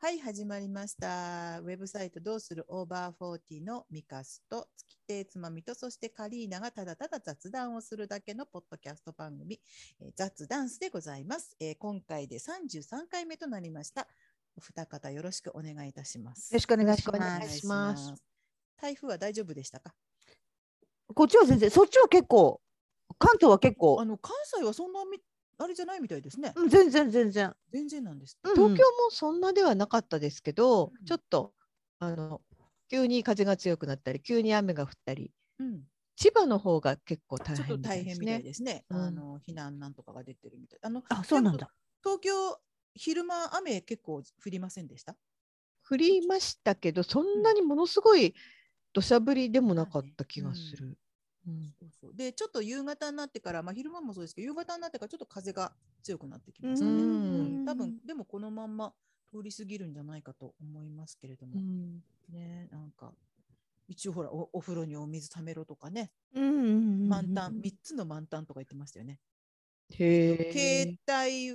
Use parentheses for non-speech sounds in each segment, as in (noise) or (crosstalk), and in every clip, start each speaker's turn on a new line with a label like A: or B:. A: はい、始まりました。ウェブサイトどうするオーバーフォーティのミカスと月亭つまみとそしてカリーナがただただ雑談をするだけのポッドキャスト番組、えー雑ダンスでございます、えー今回で33回目となりました。お二方よろしくお願いいたします。
B: よろしくお願いし
C: よろしくお
B: ま
C: 願い
B: す。
C: します
A: お願いし。台風は大丈夫でしたか？
B: こっちは全然、そっちは結構、関東は結
A: あ
B: 構、
A: の関西はそんなみあれじゃないみたいですね。
B: うん全然全然。
A: 全然なんですって。
B: うん
C: 東京もそんなではなかったですけど、
A: うん
C: ちょっとあの急に風が強くなったり急に雨が降ったり
A: うん。
C: 千葉の方が結構大
A: ちょっと
C: 変みた
A: 大
C: いで
A: 変
C: す
A: みたい
C: ね。
A: ですね。
C: うん
A: あの避難なんとかが出てるみたい。あの
B: あ、そうなんだ。
A: 東京昼間雨結構降りませんでした。
C: 降りましたけどそんなにものすごい土砂降りでもなかった気がする。うん
A: そうそうでちょっと夕方になってから、まあ、昼間もそうですけど夕方になってからちょっと風が強くなってきましたね。
C: うん
A: 多分でもこのまんま通り過ぎるんじゃないかと思いますけれども、
C: うん
A: ねなんか一応ほらおお風呂にお水ためろとかね
B: うんうん
A: 満タン3つの満タンとか言ってましたよね。
C: へ
A: 携
C: え。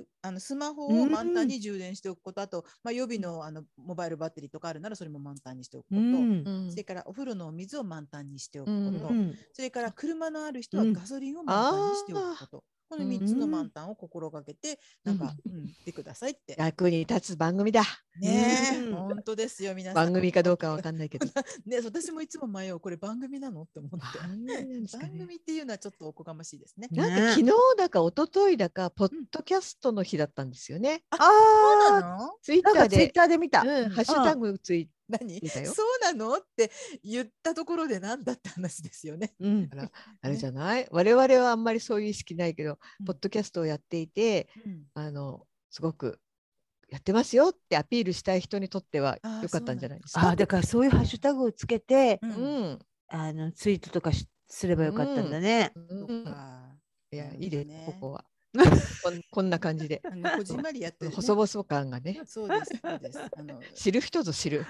A: 帯あのスマホを満タンに充電しておくことあと、まあ、予備のあのモバイルバッテリーとかあるならそれも満タンにしておくこと。
B: うん。
A: それからお風呂のお水を満タンにしておくこと、
C: うん
B: うん
A: それから車のある人は
B: うん
A: ガソリンを満タンにしておくこと、この
C: うん
A: 3つの満タンを心がけて、なんか、
C: う
A: うん、言ってくださいって。
C: 役に立つ番組だ。
A: ねえ、
B: うん
A: 本当ですよ、皆さん。
C: 番組かどうかわかんないけど。
A: ね、私もいつも迷う、これ番組なのって思 (laughs) って。
C: 番組なんですか
A: 番
C: ね。
A: 組っていうのはちょっとおこがましいですね。
C: なん
B: ね
C: か昨日だか一昨日だかポッドキャストの日だったんですよね。
B: あ
A: そう
B: あー、
A: なの
C: ツイッ
B: なん
C: ター
B: かツイ
C: で
B: ッターで見た。
C: うん、ハッシュタグつい
A: 何
C: てたよ。
A: そうなのって言ったところでなんだって話ですよね。
B: うん。
C: あらあれじゃない我々はあんまりそういう意識ないけど、
A: うん
C: ポッドキャストをやっていてあのすごくやってますよってアピールしたい人にとっては
A: あー
C: 良かったんじゃないです
B: あ
C: か
B: あ、。だからそういうハッシュタグをつけて、
A: う
C: うんん
B: あのツイートとかしすればよかったんだね。
C: うん
A: そっか
C: いや
A: なるほどね
C: いいです、ここはこんこんな感じで
A: あのこじんまりやってる、ね。
C: 細々感がね
A: そうです、そうです。あの
C: 知る人ぞ知る、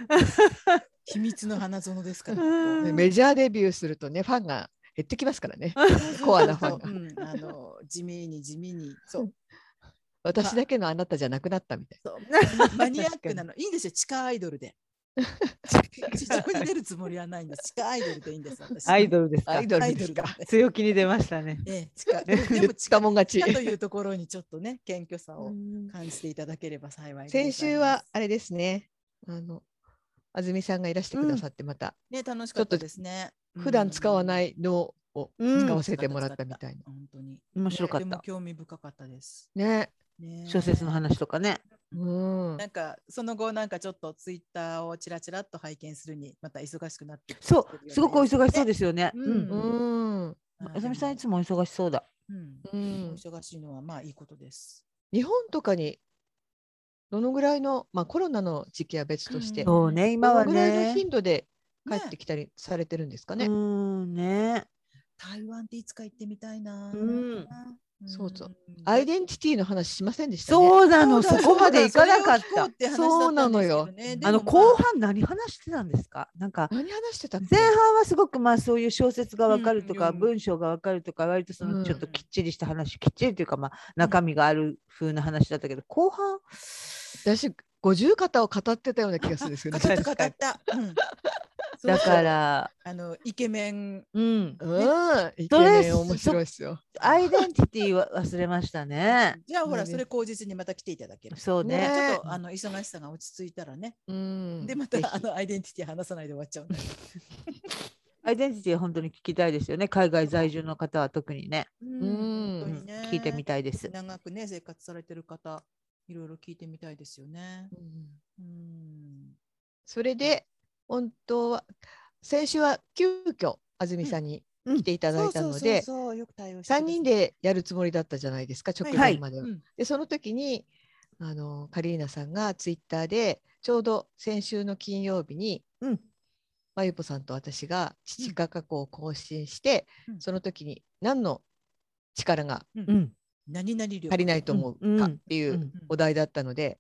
A: 秘密の花園ですから。
B: うん
C: ねメジャーデビューするとねファンが減ってきますからね (laughs) コアなファンが
A: ンが。あの地味に地味に、そう、
C: 私だけのあなたじゃなくなったみたい
A: そうマニアックなの。いいんですよ、地下アイドルで。地上に出るつもりはないんです。地下アイドルでいいんです、私。
B: アイドルです
C: な
B: か
C: アイ。ド
A: ア
C: ル
A: イ
C: で
A: ド
C: す
A: ル
C: か
A: が。
B: 強気に出ましたね。
A: ええ、地下。でもで
C: 言
A: も
C: (laughs) っ
A: 地下
C: たもん勝
A: 地下
C: ち
A: というところにちょっとね、謙虚さ
C: う
A: を
C: ん
A: 感じていただければ幸いでございま
C: 先
A: す
C: 週はあれですねあの安住さんがいらしてくださってまた、
A: ね、楽しかったですね。。
C: 普段使わないい脳を
B: うん
C: 使わせてもらったみたいな、
A: 本当に。
B: 面白かっ
A: とても
B: た。
A: 興味深かったです。
C: ね
A: ね
B: 小説の話とかね。
C: うん
A: なんかその後なんかちょっとツイッターをちらちらっと拝見するにまた忙しくなって
B: そう、すごくお忙しそう
A: で
B: ですよね。
A: うん
B: うん
C: う
B: うん。
C: ん
B: あずみさんいつもお忙しそうだ。
A: うん
C: うん
A: お忙しいのはまあいいことです。
C: 日本とかにどのぐらいの、まあ、コロナの時期は別として、
A: うん
C: ど
B: そうね、今は
C: のぐらいの
B: ね。
C: 頻度で帰ってきたりされてるんですかね。
B: うんね。
A: 台湾っていつか行ってみたいな。
B: うん
A: ん
C: そうそう。アイデンティティの話しませんでしたね。
B: そうなの、
A: そ
B: そ
A: だ
B: うこまで行かなかっ
A: それを聞こう
B: た
A: っ。て話
C: そう
A: だ
C: な
A: ったん
C: の
A: ですけど
C: よ
A: ね
B: あの
A: でもま
B: 後半何話してたんですか。なんか
C: 何話してたっけ
B: 前半はすごくまあそういう小説がわかると
A: うん
B: か
A: うん
B: 文章がわかるとか割とそ
C: うん
B: のちょっときっちりした話きっちりというかまあ中身がある風な話だったけど後半
C: 私五十肩を語ってたような気がするんですよ
A: 語 (laughs)
C: ね。
A: った
B: 確
A: 語
B: か
A: っ
B: に
A: た。
B: (laughs)
A: うんそう
B: だから
A: あのイケメン
B: うん
C: うん、イケ
B: ドレス
C: メン面白いですよ。
B: アイデンティティは忘れましたね。
A: じゃあほら
C: ね
A: それ口実にまた来ていただける。
B: そうね。
C: ね
A: ちょっとあの忙しさが落ち着いたらね。
C: うん、
A: でまた
C: ぜひ
A: あのアイデンティティ話さないで終わっちゃうんだけど
B: アイデンティティは本当に聞きたいですよね。海外在住の方は特にね。
A: 本
C: ん
B: う
A: 当
B: ん
A: にね
B: 聞いてみたいです。
A: 長くね生活されてる方いろいろ聞いてみたいですよね。う
C: うん
A: ん。
C: それで本当は先週は急遽安住さんに
B: うん
C: 来ていただいたの
A: そうそうそう
C: で
A: そうよく対応してくださ
C: 3
A: い
C: 人でやるつもりだったじゃないですか直
B: は
C: 前
B: い
C: までは。
A: うん
C: でその時にあのカリーナさんがツイッターでちょうど先週の金曜日に
B: うん。
C: まゆぽさんと私が父か過去を更新して、
A: うん
C: その時に何の力が
B: うん。
A: 何々量
C: 足りないと思うかっていううんお題だったので、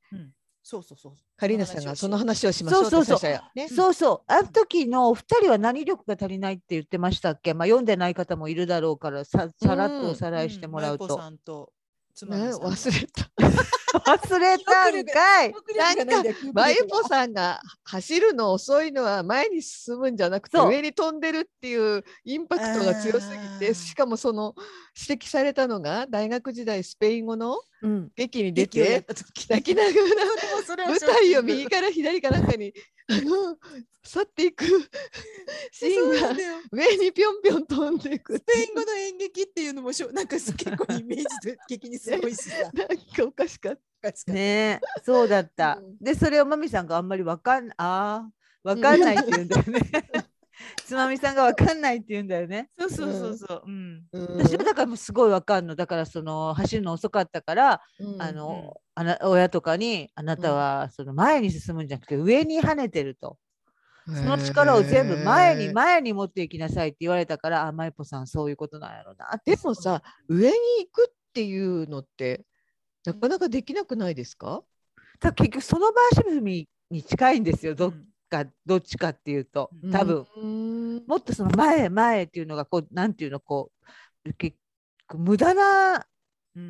A: そうそうそう。
C: カリーナさんがその話をしましょうって
B: そうそうそう
C: 私はね
B: そうそう。あの時のお二人は何力が足りないって言ってましたっけまあ読んでない方もいる (laughs) だろうからささらっとおさらいしてもらう
A: うんマイ
B: と
A: コ。さんと妻
C: ね (laughs)
A: さんと
C: 忘れた。
B: 忘れたんかい。
C: なんか
A: マ
C: マユポさんが走るの遅いのは前に進むんじゃなくて
B: そう
C: 上に飛んでるっていうインパクトが強すぎ
A: あー
C: てしかもその指摘されたのが大学時代スペイン語の
B: うん、
C: 劇に出てキタキタが舞台を右から左かなん
B: (laughs)
C: かにあの去っていくシーンが上にぴょんぴょん飛んでいくっ
A: ス
C: て
A: ペ
C: い
A: イン語の演劇っていうのもしょなんかす結構イメージ的にすごいしさ。
C: うなんかおかしかった。
B: ねえそうだった
C: うん。
B: でそれをまみさんがあんまりわかんあーわかんないって言うんだよね。つまみさんがわかんないって言うんだよね。
A: そうそうそうそう。うん。
C: うん
B: 私はだからもうすごいわかんのだからその走るの遅かったから、
C: うん
B: あ
A: うん
B: のあな親とかにあなたはその前に進むんじゃなくて上に跳ねてると。その力を全部前
C: へ
B: に
C: ー
B: 前に持っていきなさいって言われたから、あ、まゆぽさんそういうことなんやろうなって。
C: でもさ、上に行くっていうのって、なかなかできなくないですか。
B: た結局そのバーシ踏みに近いんですよ。どっか、どっちかっていうと
A: う、ん
B: 多分、
C: うん
B: もっとその前へ前へっていうのがこうなんていうのこう結構無駄な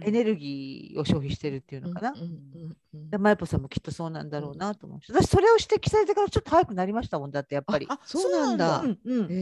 B: エネ
A: ル
B: ルギーを消費してるっていうのかな。
C: うんうんうん
B: で、まゆぽさんもきっとそうなんだろうなと思うし、私それを指摘されてからちょっと早くなりましたもんだってやっぱり。
A: あ
C: そうなんだ
B: うんうん。
C: へえ。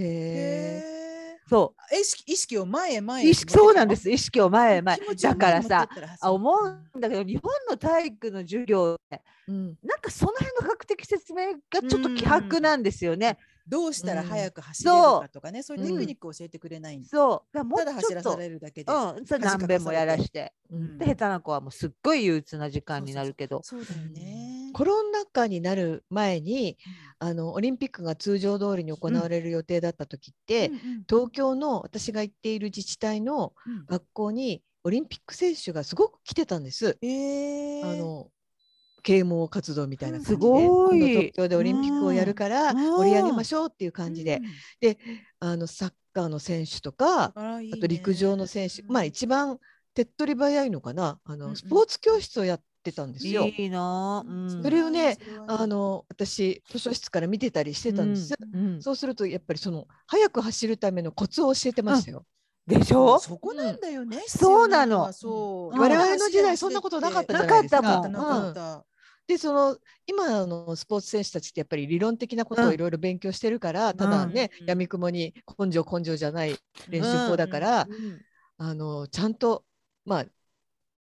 A: へ
B: そ
A: ー意識意識を前へ前
B: う。
A: へ
B: 意識そうなんです。
A: 持って
B: 意識を前
A: っ
B: へ
A: た
B: 前
A: ら。気持ちを
B: だからさ、
A: 前に持ってったら
B: あ
A: そう
B: 思うんだけど日本の体育の授業って
C: うん
B: なんかその辺の科学的説明がちょっと希
A: うんうんう
B: 薄
A: ん
B: なんですよね。
A: どうしたら早く走れるかとかね、そういうテクニックを教えてくれないんです。
B: そう。だからも
A: ただ
B: うち
A: 走
B: ょっ
A: らさ
B: と。
A: れるだけで。
B: うん、
A: 恥か
B: それ
A: かされて
B: 何遍もやらして、
C: うん
B: で下手な子はもうすっごい憂鬱な時間になるけど、
A: そうだよね。
C: コロナ禍になる前に、あのオリンピックが通常通りに行われる予定だった時って、
A: うんうん
C: 東京の私が行っている自治体の
A: うん
C: 学校にオリンピック選手がすごく来てたんです。
A: ええ
C: あの啓蒙活動みたいな感じで、
A: す
B: ごい
C: 今度東京でオリンピックをやるから
B: うん
C: 盛り上げましょうっていう感じで、
A: うん
C: あのサッカーの選手とか
A: あらいいね
C: あと陸上の選手まあ一番手っ取り早いのかなあ
A: う
C: の、
A: んうん
C: スポーツ教室をやってたんですよ。
B: いいなあ、う
A: うん
B: ん、
C: それをね
A: それは
C: あの私図書室から見てたりしてたんです。
B: うん
C: そうするとやっぱりその早く走るためのコツを教えてましたよ。
B: でしょ
A: そこなんだよね。
B: そうなの
A: 必要はそう。
B: うん
C: 我々の時代そんなことなかったじゃないですか。
B: なかったもん
A: なかった。
C: でその今のスポーツ選手たちってやっぱり理論的なこと
B: う
C: を
B: ん
C: いろいろ勉強してるから、ただね、
A: うん
C: やみくもに根性根性じゃない練習法だから、あのちゃんとまあ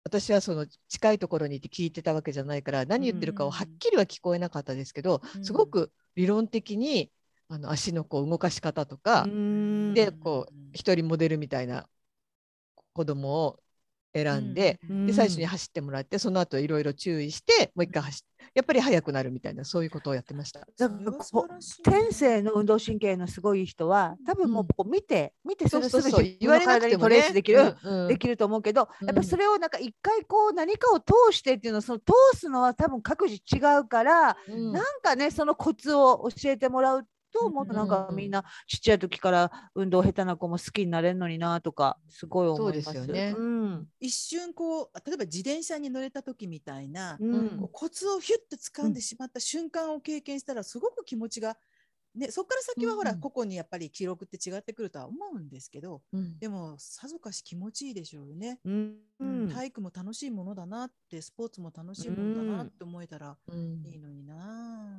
C: 私はその近いところにいて聞いてたわけじゃないから何言ってるかをはっきりは聞こえなかったですけど、
A: うん
C: すごく理論的にあの足のこう動かし方とか、
B: うん
C: でこ一人モデルみたいな子供を選んで、
A: う
C: で最初に走ってもらってその後いろいろ注意してもう一回走っやっぱり速くなるみたいなそういうことをやってました。
B: だからこ天性の運動神経のすごい人は多分もうこう見て、見てそれすべて自分の体にトレースできる、
C: うんうん
B: できると思うけど、
C: うん
B: やっぱりそれをなんか一回こう何かを通してっていうのその通すのは多分各自違うから、
C: うん
B: なんかねそのコツを教えてもらうともっとなんか
C: うん
B: みんなちっちゃい時から運動下手な子も好きになれるのになとかすごい思います
C: そうですよね
B: うん
A: 一瞬こう例えば自転車に乗れた時みたいな
B: う
A: こうんコツをヒュッと掴んでしまった瞬間を経験したらすごく気持ちがねそこから先はほら
C: うん
A: 個々にやっぱり記録って違ってくるとは思うんですけど
C: うん
A: でもさぞかし気持ちいいでしょうね。
B: うんうん
A: 体育も楽しいものだなってスポーツも楽しいものだなって思えたら
C: うん
A: いいのにな。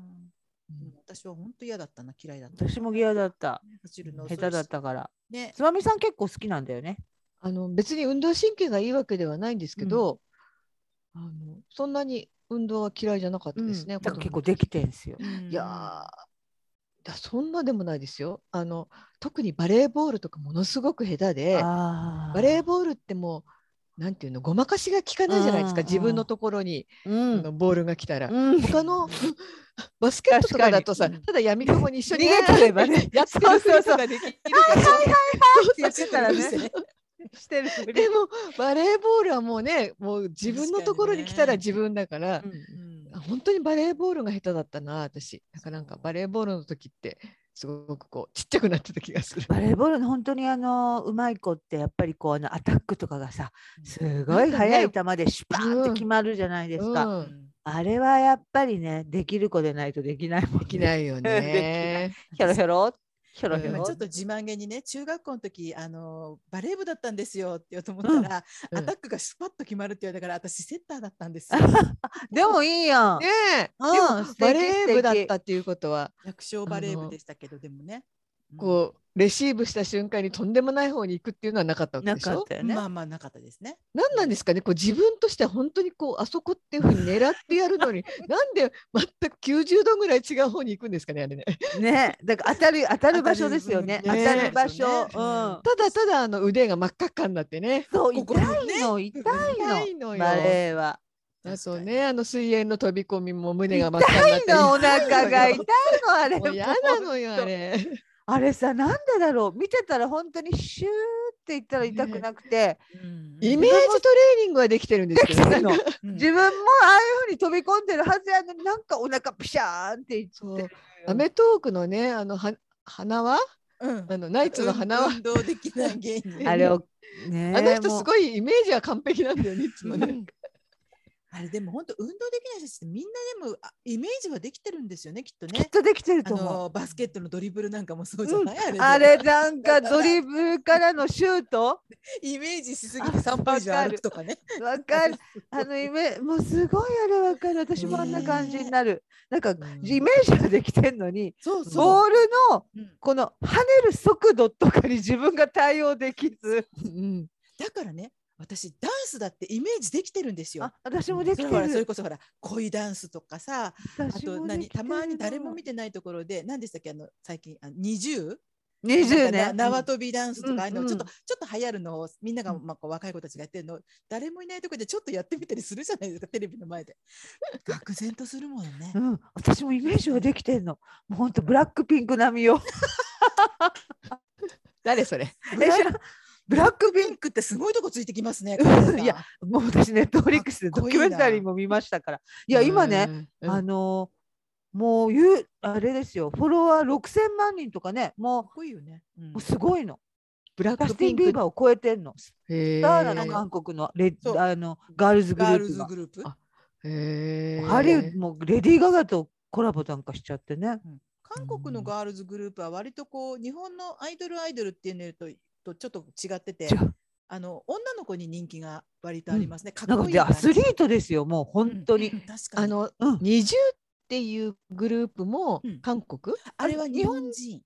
A: でも私は本当嫌だったな嫌いだった。
B: 私も嫌だった
A: 走るの
B: 下手だっ。たから
A: ね
B: つ。まみさん結構好きなんだよね
C: あの別に運動神経がいいわけではないんですけど、あのそんなに運動は嫌いじゃなかったですね。
B: だから結構
C: 子供
B: できてんすよ
C: いやーいやそんなでもないですよあの特にバレーボールとかものすごく下手で
B: あ
C: バレー
B: ー
C: ボールってもうなんていうのごまかしが効かないじゃないですか
B: うん
C: 自分のところに、
B: う
C: あ
B: ん
C: のボールが来たら、
B: うん
C: 他のバスケットとかだとさ
A: 確かに
C: ただ闇雲に一緒に
B: 逃げてればね
C: (laughs) やってるふりとかできるから
B: ってやってたらね
C: そうそうそう
B: してるふり
C: (laughs) でもバレーボールはもうねもう自分のところに来たら自分だから、
A: うん
C: 本当にバレーボールが下手だったな私なんかなんかバレーボールの時ってすごくこうちっちゃくなってた気がする。
B: バレーボールの本当にあのうまい子ってやっぱりこうあのアタックとかがさすごい速い球でシュパーンって決まるじゃないですか、
C: うん
B: あれはやっぱりねできる子でないとできないもんね (laughs)
C: できないよ
B: できな
C: ね。
B: ひょろひょろひょろひょ
A: 今
B: ろ
A: ちょっと自慢げにね中学校の時あのバレー部だったんですよって言おうと思ったら、
C: うん
A: アタックがスパッと決まるって言われたから私セッターだったんですよ
B: でもいいやん。
C: ねえ、
B: うん
C: でも
B: 素敵
C: バレー部だっ
B: 素
C: た
B: 敵
C: っていうことは
A: 弱小バレー部でしたけどでもね
C: こうレシーブした瞬間にとんでもない方に行くっていうのはなかったわけ
B: な
C: でし
B: かっ
C: ょ
B: たよ
A: うん
B: ね。
A: まあまあなかったですね
C: 何なんですかねこう自分としては本当にこうあそこっていうふうに狙ってやる
B: (laughs)
C: のになんで全く90度ぐらい違う方に行くんですかねあれね。
B: ね、だから当たる当たる場所ですよね。
A: 当
B: 当
C: た
B: た
C: る
B: る
A: 場
B: 場
A: 所
B: 所。
A: ね
B: うん。
C: ただただあの腕が真っ赤っかになってね。
B: そう
A: こ
B: 痛
A: こ
B: いの痛い
C: 痛い
B: の。
C: のよ。
B: バレーは。
C: あ
A: 確
C: と
A: かに
C: ねあの水泳の飛び込みも胸が真っ赤になって
B: 痛いのお腹が痛いのあれ
C: もう嫌なのよ
B: (laughs)
C: あれ。
B: あれさなんでだろう見てたら本当にシューっていったら痛くなくて、
C: イメージトレーニングはできてるんですけど
B: できてるの
C: なんか
A: うん
B: 自分もああいうふうに飛び込んでるはずやのになんかお腹ピシャーンっていっ
C: そう
B: て
C: アメトークのねあのは花輪
A: うん
C: あのナイツの花輪
A: 運動できない芸人
B: あれをね
C: あの人す
B: い
C: ごいイメージは完璧なんだよねいつもね。
A: あれでも本当運動できない人たちってみんなでもあイメージはできてるんですよねきっと
B: きっ
A: ね。
B: とできてる
A: あ
B: と思う。
A: のバスケットのドリブルなんかもそうじゃない、
B: あ
A: で
B: れなんかドリブルからのシュート
A: イメージしすぎて3分以上歩くとかね。
B: わかるあのイメもうすごいあれわかる私もあんな感じになるなんか
C: うん
B: イメージはできてんのに
A: そう
B: ボールの
A: う、うん
B: この跳ねる速度とかに自分が対応できず
C: うん
A: だからね私ダンスだってイメージできてるんですよ
B: あ。私もできて
A: だ
B: る
A: からそれこそほら恋ダンスとかさあ
B: 私
A: と
B: もで
A: 何
B: きて
A: た
B: る
A: まに誰も
B: な
A: 見てないところで何でしたっけあの最近あの 20?
B: 20
A: なんか
B: ね
A: な縄跳びダンスとかああいうの、
B: うん
A: ちょっとちょっと流行るのをみんなが、まあ、こう若い子たちがやってるのを誰もいないところでちょっとやってみたりするじゃない
B: (laughs)
A: ですかテレビの前で。愕然とするものね
B: う。ん、私もイメージはできてんの。もう本当ブラックピンク並みよ。
C: 誰それ
B: え知らん (laughs) ブラックピ
A: ピ
B: ン
A: ンクってすごいとこついてきますね。
B: いやク、もう私ネットフリックスで
A: かっ
B: ド
A: こいい
B: キ
A: な
B: ュメンタリーも見ましたから。いや、今ね、、
C: うん
B: あのーもう言う、あれですよ、フォロワー6000万人とかね、もう、
A: かっこいいよね。うん
B: もうすごいの。
C: ブラッ
B: ダス
C: ク
B: テ
C: ピ
B: ィ
C: ン
B: ン・
C: ク
B: ビーバーを超えてんの。ス
C: へー
B: ターなの韓国のレ
A: そう
B: あのガールズグル
A: ガール
B: ープ
A: ズ
B: が。
A: グループ。
C: あへー
B: ハリウッドもレディー・ガガとコラボなんかしちゃってね。
A: 韓国のガールズグループは割とこう日本のアイドルアイドルっていうのととちょっと違ってて
B: じゃあ
A: あの女の子に人気が割とありますね。
B: な
A: かっ
B: ん
A: こ
B: か
A: いい
B: でアスリ
A: 感
B: ートですよ、もう本当に
A: じ。。確かに
C: あの
B: うん
C: 20っていうグループも
A: うん
C: 韓国
A: あれは日本人。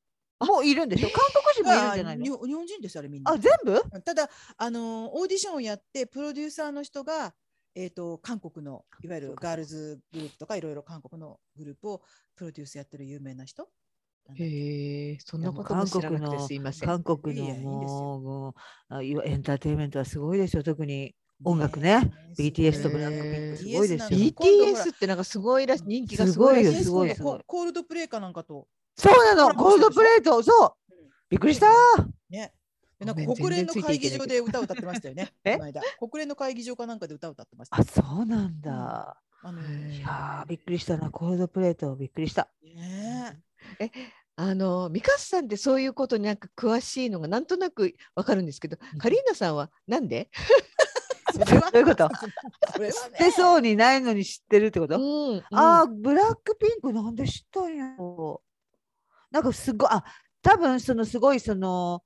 B: もういるんでしょ韓国人もいるんじゃない
A: 日
B: の
A: 本日本人ですあれみんな。
B: あ、全部
A: ただあのーオーディションをやってプロデューサーの人が、えー、と韓国のいわゆるガールズグループとかいろいろ韓国のグループをプロデュースやってる有名な人なんだっけ
C: へえそんなことも知らなくてすいません。
B: 韓国
A: い
B: の
A: やいいですよ
B: もうもうあいわエンターテインメントはすごいですよ特に音楽ね
A: え
B: BTS
A: す
B: と
A: ご
B: ブ
A: い
B: ラッ
C: ね
B: クピンクす
A: BTS
B: ごいですよ、
A: なんか
C: BTS ってなんかすごいらし人気がすごいらしい
B: すごいよ
A: 今度ほらコールドプレイかなんかと
B: そうな
A: コラ
B: の
A: ボ
B: ゴー
A: し
B: ル
A: てる
B: ド
A: でしょ
B: プレートそ
A: う
B: う
A: ん
B: びっくりした
A: ねでなんか
C: ごめん
A: 国連の
C: 全然つ
A: 会
C: い
A: 議
C: ていけな
A: 場
C: い
A: で歌を歌ってましたよね
B: (laughs) え
A: この間国連の会議場かなんかで歌を歌ってました
B: あそうなんだ、
A: あの
C: へ
B: い
A: ね
B: やーびっくりしたなゴールドプレートびっくりした
A: え
C: あのミカスさんってそういうことになんか詳しいのがなんとなくわかるんですけど、カリーナさんはなんで？
A: それは
B: どういうこと
A: それは
B: 知っ
A: ね
B: てそうにないのに知ってるってこと、
C: うん、
B: あーブラックピンクなんで知ったんやろなんかすごいあ多分そのすごいその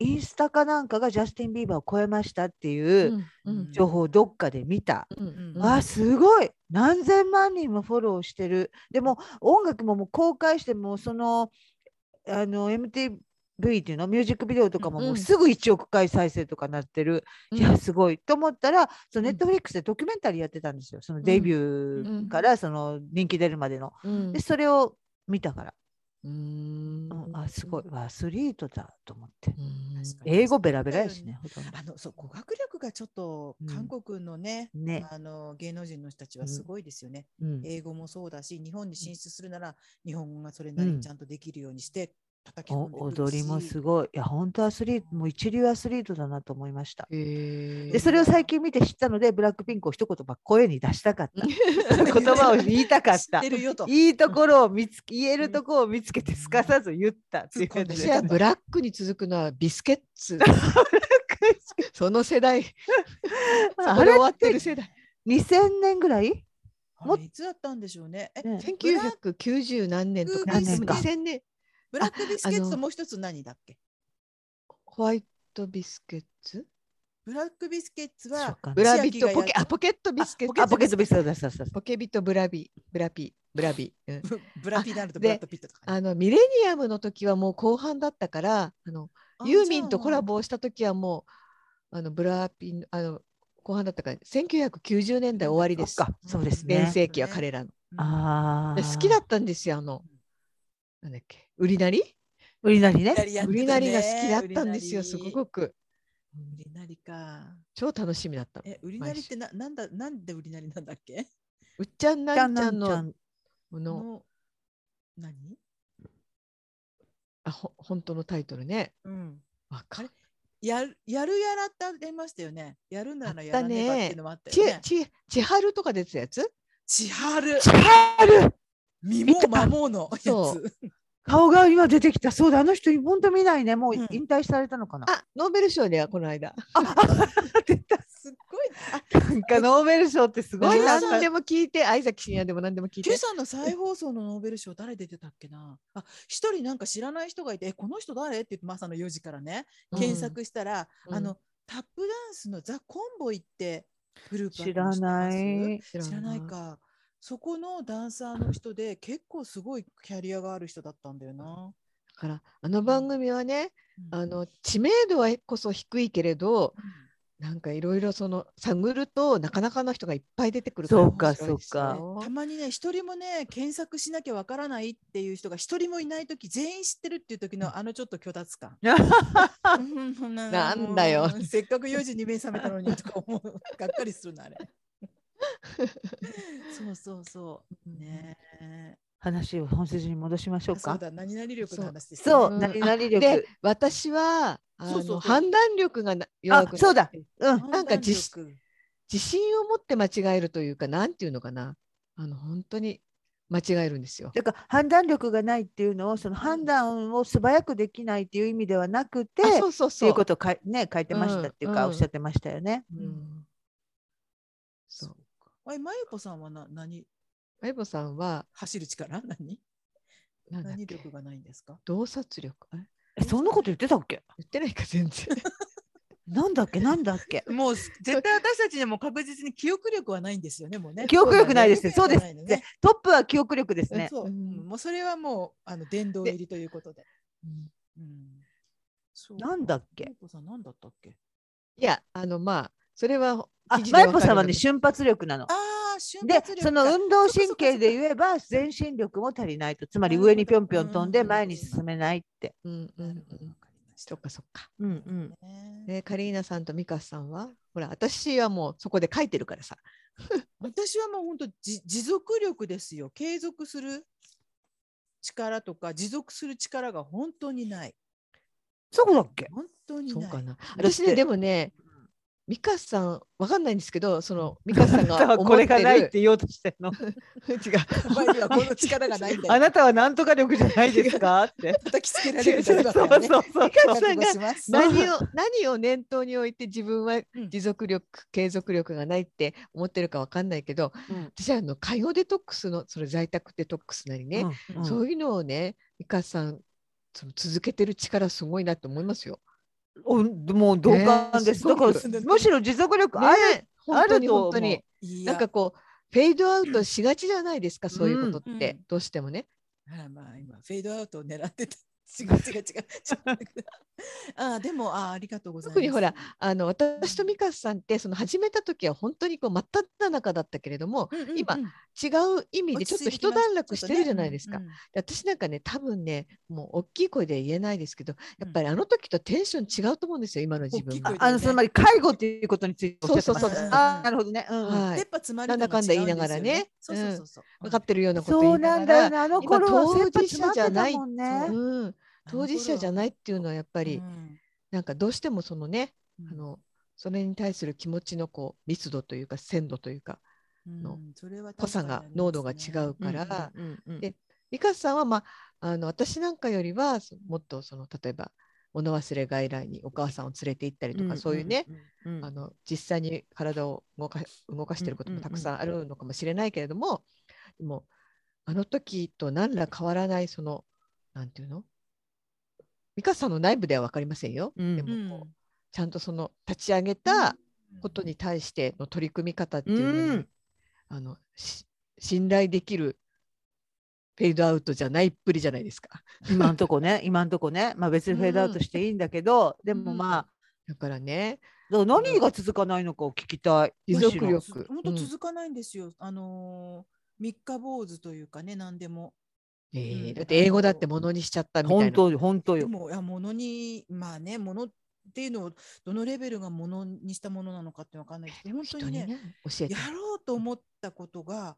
B: インスタかなんかがジャスティン・ビーバーを超えましたっていう
C: うんうん
B: 情報をどっかで見た、
C: うんうん
B: わあすごい何千万人もフォローしてるでも音楽ももう公開してもうそのあの MTV っていうのミュージックビデオとかも
C: うん
B: もうすぐ1億回再生とかなってる、いやすごいと思ったらそのネ
C: うん
B: ットフリックスでドキュメンタリーやってたんですよそのデビュ
C: うんうん
B: ーからその人気出るまでの。
C: うん
B: でそれを見たから、
C: うん
B: うんあすごいアスリートだと思って
C: うん
A: 確かに
B: 英語ベラベラやしねほとんど
A: あのそう語学力がちょっと韓国のね、
B: ね、
A: あの芸能人の人たちは
B: うん
A: すごいですよね、
B: うん、
A: 英語もそうだし、日本に進出するなら日本語がそれなりにちゃんとできるようにして叩き込んで
B: お
A: くる
B: 踊
A: し
B: り
A: (laughs)
B: もすごいいや本当アスリートもう一流アスリートだなと思いました
C: へ
B: で
C: え
B: それを最近見て知ったのでブラックピンクを一言ば声に出したかった言葉を言いたかっ
A: 知ったてるよと。
B: いいところを見つけ言えるところを見つけてすかさず言ったっていう
A: 突っ込んで
B: 感じ
C: 私
B: で
C: はブラックに続くのはビスケッ
B: (laughs)
C: ツその世代
B: まあ
C: そ
B: あ
C: れ
B: れ
C: 終わってる世代
B: 2000年ぐらい
A: あれいつだったんでしょうね。え、
B: ね
A: ブラッ
C: 1990何年とか
B: 何年か
C: 2000年
A: ブラックビスケ
C: あ
A: ッ
C: あ
A: ツ
C: の
A: もう一つ何だっけ
C: ホワイトビスケッツ
A: ブラックビスケッツ
B: そう
A: は
B: かな
C: ブ
A: ら
C: ラビットポケあポケットビスケッツ
B: あ、ポケットビスケットだ、そうそうそう
C: ポケビットブラビブラピブラビ、うん、
A: ブラピナルと
C: あ
A: ブラッド・ピットとかね、
C: あのミレニアムの時はもう後半だったからあの
A: あ
C: ユーミン
A: じ
C: と
A: ゃあ
C: コラボをした時はもうあのブラピンあの後半だったから1990年代終わりです
B: そっか、そうで
A: う
B: す
A: ん
C: 全
B: ね。
C: 盛期は彼らの、
A: うん
B: あ
C: で
B: あ。
C: 好きだったんですよあのなんだっけ売りなり
B: 売りなり
A: やっ
B: ね。
A: てたね
C: 売りなりが好きだったんですよすごく
A: 売りなりか。
C: 超楽しみだった
A: え、売りなりってななんだなんで売りなりなんだっけ
C: うっちゃん
B: ちゃ
C: なん
B: ん
C: ち
B: な
C: ゃ
B: ん
C: ん
B: ちゃ
C: の
B: ん。
C: この
A: の何
C: あほ本当のタイトルね
A: うん。
C: わかる
A: やるやるやらってありましたよね。やるならやらねばっていうのもあった
C: ち
A: よ
C: え
A: ね。
C: ちちはるとか出てたやつ
A: ちはる、
B: チャール
A: 身も守のや
C: そ
A: つ。
B: 顔が今出てきた。そうだ、あの人、本当見ないね。もう
A: うん
B: 引退されたのかな。
C: あノーベル賞ではこの間
B: 出た。
A: (laughs) すっごい。
B: なんかノーベル賞ってすごいな。
C: 何でも聞いて相崎真也でも何でも聞い
A: 今
C: て
A: 朝の再放送のノーベル賞誰出てたっけなあ一人なんか知らない人がいてえこの人誰って言ってまあ朝の4時からね検索したら、
C: うん
A: あのタップダンスのザ・コンボイってグループあ
B: 知
A: るの
B: らな
A: 知って
B: い。
A: ます知らないかそこのダンサーの人で結構すごいキャリアがある人だったんだよな。
C: だからあの番組はね、
A: うん
C: あの知名度はこそ低いけれどなんかいろいろその探るとなかなかの人がいっぱい出てくるら
B: そうか
C: 面白いですよ
B: そ
A: たまにね一人もね検索しなきゃわからないっていう人が一人もいない時全員知ってるっていう時のあのちょっと虚脱感。な
C: なんだよ
A: せっかく4時に目覚めたの (laughs) にとか思う。がっかりするな、 (laughs) あれ。そうそうそう。ねえ。
B: 話を本筋に戻しましょう
A: あそう
B: か。
A: だ、何々力の話です、
B: そうう、
C: ん
B: 何々
C: で
B: 力。
C: 私はあの
A: そうそうそう
C: 判断力がな弱く
B: あ
C: な、る
B: そうだ。うん。
A: 判断力
C: なんか実自信を持って間違えるというかなんていうのかなあの本当に間違えるんですよ。
B: てか判断力がないっていうのをその判断を素早くできないっていう意味ではなくて
C: あ
B: っ
C: そうそう
B: てい
C: そうう
B: ことをかいね書いてましたっていうか、
C: うん
B: おっしゃってましたよね。
C: うんそう
A: あれ、まゆぽさんはな何
C: エボさんは
A: 走る力何
C: なんだっ
A: 何
C: け
A: 力がないんですか
C: 洞察力あれ
B: えそんなこと言ってたっけ？
C: 言ってないか全
B: (laughs)
C: 然
B: なんだっけなんだっ
A: (laughs)
B: け？
A: もう絶対私たちにも確実に記憶力はないんですよね、もうね。
B: 記憶力ないですね。
A: そ
B: そうう
A: だ
B: で
A: ね記
B: すね
A: 憶力ないのね
B: トップは記憶力ですね。
A: そう、うんもうそれはもうあの殿堂入りということで。
C: うん
A: うんそう
B: なんだっけ
A: まゆぽさん何だったっけ
C: いやあのまあそれは
B: あ
C: 記、事で
B: マ
C: わ
B: イ
C: か
B: ポ
C: る
B: さんはね
C: よう
B: 瞬発力なの。
A: ああ、瞬
B: で
A: 発力か
B: その運動神経で言えば全身力も足りないとつまり
A: なるほど
B: 上にぴょんぴょん飛ん
A: う
B: で
A: ん
B: 前に進めないって。
C: なうんう
A: なん
C: う
A: るほどわ
C: ん
A: かりまし
C: そ
A: た
C: っかそっか。
B: うんうん、
A: ね
C: ねカリーナさんとミカさんはほら私はもうそこで書いてるからさ。
A: 私はもう本当じ持続力ですよ。継続する力とか持続する力が本当にない。
B: そうだっけ？
A: 本当に
C: そ
A: な
C: う
A: い。
C: か
B: だ
C: な。
B: って
C: 私ねでもねミカさんわかんないんですけどそのミカさん
B: (laughs) あなたは
C: が思
B: こ
C: っ
B: れ
C: て
B: がないっ
C: る
B: て言おうとしてんの。
C: (laughs) 違う
A: お前にはこの力がないんだよ。
B: あなたはなんとか力じゃないですかって。
C: (laughs)
A: 叩きつけられ
B: そう
A: る
B: そ
A: だ
B: う
A: け
B: そ
A: だ
B: う
A: か
B: そ
A: らね。
B: うそう
C: ミカさ
A: 覚
C: んが
A: 悟します
C: 何を (laughs) 何を念頭に置いて自分は
A: うん
C: 持続力、継続力がないって思ってるかわかんないけど私はあの介護デトックスのそれ在宅デトックスなりね、
B: うん
C: そういうのをねミカさんその続けてる力すごいなと思いますよ。
B: おもう同感です。
C: す
B: だ
C: ご
B: か
C: く
B: らむしろ持続力ある、
C: ね本当に
B: あると思う
C: 本当に
A: いや
C: なんかこうフェードアウトしがちじゃないですか、そういうことって、
A: うん
C: どうしてもね。
A: あらまあ今フェードアウトを狙ってた。違う違う違う。ああでもああありがとうございます。
C: 特にほらあの私とミカさんってその始めた時は本当にこう真っ只中だったけれども
A: うんうんうん、
C: 今
A: うん
C: 違う意味でちょっと一段落してるじゃないですか。。で私なんかね多分ねもう大きい声で言えないですけどやっぱりあの時とテンション違うと思うんですよ今の自分
A: 大き
C: が
A: い。声
B: あのそのまり介護っていうことについておっしゃってま
A: そう
B: した
A: そうそう
B: あーなるほどね。うんうん
C: はい
A: 切羽詰まり
C: なんだかんだ言いながらね
A: そうそうそうそう。
C: 分かってるようなこと
B: そ
C: 言
B: う
C: いな
B: なん
C: が
B: だ
C: ら
B: よね。あの
C: 今
B: 頃は
C: 当
B: 切羽
C: 事
B: 詰
C: 者
B: まっ
C: じゃ
B: て
C: ない
B: た
C: っ
B: もん
C: て
B: ね。
C: うん、当事者じゃないいっていうのはやっぱり、なんかどうしてもそのねあのそれに対する気持ちのこう密度というか鮮度というかの濃さが濃度が違うから、
B: うんうんうん
C: で美香さんは、まあ、あの私なんかよりはそもっとその例えば物忘れ外来にお母さんを連れて行ったりとか、そういうね、。
B: んうん
C: あの実際に体を動か動かしてること
B: うんう
C: も
B: ん
C: たくさんあるのかもしれないけれども、でもあの時と何ら変わらないそのなんていうのミカさんの内部では分かりませんよ。
B: うん
C: で
A: う
C: も
A: ん
C: こうちゃんとその立ち上げたことに対しての取り組み方っていうのに、
B: うん
C: あのし信頼できるフェードアウトじゃないっぷりじゃないですか。
B: 今んとこね、今んとこね、まあ別にフェードアウトしていいんだけど、でもまあ、
C: だからね、
B: だから何が続かないのかを聞きたい。
C: 持
B: むし
C: 続
B: ろ
C: 力。
A: 本当
C: うん
A: 続かないんですよ。あのー三日坊主というかね、何でも。
C: えー
A: うん
C: だって英語だってものにしちゃったみたいな。
B: 本当よ、本当
A: で
B: よ。
A: も、いや、ものに、まあね、ものっていうのを、どのレベルがものにしたものなのかってわかんないですけど、本当
C: 人
A: に
C: に
A: ね、
C: ね教えて
A: や。ろうと思ったことが、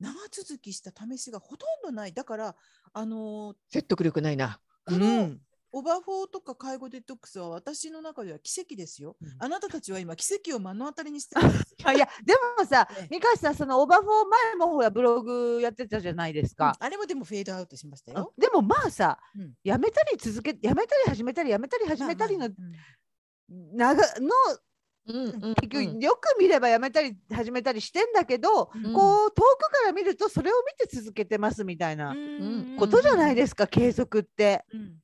A: 長続きした試しがほとんどない。だから、あのー
C: 説得力ないな。
A: こ
B: う
A: の
B: ん
A: オバフォーとか介護デトックスは私の中では奇跡ですよ。
C: うん
A: あなたたちは今奇跡を目の当たりにしてるんですよ。
B: あいやでもさ
A: ね、
B: 三河さん、そのオバフォー前もほらブログやってたじゃないですか。
A: あれもでもフェードアウトしましたよ。
B: でもまあさ、
A: うん
B: やめたり続け、やめたり始めたり、やめたり始めたりの、
A: まあまあ
B: 長の、
C: うんうん
B: 結局よく見ればやめたり始めたりしてんだけど、
A: うん
B: こう遠くから見るとそれを見て続けてますみたいな
A: うん
B: ことじゃない
A: す
B: ですか、継続って。
A: うん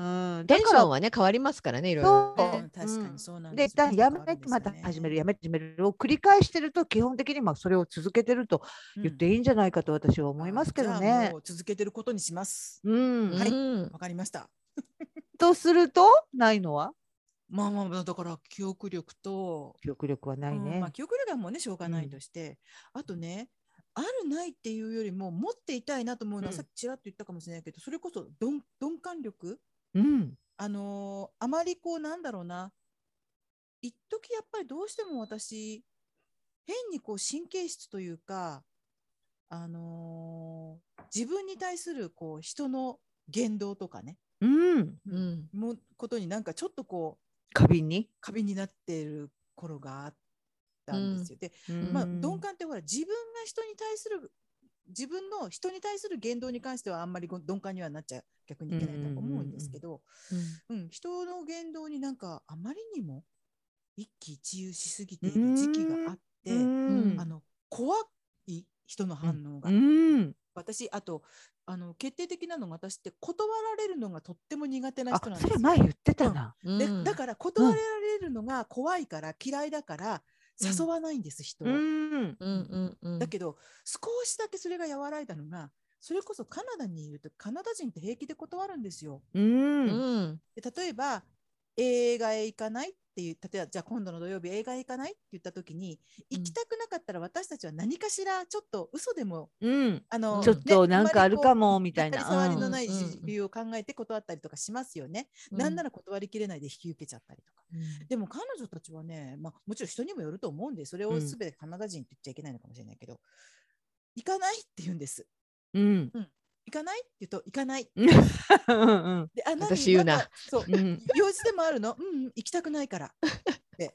B: うん、
C: テ
B: だ
C: ンシ
B: から
C: ョンはね変わりますからねいろいろ
B: そ
C: ね。
A: うん確かにそうなん
B: で
A: で
B: 一
A: すよ
B: 旦やめてまた始める、やめて始めるを繰り返してると基本的にまあそれを続けてると言って
A: いい
B: いいんじゃないかと私は思いますけどね。
A: 続けてることにします。
B: うん
A: はい
C: うん
A: わかりました。
B: とするとないのは
A: まあまあだから記憶力と、
B: 記憶力はない
A: うん
B: ね
A: まあ、。記憶力はもうねしょうがないとして、あとねあるないっていうよりも持っていたいなと思うのは、
C: うん
A: さっきちらっと言ったかもしれないけどそれこそ鈍鈍感力
B: うん
A: あのーあまりこうなんだろうな一時やっぱりどうしても私変にこう神経質というか、あのー自分に対するこう人の言動とかね
B: うん
C: うん
A: もことになんかちょっとこう
B: 過敏に。
A: 過敏になっている頃があったんですよ。でまあ、
B: うん
A: 鈍感ってほら自分が人に対する自分の人に対する言動に関してはあんまりご鈍感にはなっちゃ逆にいけないと思うんですけど、うん、人の言動になんかあまりにも一喜一憂しすぎている時期があって、
B: うん
A: あの怖い人の反応が、
B: うん
A: 私あとあの決定的なのが私って断られるのがとっても苦手な
B: あ
A: 人なん
B: そ
A: です
B: れ
A: よ。
B: 前言ってたな。
C: うん
A: で
C: うん
A: だから断られるのが怖いから嫌いだから誘わないんです、人を。
B: うん
C: うんうんうん
A: だけど少しだけそれが和らいだのがそれこそカナダにいるとカナダ人って平気で断るんですよ。
B: う
C: うんん
A: で例えば映画へ行かないっていう例えばじゃあ今度の土曜日映画へ行かないって言った時に
C: うん
A: 行きたくなかったら私たちは何かしらちょっと嘘でも
B: うん
A: あの、
C: うん
B: ちょっとなんかあるか
A: も
B: もみ
A: みた
B: た
A: い
B: い
A: な。
B: な。
A: 当たり障りの
B: うん
A: ない
C: うんうんうん
A: 理由を考えて断ったりとかしますよね。なんなら断りきれないで引き受けちゃったりとか。でも彼女たちはね、まあ、もちろん人にもよると思うんで、それ
B: う
A: を
B: ん
A: すべてカナダ人って言っちゃいけないのかもしれないけど、行かないって言うんです。
B: うん
A: 行かないって言うと、行かない。
B: うんうん
A: で、あ、何
C: 私言うな。
A: んかそう、
B: うん
A: 用事でもあるのうん、行きたくないから。って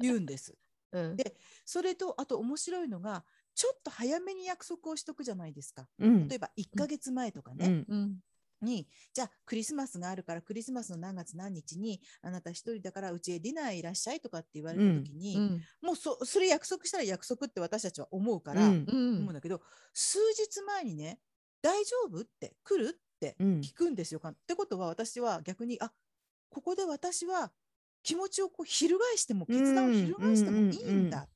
A: 言うんです。
C: うん
A: でそれと、あと面白いのが、ちょっと早めに約束をしとくじゃないですか。
B: うん
A: 例えば1ヶ月前とかね、
B: うん
C: うん
A: に、じゃあクリスマスがあるから、クリスマスの何月何日に、あなた一人だからうちへディナーいらっしゃいとかって言われた時に、
C: うん
A: もうそそれ約束したら約束って私たちは思うから、
B: うん
C: う
A: 思うん
C: ん
A: だけど、数日前にね、大丈夫って来るって
B: うん
A: 聞くんですよ。かってことは私は逆に、あここで私は気持ちをこう翻しても、決断を翻してもいい
B: うんうんうんうんん
A: だ。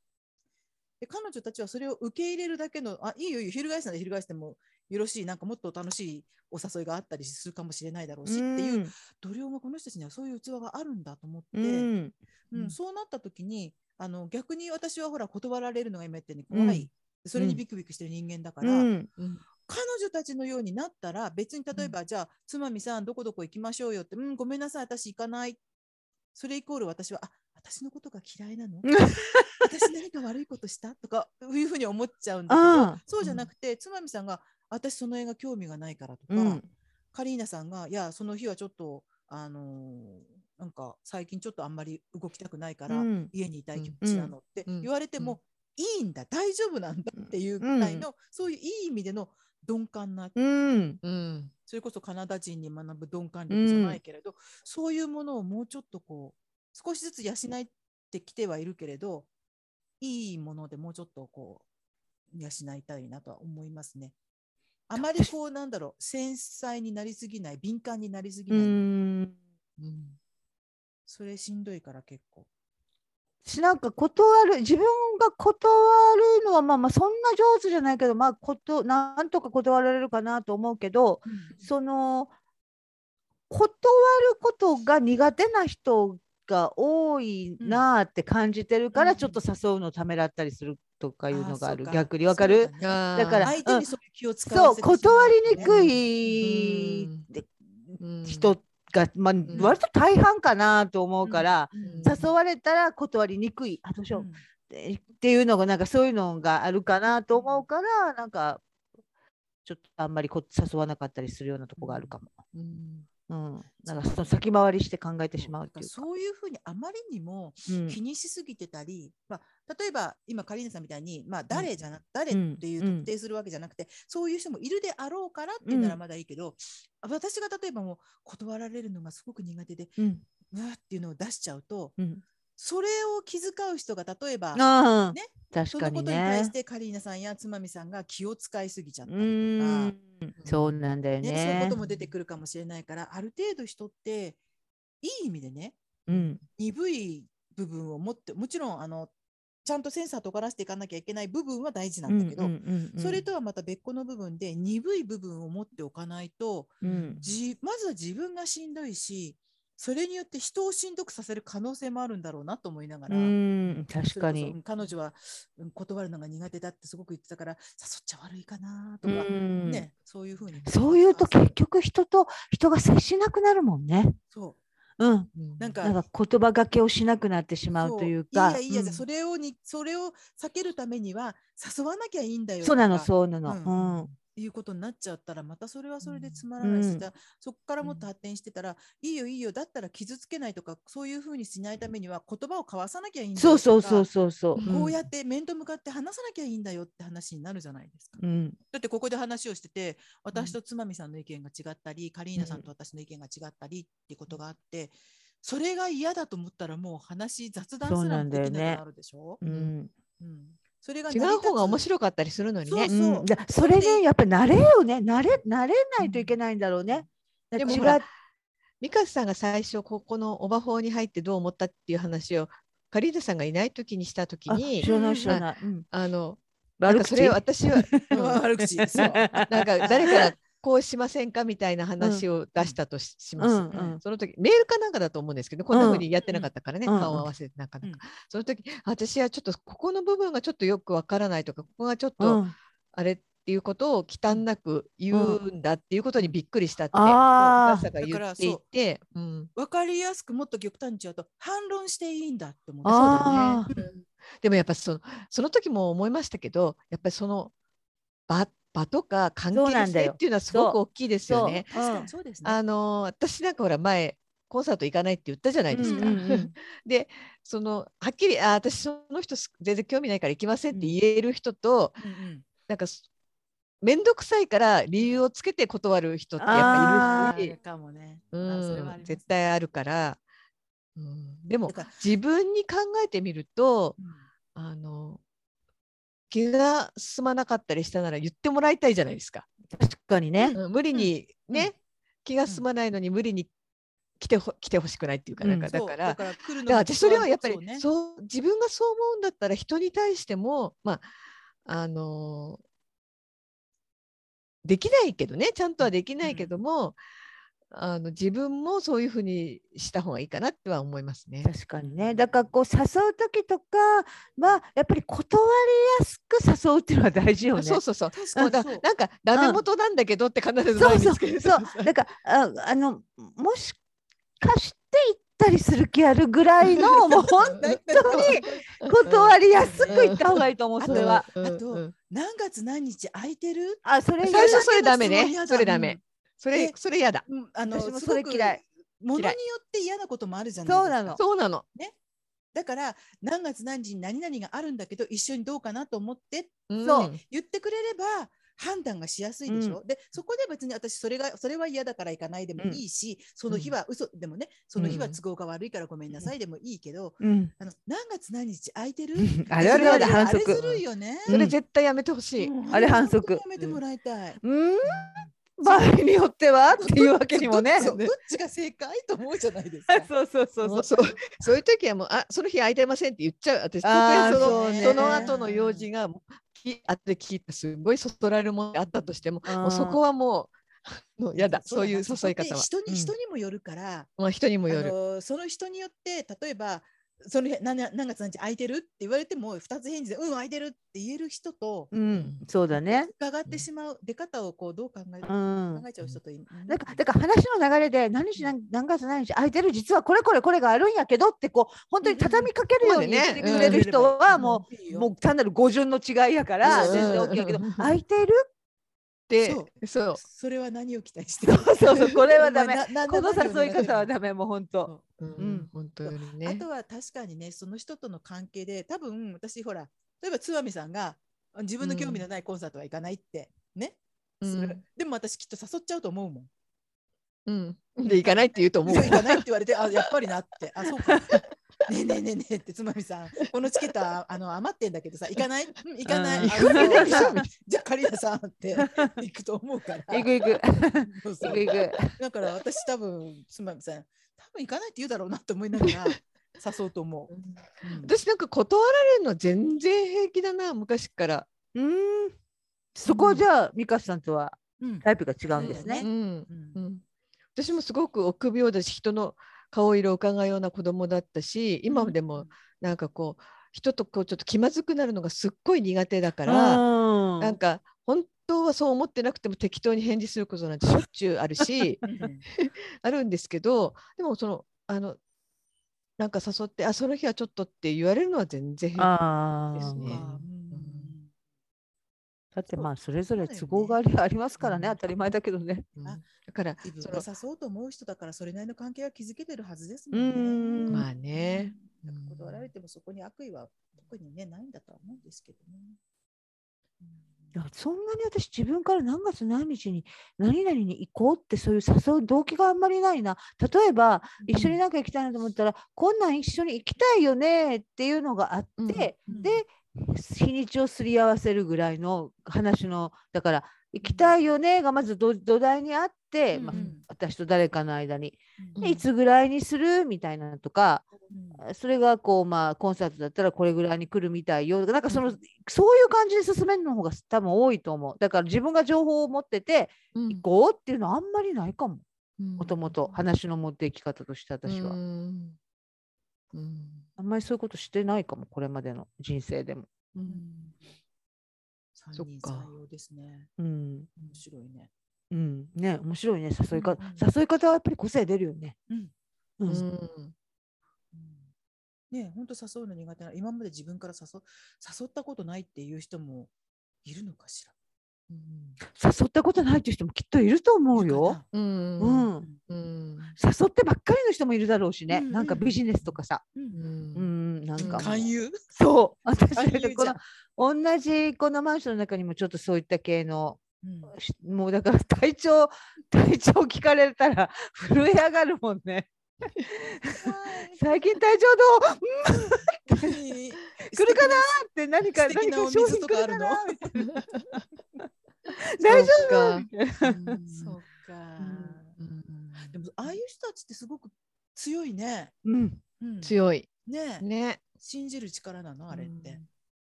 A: で彼女たちはそれを受け入れるだけの、あいいよいいよ、翻すなら翻してもよろしい、なんかもっと楽しいお誘いがあったりするかもしれないだろうしっていう、度量がこの人たちにはそういう器があるんだと思って。
B: うん
A: う、
B: うんん
A: そうなった時にあの逆に私はほら断られるのが今言ったように
B: うん
A: 怖い、それに
B: うん
A: ビクビクしてる人間だか
B: う
A: ら、
B: ん
C: うん
A: 彼女たちのようになったら別に例えば、じゃあつまみさんどこどこ行きましょうよってうんごめんなさい私行かないそれイコール私はあ私のことが嫌いな
B: (laughs)
A: の私何か悪いことしたとかいうふうに思っちゃうんだけど
B: あ
A: そうじゃなくて、つまみさんが私その映画興味がないからとか、
B: うん
A: カリーナさんが、いや、その日はちょっと、あのーなんか最近ちょっとあんまり動きたくないから、
B: うん
A: 家にいたい気持ちなのって
C: うん
A: 言われても、いいんだ、大丈夫なんだっていうぐらいの、そういういい意味での鈍感な、
B: うん
C: うん
A: それこそカナダ人に学ぶ鈍感力じゃないけれど、そういうものをもうちょっとこう、少しずつ養ってきてはいるけれど、いいものでもうちょっとこう、養いたいなとは思いますね。あまりこうなんだろう繊細になりすぎない敏感になりすぎ
B: う
A: ない、
B: ん
C: うん
A: それしんどいから結構
B: しなんか断る自分が断るのはまあまあそんな上手じゃないけどまあことなんとか断られるかなと思うけどその断ることが苦手な人が多いなあって感じてるから、
A: うん
B: ちょっと誘うのためらったりするとかいうのがある
A: ーそう
B: 逆にわかる
A: そうだね
B: だ
C: だ
B: から
A: 相手にそういう気を使
B: そう
A: わせてしまう
B: 断りにく
C: う
B: い
C: ん
B: で
C: うん
B: 人が、まあ、
C: ん
B: 割と大半かなと思うから、
A: うん
C: うん
B: 誘われたら断りにくいあどうしよう、
A: うん
B: ってっていうのがなんかそういうのがあるかなと思うからなんかちょっとあんまりこ誘わなかったりするようなとこがあるかも。
C: うん
B: うん、なんかその先回りして考えてしまうっていう
A: そうだからそういうふうにあまりにも
B: うん
A: 気にしすぎてたり、まあ、例えば今カリーナさんみたいに、まあ、誰じゃな、誰っていう
B: うん
A: 特定するわけじゃなくて、そういう人もいるであろうからっていうな
B: う
A: ら
B: ん
A: まだいいけど、私が例えばもう断られるのがすごく苦手で
B: うん
A: うわっていうのを出しちゃうと
B: うん
A: それを気遣う人が例えば
B: ああ、
A: ね
B: 確
A: そ
B: か
A: のこ
B: に
A: とに対
B: ね
A: し。てカリーナさんやつまみさんが気を使いすぎちゃった
B: う
A: りとか、
B: ー
A: ね
B: んそうなんだよね。
A: そういうことも出てくるかもしれないからある程度人っていい意味でね
B: うん
A: 鈍い部分を持ってもちろんあのちゃんとセンサーとからしていかなきゃいけない部分は大事なんだけど、
B: うんうんうん
A: それとはまた別個の部分で鈍い部分を持っておかないと
B: うん
A: じまずは自分がしんどいしそれによって人をしんどくさせる可能性もあるんだろうなと思いなが
B: う
A: ら。
B: ん確か
A: それこそう
B: に。
A: ん彼女は、うん断るのが苦手だってすごく言ってたから誘っちゃ悪いかなと
B: う
A: か、
B: ん
A: ねそういうふうに
B: そういうと
A: あ
B: 結局人と人が接しなくなるもんね。
A: そう
B: うん、
C: うん
A: なんか
B: なんか言葉がけをしなくなってしまうというか。
A: そういいやいいや、じゃあ
B: うん
A: それをにそれを避けるためには誘わなきゃいいんだよ
B: そうなの、
A: とか
B: そうなの。
A: う
B: うん。
A: いうことになっちゃったらまたそれはそれでつまらないし、
B: うん
A: じゃあそこからもっと発展してたら、いいよいいよだったら傷つけないとかそういうふうにしないためには言葉を交わさなきゃいいんだよと
B: そ
A: か
B: うそうそうそうそう。
A: こうや
B: っ
A: って面と向かって話さなきゃいいんだよって話になるじゃないですか。
B: うん、
A: だってここで話をしてて私とつまみさんの意見が違ったり、カリーナさんと私の意見が違ったりってことがあってそれが嫌だと思ったらもう話雑談すらもできなくなるでしょ。
B: うんうん
A: うん、それが
C: 違う方が面
A: い
C: 白かったりするのに
A: そう
C: ね。
B: うんだそれね、やっぱり慣れよね、慣れ、慣れないといけないんだろうね。
C: でも
B: 違
C: ほらミカさんが最初ここのオバホーに入ってどう思ったっていう話をカリーナさんがいない時にした時
B: あ
C: に
B: 知らない、知らない。うん
C: あのなん
B: 悪
C: か
B: 口
C: それを私は、 (laughs) うん
A: 悪口
B: (laughs)
A: そう
C: なんか誰からこうしませんかみたいな話を出したとし,、ます、
B: うんうん
C: その時メールかなんかだと思うんですけどこんな風にやってなかったからね、
B: うん
C: 顔を合わせてなかなか、
A: うん
C: その時私はちょっとここの部分がちょっとよくわからないとかここがちょっ
B: う
C: と
B: ん、
C: あれっていうことを忌憚なく言うんだっていうことにびっくりしたって、
B: うんあー
C: お母さんが言っていて。うん
A: 分かりやすくもっと極端に言っちゃうと反論していいんだって思って
C: そう
B: あ
C: だね。うんでもやっぱそのその時も思いましたけど、やっぱりその場場とか関
B: そうな
C: 係
B: んだ
C: 性
B: よ
C: っていうのはすごく大きいですよね。
A: 確かにそうですね。
C: あの私なんかほら前コンサート行かないって言ったじゃないですか。
B: うんうんうん
C: でそのはっきりあ私その人す全然興味ないから行きませんって言える人と、
A: うんうん
C: なんかす面倒くさいから理由をつけて断る人ってやっぱいる
A: ある、
C: し
A: かもね。
C: う
A: あそれはあ
C: ん
A: り、ます
C: 絶対あるから。うん、でも
A: だから
C: 自分に考えてみると
A: うん
C: あの気が済まなかったりしたなら言ってもらいたいじゃないですか。
B: 確かにね。
C: うん無理に、
A: うん
C: ね、気が済まないのに無理に来てほ来てほしくないっていうかなんか、
B: うん
C: だ
A: そう
C: からだ
A: か
C: か
A: ら来るの
C: ら
A: が
C: 私それはやっぱり
A: そ
C: そうう、
A: ね
C: 自分がそう思うんだったら人に対してもまああのできないけどねちゃんとはできないけども、あの自分もそういうふうにした方がいいかなっては思いますね。
B: 確かにね。だからこう誘う時とかはやっぱり断りやすく誘うっていうのは大事よね。
C: そうそうそう。
A: 確
C: そ
A: か
C: う
A: に
C: だ
A: そう
C: なんかダメ元なんだけどって必ず
B: そ
C: 前
B: う
C: に
B: そう
C: つける
B: そうだからああのもしかして行ったりする気あるぐらいの (laughs) もう本当に断りやすく言った方がいいと思うそれは。
C: うん
A: あと
C: うんうん
A: 何月何日空いてる？
B: あそれ
C: 最初
B: 嫌だ
C: それダメ
A: それ
C: ね
A: 嫌だ
C: それダメ、
A: うん
C: それ
A: え
C: それやだ
A: うんあの
B: 私もそれ嫌い。
A: ものに
C: 嫌
A: よ
C: い
A: って嫌なこともあるじゃないですか。
B: そうなの。
C: そうなの
A: だから何月何時に何々があるんだけど一緒にどうかなと思って
C: うん
B: そう
A: 言ってくれれば判断がしやすいでしょ、でそこで別に私それがそれは嫌だから行かないでもいいし、その日は嘘でもねその日は都合が悪いからごめんなさいでもいいけど、
B: うん、
A: あの何月何日空いてる
B: あれあれあれ
A: あ
B: 反
A: れず
B: 則。
A: るいよね、
B: うん
C: それ絶対やめてほしい。
A: もう
B: あれ反則
A: 本当にやめてもらいたい、
B: うん、場合によってはっていうわけにもね。
A: そうどっちが正解と思うじゃないですか
B: あ (laughs) そうそうそう
C: もう
B: そ。
C: そううそういう時はもうあその日空いてませんって言っちゃう私特
B: あー
C: にその
B: そうね
C: その後の用事がきあって聞いてすごいそそられるものがあったとしても
B: あー
C: もうそこはもうもうやだそういう
A: だな
C: 誘い方は、
A: 人に人
C: うん
A: にもよるから、
C: まあ、人にも
A: あ
C: よる。
A: のその人によって例えばその日何何月何日空いてるって言われても二つ返事でうん空いてるって言える人と
B: うん、そうだね。
A: 伺ってしまう出方をこうどう考える
B: う
A: 考
B: ん。
A: えちゃう人といる
B: なんかだから話の流れで何日何何月何日空いてる実はこれこれこれがあるんやけどってこう本当に畳みかけるように
C: うんうん
B: 言ってくれる人はも
A: う
B: う,、
A: ん
B: もう単なる語順の違いやから
C: うん
B: 全然 OK やけど
C: うん
B: 空いてる
C: で
A: そ
C: そう
A: それは何を期待してる
B: (laughs) そうそうこれ
A: (laughs)
B: はダメ
A: なな
B: この
A: な何を
B: 誘い方
A: 願ってる
B: はダメもう本当。
C: うん
B: うん
C: 本当に
A: あ
C: ね
A: とは確かにねその人との関係で多分私ほら例えば津波さんが自分の興味のないコンサートは行かないってね、
C: うん
A: それでも私きっと誘っちゃうと思うもん。
C: うん、で行かないって言うと思う
A: 行かないって言われて、あ、やっぱりなって、あ、そうか。ねえねえねえねえってつまみさん、このチケットはあの余ってんだけどさ、行かない、うん行かない、
B: うん
A: あ
C: 行くわけないでし (laughs) ょ
A: そうかじゃあ借りなさんって行くと思うから。
B: 行く行く
A: そうそ
B: 行
A: う
B: く行く。
A: だから私多分つまみさん、多分行かないって言うだろうなと思いながら誘うと思う。うん
C: 私なんか断られるの全然平気だな昔から、
B: うん。そこはじゃあ美香さんとは
A: うん
B: タイプが違うんですね
A: え
C: う。ん
A: うん
C: うん、私もすごく臆病だし人の顔色を伺うような子供だったし今でもなんかこう人とこうちょっと気まずくなるのがすっごい苦手だから、
B: うん
C: なんか本当はそう思ってなくても適当に返事することなんてしょっちゅうあるし
A: うん
C: あるんですけどでもそのあのなんか誘って「あその日はちょっと」って言われるのは全然平
B: あ
C: (laughs) ですね
B: ー
A: うん
B: だってまあそれぞれ
A: そうだよね
B: 都合がありありますからね、
C: うん
B: 当たり前だけどね。
C: 気、うん
A: あ
C: だから
A: 自分
C: そ
A: が
C: の
A: 誘おうと思う人だからそれなりの関係は築けてるはずですもんね。
B: うん
C: まあね、
A: うん
C: うん
A: 断られてもそこに悪意は特にねないんだとは思うんですけどね。
B: いやそんなに私自分から何月何日に何々に行こうってそういう誘う動機があんまりないな例えば一緒になんか行きたいなと思ったら、こんなん一緒に行きたいよねっていうのがあって、
C: うん
B: で
A: うん
B: 日にちをすり合わせるぐらいの話のだから行きたいよねがまず土土台にあって、まあ
A: うんうん
B: 私と誰かの間に、
A: うん
B: でいつぐらいにするみたいなのとか、それがこうまあコンサートだったらこれぐらいに来るみたいよなんかそ
A: う
B: の、
A: ん
B: そういう感じで進めるの方が多分多いと思うだから自分が情報を持ってて
C: うん
B: 行こうっていうのはあんまりないかも
C: うん
B: もともと話の持っていき方として私は、
C: うんうん
B: あんまりそういうことしてないかもこれまでの人生でも、
A: う
C: う
A: ん
C: ん
A: 三
C: そっ
A: 人
C: か
A: 採用ですね。
B: うん
A: 面白いね。
B: うん、ね面白いね誘い方、
A: うんうん
B: 誘い方はやっぱり個性出るよね
A: うん
B: うん
C: うん
A: うんね本当誘うの苦手な今まで自分から誘誘ったことないっていう人もいるのかしら。
C: うん
B: 誘ったことないっていう人もきっといると思う
A: いる
B: よ
A: か
C: う
B: うんん、
A: な。
C: うん
B: 誘ってばっかりの人もいるだろうしね、
A: うんうん
B: なんかビジネスとかさ
A: うん
C: う
A: うん
B: うんんなん
C: うん
B: かもう
A: 勧誘。
B: そう (laughs) 私
A: 勧誘じゃん
B: この同じこのマンションの中にもちょっとそういった系の
A: うん
B: しもうだから体調 (laughs) 体調聞かれたら (laughs) 震え上がるもんね最近体調どう
A: 怖い
B: (laughs) 来るかなって何か
A: 素敵
B: 何
A: な
B: か
A: お
B: 商
A: 水
B: 品
A: と
B: 来
A: か
B: る
A: ある
B: か
A: の
B: な大丈
C: そう
B: 夫
C: か
B: みたいな
C: うん
A: そうか。
C: うん
A: でもああいう人たちってすごく強いね。
B: うん
A: うん
C: 強い
A: ねえ
C: ね
A: 信じる力なのあれって。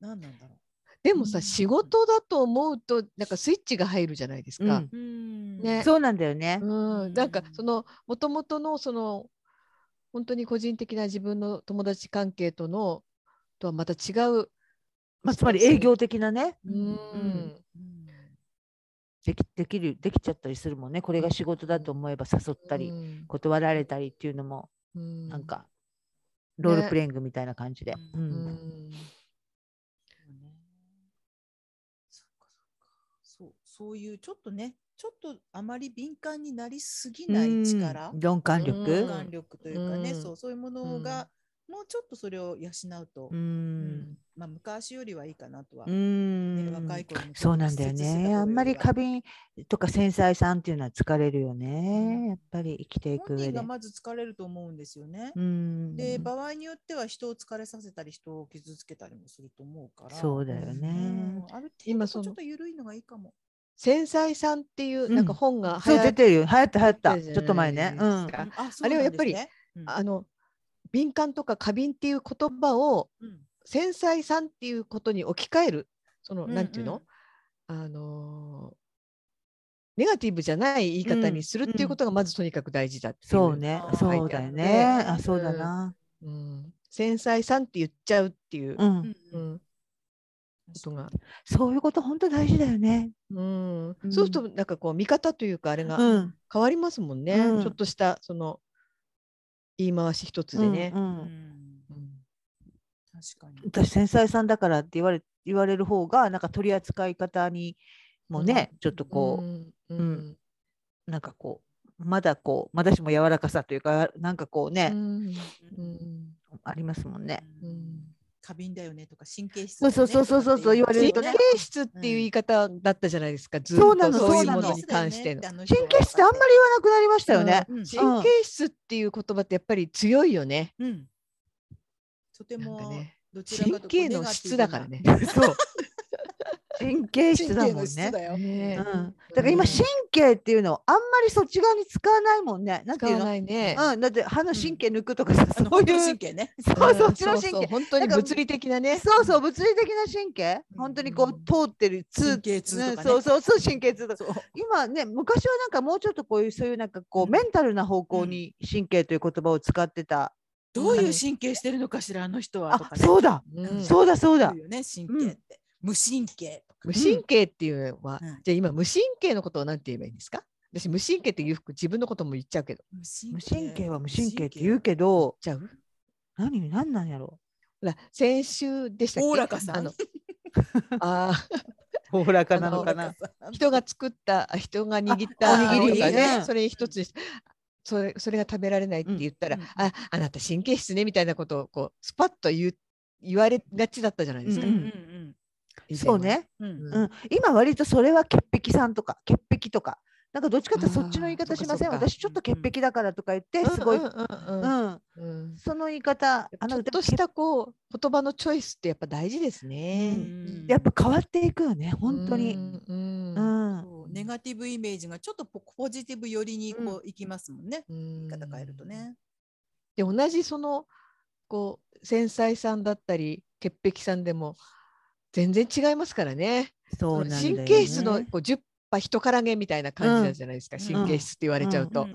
A: 何なんだろ
C: でもさ、
A: うん
C: 仕事だと思うとなんかスイッチが入るじゃないですか、
A: う。うん
C: ね
B: そうなんだよね
C: う、んなんかそのもともとのその本当に個人的な自分の友達関係とのとはまた違う、
B: まあ、つまり営業的なね
A: うん
C: うん
A: うん
B: できできるできちゃったりするもんねこれが仕事だと思えば誘ったり、
C: うん
B: 断られたりっていうのも
C: うん
B: なんかロールプレイングみたいな感じで、
A: う
C: うん
B: うん
C: ん
A: そうねそっかそっかそうそういうちょっとねちょっとあまり敏感になりすぎない力
B: うん鈍感力
C: う
A: 敏
C: ん
A: 感力というかね、
C: うん
A: そうそういうものが、もうちょっとそれを養うと、
B: うん
A: うんまあ、昔よりはいいかなとは、
B: う
A: ね
B: ん
A: 若い頃の
B: そうなんだよね。あんまり過敏とか繊細さんっていうのは疲れるよね。やっぱり生きていく
A: 本
B: 上
A: 人
B: で
A: が。まず疲れると思うんですよね。
B: うん、
A: で場合によっては人を疲れさせたり人を傷つけたりもすると思うから
B: そうだよ
A: う
B: ね。
A: んある程
C: 今
A: 度
C: その
A: ちょっと緩いのがいいかも。
C: 繊細さんっていう、
B: うん
C: なんか本が
B: そう
C: 流行
B: 出てるよ。流行った流行った。
C: 出てる
B: ちょっと前ね。う
C: じゃない
B: ん
C: です。か
A: あ
C: あれはやっぱり
A: あ
C: あの敏感とか過敏っていう言葉を繊細さんっていうことに置き換えるその、なんていうのあのーネガティブじゃない言い方にするっていうことがまずとにかく大事だっていう、
B: そうね
A: あ。ー
B: そうだよね。
C: 書いてあって
B: あ、そうだな。
C: うん、繊細さんって言っちゃうっていう、
A: う
B: う
A: ん
B: ん。
C: う
A: うん
C: んことが、
B: そういうこと本当大事だよね。
C: うん
B: うん
C: そうするとなんかこう見方というかあれが
B: うん。
C: 変わりますもんね、
B: うん
C: ちょっとしたその言い回し一つでね。
B: うんう
A: うんん
C: うん
A: 確かに。
B: 私繊細さんだからって言われ言われる方がなんか取り扱い方にもね、
A: うん
B: ちょっとこう、
C: うん
B: う
C: うん
B: んなんかこうまだこうまだしも柔らかさというかなんかこうね、
C: うん
B: ありますもんね。
A: う
C: うんん
A: 過敏だよねとか神経質
B: そうそうそうそうそうそう言われるとね
C: 神経質っていう言い方だったじゃないですか、ずっ
B: そうなの
C: とそういう
B: そうな
C: も
B: の
C: のに関しての。
A: 神
B: 神経質ってあんまり言わなくなりましたよね。
A: うん
C: 神経質っていう言葉ってやっぱり強いよね。
A: り、うん、とて
C: なんか
A: も、
C: ね
A: どちら
C: 神
A: かと
C: 経の質だからね。 (laughs)
B: そう。神経質だもんね。
A: よ
C: ね
B: うん、だ
C: え
B: から今神経っていうのをあんまりそっち側に使わないもんね。なんて
C: 使
B: いう
C: わ
B: の？
C: ないね。
B: うん、だって歯の神経抜くとかさ、そう
A: 本当 (laughs)
B: い
A: の
B: う
A: 神経ね。
B: そうそっちの
C: そ
B: 神
C: うそう
B: 経。
C: 本当に
B: なんか
C: 物理的なね。
B: そうそう物理的な神経、本当にこう
C: うん
B: 通ってる
A: 神経痛とかね
B: そうそうそう神経痛とか
A: そう
B: 今ね昔はなんかもうちょっとこういうそういうなんかこう、
A: うん
B: メンタルな方向に神経という言葉を使ってた、
A: どういう神経してるのかしらあの人はと
B: あ
A: か、ね、
B: そうだ、
C: うん
B: そうだそうだ
A: 言うよね神経って、無神経とか
C: 無神経っていうのは、
A: うん
C: じゃあ今無神経のことをなんて言えばいいんですか私無神経っていう服自分のことも言っちゃうけど。
A: 無
B: 無
A: 神
B: 神経は無神経って言うけど
C: 言っちゃう
B: 何何なんやろ
C: ほら先週でしたっけ
A: おおらかさん
C: あのあー
B: おおらかな
C: な
B: の
C: の
B: か
C: か
B: な
C: 人が作ったあ人が握っ
B: あ
C: た
B: お
A: にぎり
C: とか
B: ね
C: それ一つにしてそれそれが食べられないって言ったら、
A: うんうん
C: ああなた神経質ねみたいなことをこうスパッと言う言われがちだったじゃないです
A: うん
C: か。
A: う
B: うん
A: ん
C: 以前
B: そ
C: は
B: う。ね、
A: うんうん
B: うん、今割とそれは潔癖さんとか潔癖とかなんかどっちかっていうとそっちの言い
C: あ
B: 方
C: ーそ
B: し
C: っか
B: ません
C: そっか
B: 私ちょっと潔癖だからとか言ってすごい、
C: うんうんう
B: う
C: ん
B: ん
C: うんうん
B: その言い方、あ
C: ちょ
B: の
C: っとしたこう言葉のチョイスってやっぱ大事ですね。
A: うん
B: やっぱ変わっていくよね、本当
C: う
B: に。
C: んうん
B: うん、
A: そうネガティブイメージがちょっとポポジティブ寄りにこう行きますもんね、
C: 言
A: 言い方変えると。ね、
C: で同じそのこう繊細さんだったり潔癖さんでも全然違いますからね。
B: そうなんだよね
C: 神経質のこう10波人からげみたいな感じなんじゃないですか、
A: うん
C: 神経質って言われちゃうと、
B: ん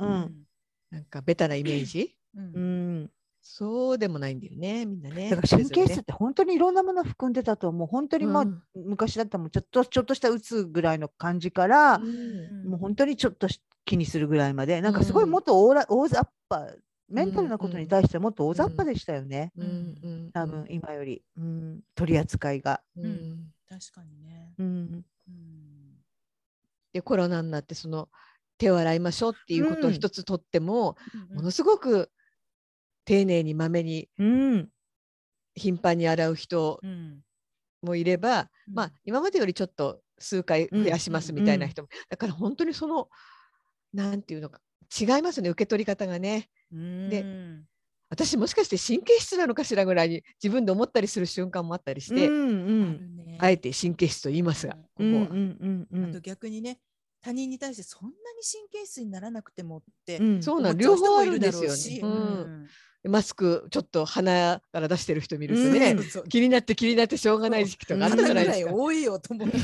C: なんかベタなイメージ
A: うんうん
B: うん、
C: そうでもないんだよねみんなね。
B: だから神経
C: それぞれ
B: 質っ
C: ね
B: て本当にいろんなものを含んでたと思う。本当にもう昔だったらもうちょっとちょっとした鬱ぐらいの感じから
C: う、ん
B: もう本当にちょっとし気にするぐらいまで、なんかすごい
C: うん
B: もっと大ら大雑把、メンタルなことに対してはもっと大雑把でしたよね。
C: うんうん
B: 多分今より、うん、取り扱いが。
C: うんうん
A: 確かにね、
B: うん、
A: うん
C: でコロナになってその手を洗いましょうっていうことを一つとっても、
A: うん
C: ものすごく丁寧にまめに
B: うん、
C: 頻繁に洗う人
A: うん
C: もいれば、まあ今までよりちょっと数回増やしますみたいな人も、だから本当にそのなんていうのか違いますよね受け取り方がね
A: うん
C: で
A: うん
C: 私もしかして神経質なのかしらぐらいに自分で思ったりする瞬間もあったりして、
B: うん、う
A: あ
B: ん、
A: るね
C: あえて神経質と言いますが、
B: う
C: こ
B: ん、
C: こ
B: う
C: は。
B: ん、う
A: あと
B: ん、
A: 逆にね他人に対してそんなに神経質にならなくてもって、
B: うん、
C: そう
A: 思
C: な
A: っ
C: の
A: ちゃう
C: 両
A: 人
C: 方
A: も
C: あ
A: い
C: るんで
A: だ
C: す
A: ろう
C: よ
A: し
C: ね、
A: う
C: うん
A: ん
C: マスクちょっと鼻から出してる人見ると
B: う
C: ね
B: ん、
A: そう
C: 気になって気になってしょうがない時期とかあった
A: 鼻ぐ
C: じゃないで
A: らい
C: すか。
A: 多いよと思って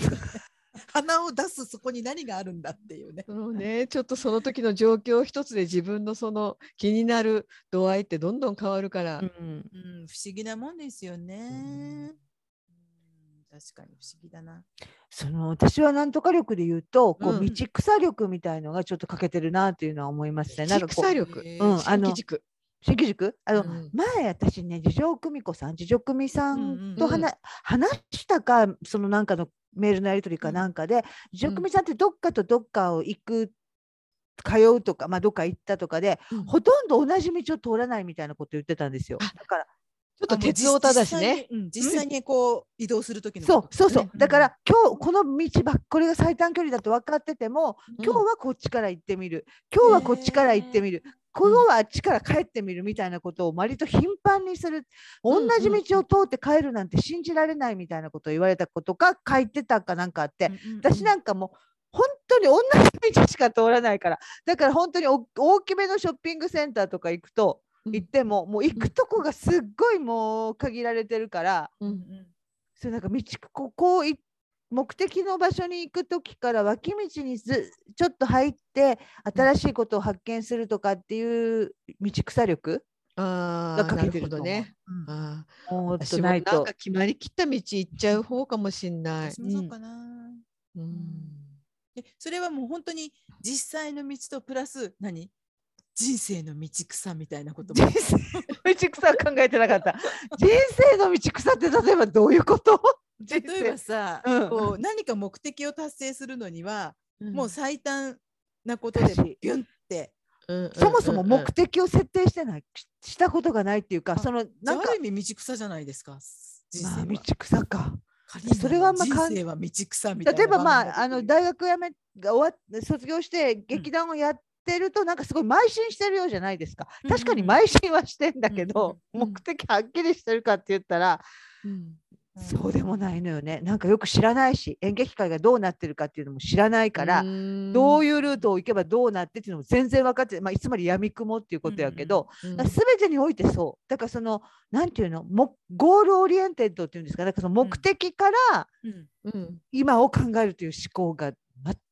A: 鼻を出すそこに何があるんだっていうね。
C: そうね、ちょっとその時の状況一つで自分のその気になる度合いってどんどん変わるから、
B: う
A: う
B: ん、
A: ん、不思議なもんですよね。うん確かに不思議だな。
B: その私はなんとか力で言うと、こ
C: う
B: うん道草力みたいのがちょっと欠けてるなというのは思いますね。なん
C: 道
B: かこ
C: 草
B: う
C: 力、
A: え
B: うん
A: ー
B: あの
C: 新機軸
B: 新規塾あの、
C: うん
B: 前私ね次女久美子さん次女久美さ
A: うんうんうん
B: んと話,、話したかそのなんかのメールのやり取り
A: う
B: か
A: ん
B: なんかで、次女久美さんってどっかとどっかを行く通うとか、まあ、どっか行ったとかで、
C: うん
B: ほとんど同じ道を通らないみたいなこと言ってたんですよ。
C: あ
B: だから
C: ょっと鉄オタだしね。
A: あもう実実際に,、うん、実際にこう移動する時の
B: そ
A: こ
B: う
A: と
B: そうそう
A: ね
B: だから今日この道ばっこれが最短距離だと分かってても
C: うん
B: 今日はこっちから行ってみる今日はこっちから行ってみる今日はあっちから帰ってみるみたいなことを割と頻繁にする
C: うんうん
B: 同じ道を通って帰るなんて信じられないみたいなことを言われたことか書いてたかなんかあって
A: うんうんうん
B: 私なんかもう本当に同じ道しか通らないからだから本当にお大きめのショッピングセンターとか行くと
C: うん
B: 行ってももう行くとこがすっごいもう限られてるから
C: うん
A: うん
B: そうなんか道ここをい目的の場所に行く時から脇道にずちょっと入って新しいことを発見するとかっていう道草力
C: あ
B: が
C: あ、
B: か
C: な
B: け
C: る
B: て
C: ほ
B: ると
C: ど
B: 思う。
C: ね。
B: うん
C: ああ、
B: もっ
C: 私
B: と
C: も
B: な
C: なん
B: いと
C: か。決まりきった道行っちゃう方かもしんない。
A: 私もそうかな。
C: うん
A: でそれはもう本当に実際の道とプラス何人生の道草みたいなことも
B: 人生の道草は考えてなかった。人生の道草って例えばどういうこと人
A: 例えばさ、
B: うん
A: こう何か目的を達成するのには、もう最短なことで
B: だし
A: ビュンって
C: うん
B: そもそも目
C: うん
B: 的を設定してない、ししたことがないっていうか、
A: あ
B: その
A: じゃ
B: なん
A: あ
B: か
A: あ、る意味道草じゃないですか人生
B: ま
A: は
B: あ、道草か。
A: 仮に
B: それはあんま
A: 人
B: 関
A: 生は道草みたいな
B: 例えば、
A: 番
B: まあ、あ
A: 組が出
B: の
A: て
B: 大学やめが終わっ卒業して劇団をやってると、なんかすごい邁進してるようじゃないですか。
A: うんうんうん
B: 確かに邁進はしてんだけど、
C: うんうんうん
B: 目的はっきりしてるかって言ったら、
C: うん
A: くる
B: そうでもないのよね。なんかよく知らないし、演劇界がどうなってるかっていうのも知らないから。どういうルートを行けばどうなってっていうのも全然分かって、まあ、つまり闇雲っていうことやけど、
C: うん
B: だから全てにおいてそうだからそのなんていうのもゴールオリエンテッドっていうんですかだからその
A: うん
B: 目的から
A: うん
C: うん
B: 今を考えるという思考が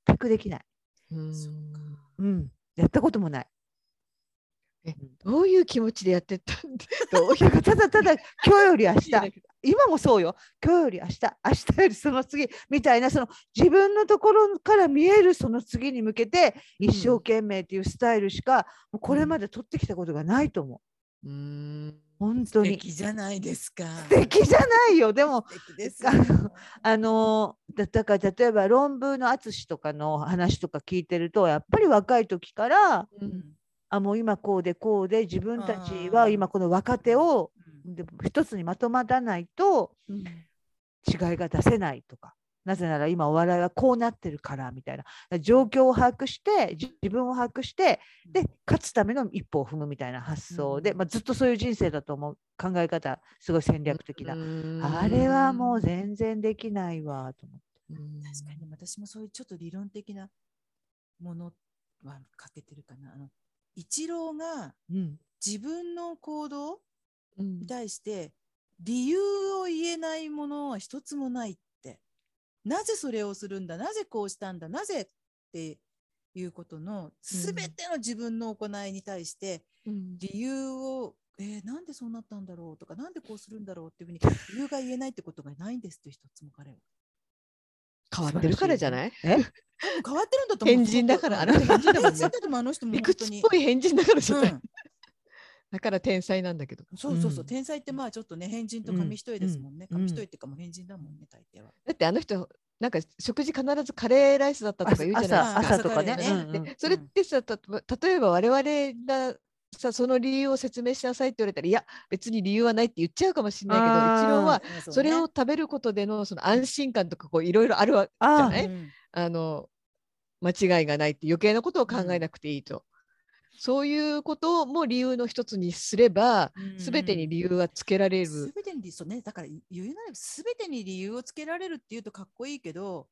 B: 全くできない、
C: うん
A: そうか
B: うん、やったこともない
C: どういう気持ちでやってたん (laughs) だ
B: どういうかただただ今日より明日
C: だけど
B: 今もそうよ今日より明日明日よりその次みたいなその自分のところから見えるその次に向けて一生懸命っていうスタイルしか、もうこれまで取ってきたことがないと思う
C: うん
B: 本
A: 素
B: 当に
A: 敵じゃないですか
B: 素敵じゃないよでも
A: 素敵です
B: あのあのだだから例えば論文の淳とかの話とか聞いてるとやっぱり若い時から
C: う
A: うんん
B: あもう今こうでこうで自分たちは今この若手をで一つにまとまらないと
A: うん
B: 違いが出せないとかなぜなら今お笑いはこうなってるからみたいなだから状況を把握してじ自分を把握してで勝つための一歩を踏むみたいな発想で、
A: うん
B: まあ、ずっとそういう人生だと思う考え方すごい戦略的な、
C: うん
B: あれはもう全然できないわと思って。
C: うん
A: 確かに私もそういうちょっと理論的なものは欠けてるかな。あの一郎が
B: うん
A: 自分の行動
C: うん
A: に対して理由を言えないものは一つもないってなぜそれをするんだなぜこうしたんだなぜっていうことの全ての自分の行いに対して
C: うん
A: 理由を、えーなんでそうなったんだろうとかなんでこうするんだろうっていうふうに理由が言えないってことがないんですって一つも彼は。
C: 変わってるからじゃない
B: え
A: 多分変わってるんだと思う。
C: 変人だから
A: あ
C: あ
A: の
C: の
A: 人
C: 人
A: 変
C: 変
A: 人
C: 人
A: だも
C: だ
A: んね。変人だと
C: もんね
A: 思うあの人も
C: 理
A: 本当
C: 屈っ
A: に。
C: ぽい返事だからじゃない、
A: うん
C: だから天才なんだけど
A: そうそうそう、
C: ん
A: 天才ってまあちょっとね変人と
B: うん
A: 紙一重ですもんね、
B: うん
A: 紙一重っていうかもう変人だもんね大抵は、
C: だってあの人なんか食事必ずカレーライスだったとか言うじゃない
A: 朝
C: ですか
A: 朝とかね
C: 朝カレー
B: うんうん
C: でそれってさた例えば我々がさその理由を説明しなさいって言われたらいや別に理由はないって言っちゃうかもしれないけ
B: あ
C: ど
B: ー
C: 一郎は
A: うん
C: それを食べることでのその安心感とかこういろいろあるわけじゃ
B: あ
C: な
A: ね
C: いあの間違いがないって余計なことを考えなくていいと、そういうことも理由の一つにすれば全てに理由はつけられ
A: す
C: る。
A: べてに理そうねだから言うならすべてに理由をつけられるっていうとかっこいいけど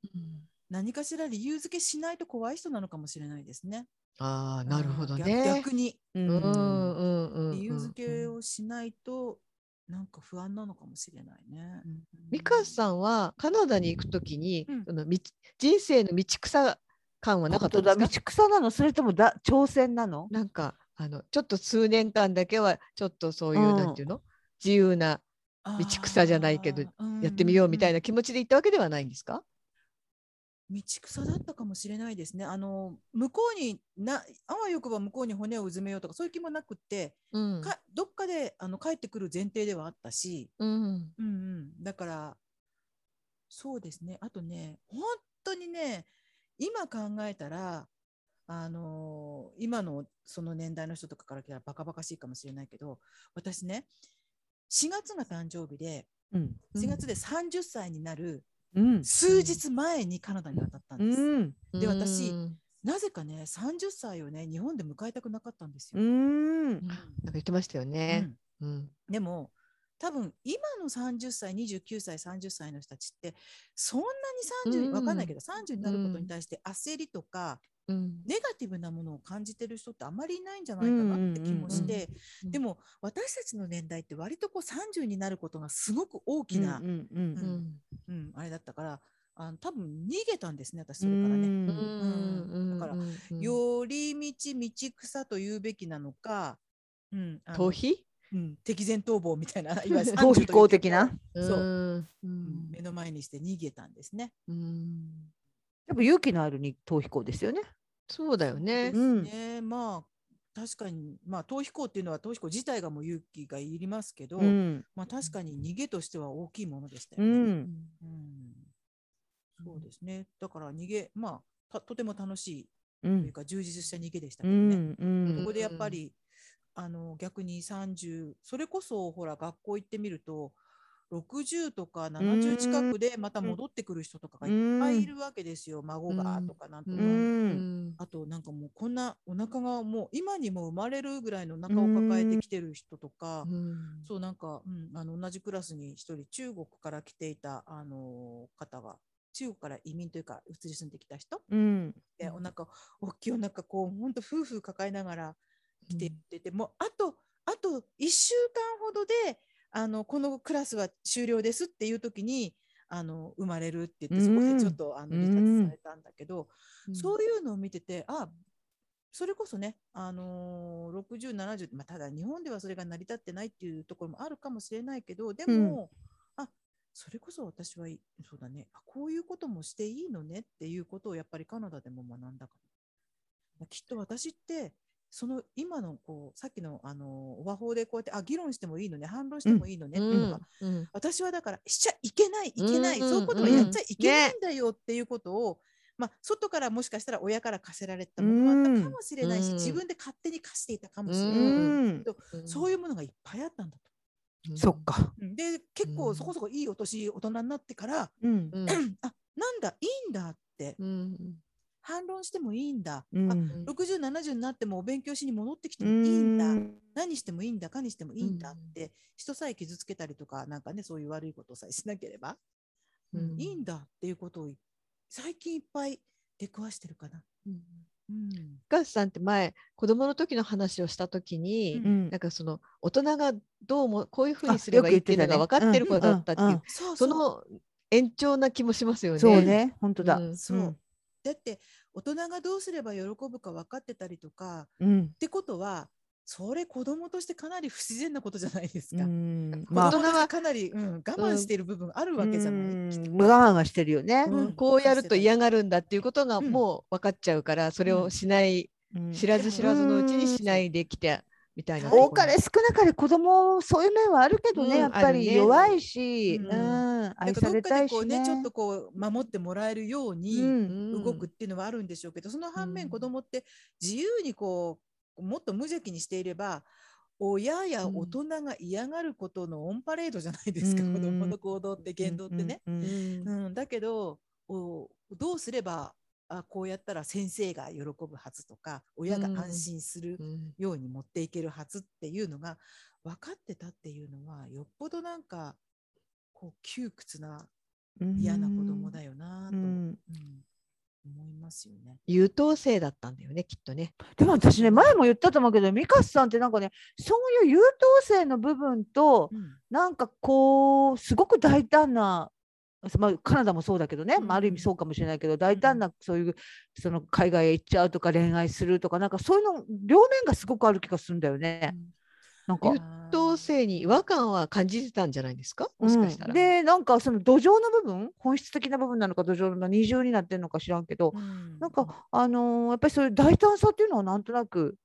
A: 何かしら理由付けしないと怖い人なのかもしれないですね
C: ああなるほどね。
A: 逆逆に
B: う
C: うん
B: ん
C: うんうんうん
A: 理由付けをしないとなんか不安なのかもしれないね、
C: ミカさんはカナダに行くときに、
A: うん
C: その道人生の道草感はなか
B: 本
C: った
B: 当
C: んで
B: だ
C: す
B: 道
C: か
B: 草なのそれともだ挑戦なの
C: なんかあのちょっと数年間だけはちょっとそういう、
B: うん
C: なんていうの自由な
A: あ
C: 道
A: ー
C: 草じゃないけどやってみようみたいな気持ちで行ったわけではないんですか、
A: 道草だったかもしれないですね。あの向こうになあわよくば向こうに骨をうずめようとかそういう気もなくって、
C: うん
A: かどっかであの帰ってくる前提ではあったし、
C: うん
A: うんうん、だからそうですねあとね本当にね今考えたらあのー今のその年代の人とかからしたらバカバカしいかもしれないけど私ね4月が誕生日で
B: うん
A: 4月で30歳になる
B: うん
A: 数日前にカナダに渡ったんです、
B: うん
A: で私
C: うん
A: なぜかね30歳をね日本で迎えたくなかったんです
B: う
A: よ、
B: ん
A: うん
C: なんか言ってましたよね。うん
A: でも多分今の30歳29歳30歳の人たちってそんなに30、
C: うん
A: わかんないけど30になることに対して焦りとか、
C: うん
A: ネガティブなものを感じてる人ってあまりいないんじゃないかなって気もして、
C: うんうんうんうん
A: でも私たちの年代って割とこう30になることがすごく大きな、
B: う
A: うんん
B: うんうん
C: う
A: うんあれだったからあの多分逃げたんですね私それからね。
B: う
C: う
B: ん
C: ん
A: だから
C: うん
A: 寄り道道草と言うべきなのか、うんあの
C: 逃避
A: うん、敵前逃亡みたい
C: (laughs)
A: ないわゆる30
B: 逃避行
A: という
B: 的な。
A: そう
C: う
A: う
C: ん
A: ん目の前にして逃げたんですね。
C: うん
B: やっぱ勇気のあるに逃避行ですよね。
C: そうだよ
A: で。
C: ね
B: う
A: す
B: ん
A: ね、まあ確かに、まあ、逃避行っていうのは逃避行自体がもう勇気がいりますけど、
B: うん
A: まあ、確かに逃げとしては大きいものでしたよ
B: う
A: ね。
B: ん
A: うんそうですねだから逃げまあたとても楽しい
B: うんう
A: というんか充実した逃げでした
B: う
A: けどね。
B: んうん
A: そこでやっぱり、あの逆に30それこそほら学校行ってみると60とか70近くでまた戻ってくる人とかがいっぱいいるわけですよ孫がとかなんと
C: う
A: か。
C: ん
A: あとなんかもうこんなお腹がもう今にも生まれるぐらいのお腹を抱えてきてる人とか、
C: うん
A: そうなんか、うん、あの同じクラスに一人中国から来ていた、あの方が中国から移民というか移り住んできた人
B: うん
A: で
C: うん
A: お腹大きいお腹こう本当夫婦抱えながら来て
C: うん
A: てて、もうあとあと1週間ほどであのこのクラスは終了ですっていう時にあの生まれるって言ってそこ
B: う
A: で
B: ん
A: ちょっとあの
B: うん
A: 離脱されたんだけど、
C: うん
A: そういうのを見ててあそれこそね、あのー、6070、まあ、ただ日本ではそれが成り立ってないっていうところもあるかもしれないけどでも、あそれこそ私はいそうだねあこういうこともしていいのねっていうことをやっぱりカナダでも学んだからきっと私ってその今のこうさっきの、あのー、和法でこうやってあ議論してもいいのね反論してもいいのねとか、
C: うん
A: 私はだからしちゃいけないいけない、
C: うん
A: そういうこと
B: う
A: は
B: ん
A: やっちゃいけないんだよっていうことを、まあ、外からもしかしたら親から課せられたものもあったかもしれないし、
C: うん
A: 自分で勝手に課していたかもしれ
B: う
A: ない、
B: ん
C: うん
A: そういうものがいっぱいあったんだと。
B: そっ。か。
A: うんで結構そこそこいいお年大人になってから、
B: うん
C: うん
A: あなんだいいんだって
C: うん
A: 反論してもいいんだ、
B: う
A: あ
B: ん
A: 6070になってもお勉強しに戻ってきて
B: う
A: もいいんだ、
B: ん
A: 何してもいいんだかにしてもいいんだ
C: う
A: っ
C: ん
A: て、人さえ傷つけたりとかなんかねそういう悪いことさえしなければ、
C: うん
A: いいんだっていうことをい最近いっぱい出くわしてるかな。
C: う
A: う
C: ん
A: ん
C: ガスさんって前子供の時の話をした時に、
A: うん
B: うん
C: なんかその大人がどうもこういうふう
B: あ
C: にすればいい
B: よ
C: っ
B: く
C: てい
B: 言っ
C: う
B: てた
C: の
B: ね
C: が分かってる子だったっていう、
B: うんうん
A: そう
C: そ
A: そう
C: の延長な気もしますよね。
B: そうね、本当だ。
C: うん
A: そう
B: うん
A: だって大人がどうすれば喜ぶか分かってたりとか
B: うん
A: ってことはそれ子供としてかなり不自然なことじゃないです
B: う
A: か。
B: んま
C: ま
A: 大
B: あ
A: 人
C: あ
A: はかなり、うん、我慢している部分あるわけじゃない。
B: うん
A: きっと
B: 我慢はしてるよね。
C: うん
A: うん
C: こうやると嫌がるんだっていうことが
A: うん
C: もう分かっちゃうから、それをしない、
B: うん
C: 知らず知らずのうちにしないできてみたいなところ。
B: 多かれ少なかれ子供そういう面はあるけどね、
C: うん
B: やっぱ
C: ある
B: り
C: ね
B: 弱いし、
A: う
B: うんん
A: だ
B: 愛
A: から
B: さ
A: どっ
B: れた
A: かで
B: い
A: こう
B: し
A: ね
B: ね。
A: ちょっとこう守ってもらえるように、
B: うん
A: 動くっていうのはあるんでしょうけど、その反面
C: うん
A: 子供って自由にこうもっと無邪気にしていれば親や大人が嫌がることのオンパレードじゃないですか、
B: うん
A: 子供の行動って言動ってね。
B: うん。うん
A: うんだけどおどうすればあこうやったら先生が喜ぶはずとか親が安心する
C: うん
A: ように持っていけるはずっていうのが分かってたっていうのはよっぽどなんかこう窮屈な
B: うん
A: 嫌な子供だよな
B: う
A: と、
B: ん
A: うん思いますよね。
C: 優等生だったんだよねきっとね。
B: でも私ね前も言ったと思うけどミカスさんってなんかねそういう優等生の部分となんかこうすごく大胆な、まあ、カナダもそうだけどね、まあ、ある意味そうかもしれないけど大胆なそういうその海外へ行っちゃうとか恋愛するとかなんかそういうの両面がすごくある気がするんだよね。なんか
C: 優優等生に違和感は感じてたんじゃないですかもしかしたら。
B: うん、でなんかその土壌の部分本質的な部分なのか土壌の二重になってるのか知らんけど、
A: うん
B: なんかあのーやっぱりそういう大胆さっていうのはなんとなく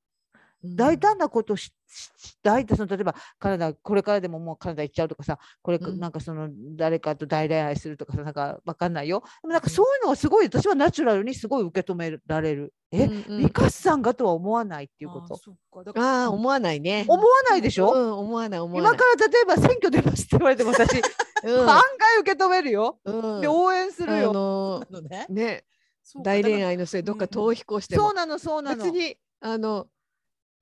B: 大胆なことをししし大胆その例えばカナダこれからでももうカナダ行っちゃうとかさこれか、
C: うん
B: なんかその誰かと大恋愛するとかさなんかわかんないよでもなん
C: う
B: か
C: ん
B: そういうのはすごい私はナチュラルにすごい受け止められるえ、ミカスさんがとは思わないっていうこ
A: あー
B: と
A: そっかだから
C: ああー思わないね。
B: 思わないでしょ、
C: うん、思わない思わな
B: 今
C: い
B: か。ら例えば選挙出ますって言われても私、案外受け止めるよ、
C: うん、
B: で
C: うん
B: 応援するよ、
C: あの
A: なのね
C: ーね
A: そうか
C: 大
A: だ
C: 恋
A: か
C: 愛の末どっか逃避行して
B: そ
C: も
B: う、なのそうなの
C: 別にあの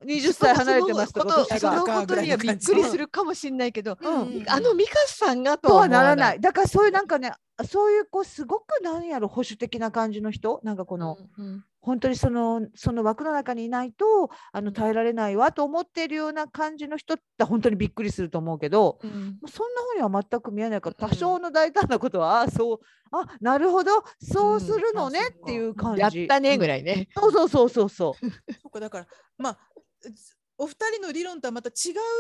B: 20歳離れてますと
C: その
B: か
C: こと
B: 年
C: そ
B: が
C: のことにはびっくりするかもしれないけど、
A: ら
B: うん
C: あのミカさんがと
B: と
C: は
B: は
C: 思
B: な
C: わ
B: らない。だからそういうなんかね、そういうこうすごくなんやろ保守的な感じの人、なんかこの、
C: うんうん
B: 本当にそのその枠の中にいないとあ
C: う
B: の
C: ん
B: 耐えられないわと思っているような感じの人って本当にびっくりすると思うけど、
C: うん
B: そんなふうには全く見えないから、
C: うん
B: 多少の大胆なことは、あそう、あなるほど、そうするのね
A: うんあそうか
B: っていう感じ。
C: やったねぐ
B: い。
C: らいね。
B: そうそうそうそう
C: (laughs)
B: そう。
A: そうかだからまあずお二人の理論とはまた違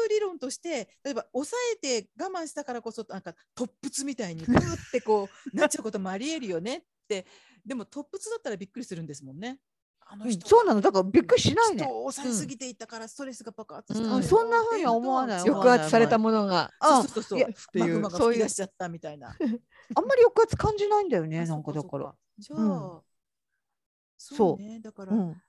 A: う理論として例えば抑えて我慢したからこそなんか突発みたいにグーってこうなっちゃうこともありえるよねってでも突発だったらびっくりするんですもんね。あの
B: うん
A: 人が
B: そうなの、だからびっくりしない
A: 人。
B: ね
A: を抑えすぎていたからストレスが爆発した
C: うん
A: だよ
C: ん
B: そんな風には思わない
A: ってうこと
C: 抑
A: は
C: 圧されたものが。
B: あ
A: そうそうそう
C: いや
A: っていうマグマが
C: そう
A: 吹
C: いう
A: き出しちゃったみたいな。
B: あんまり抑圧感じないんだよね、
A: あ
B: なんかだ
A: そう
B: から。
A: そうかじゃあ、
B: う
A: そうねだから、
B: うん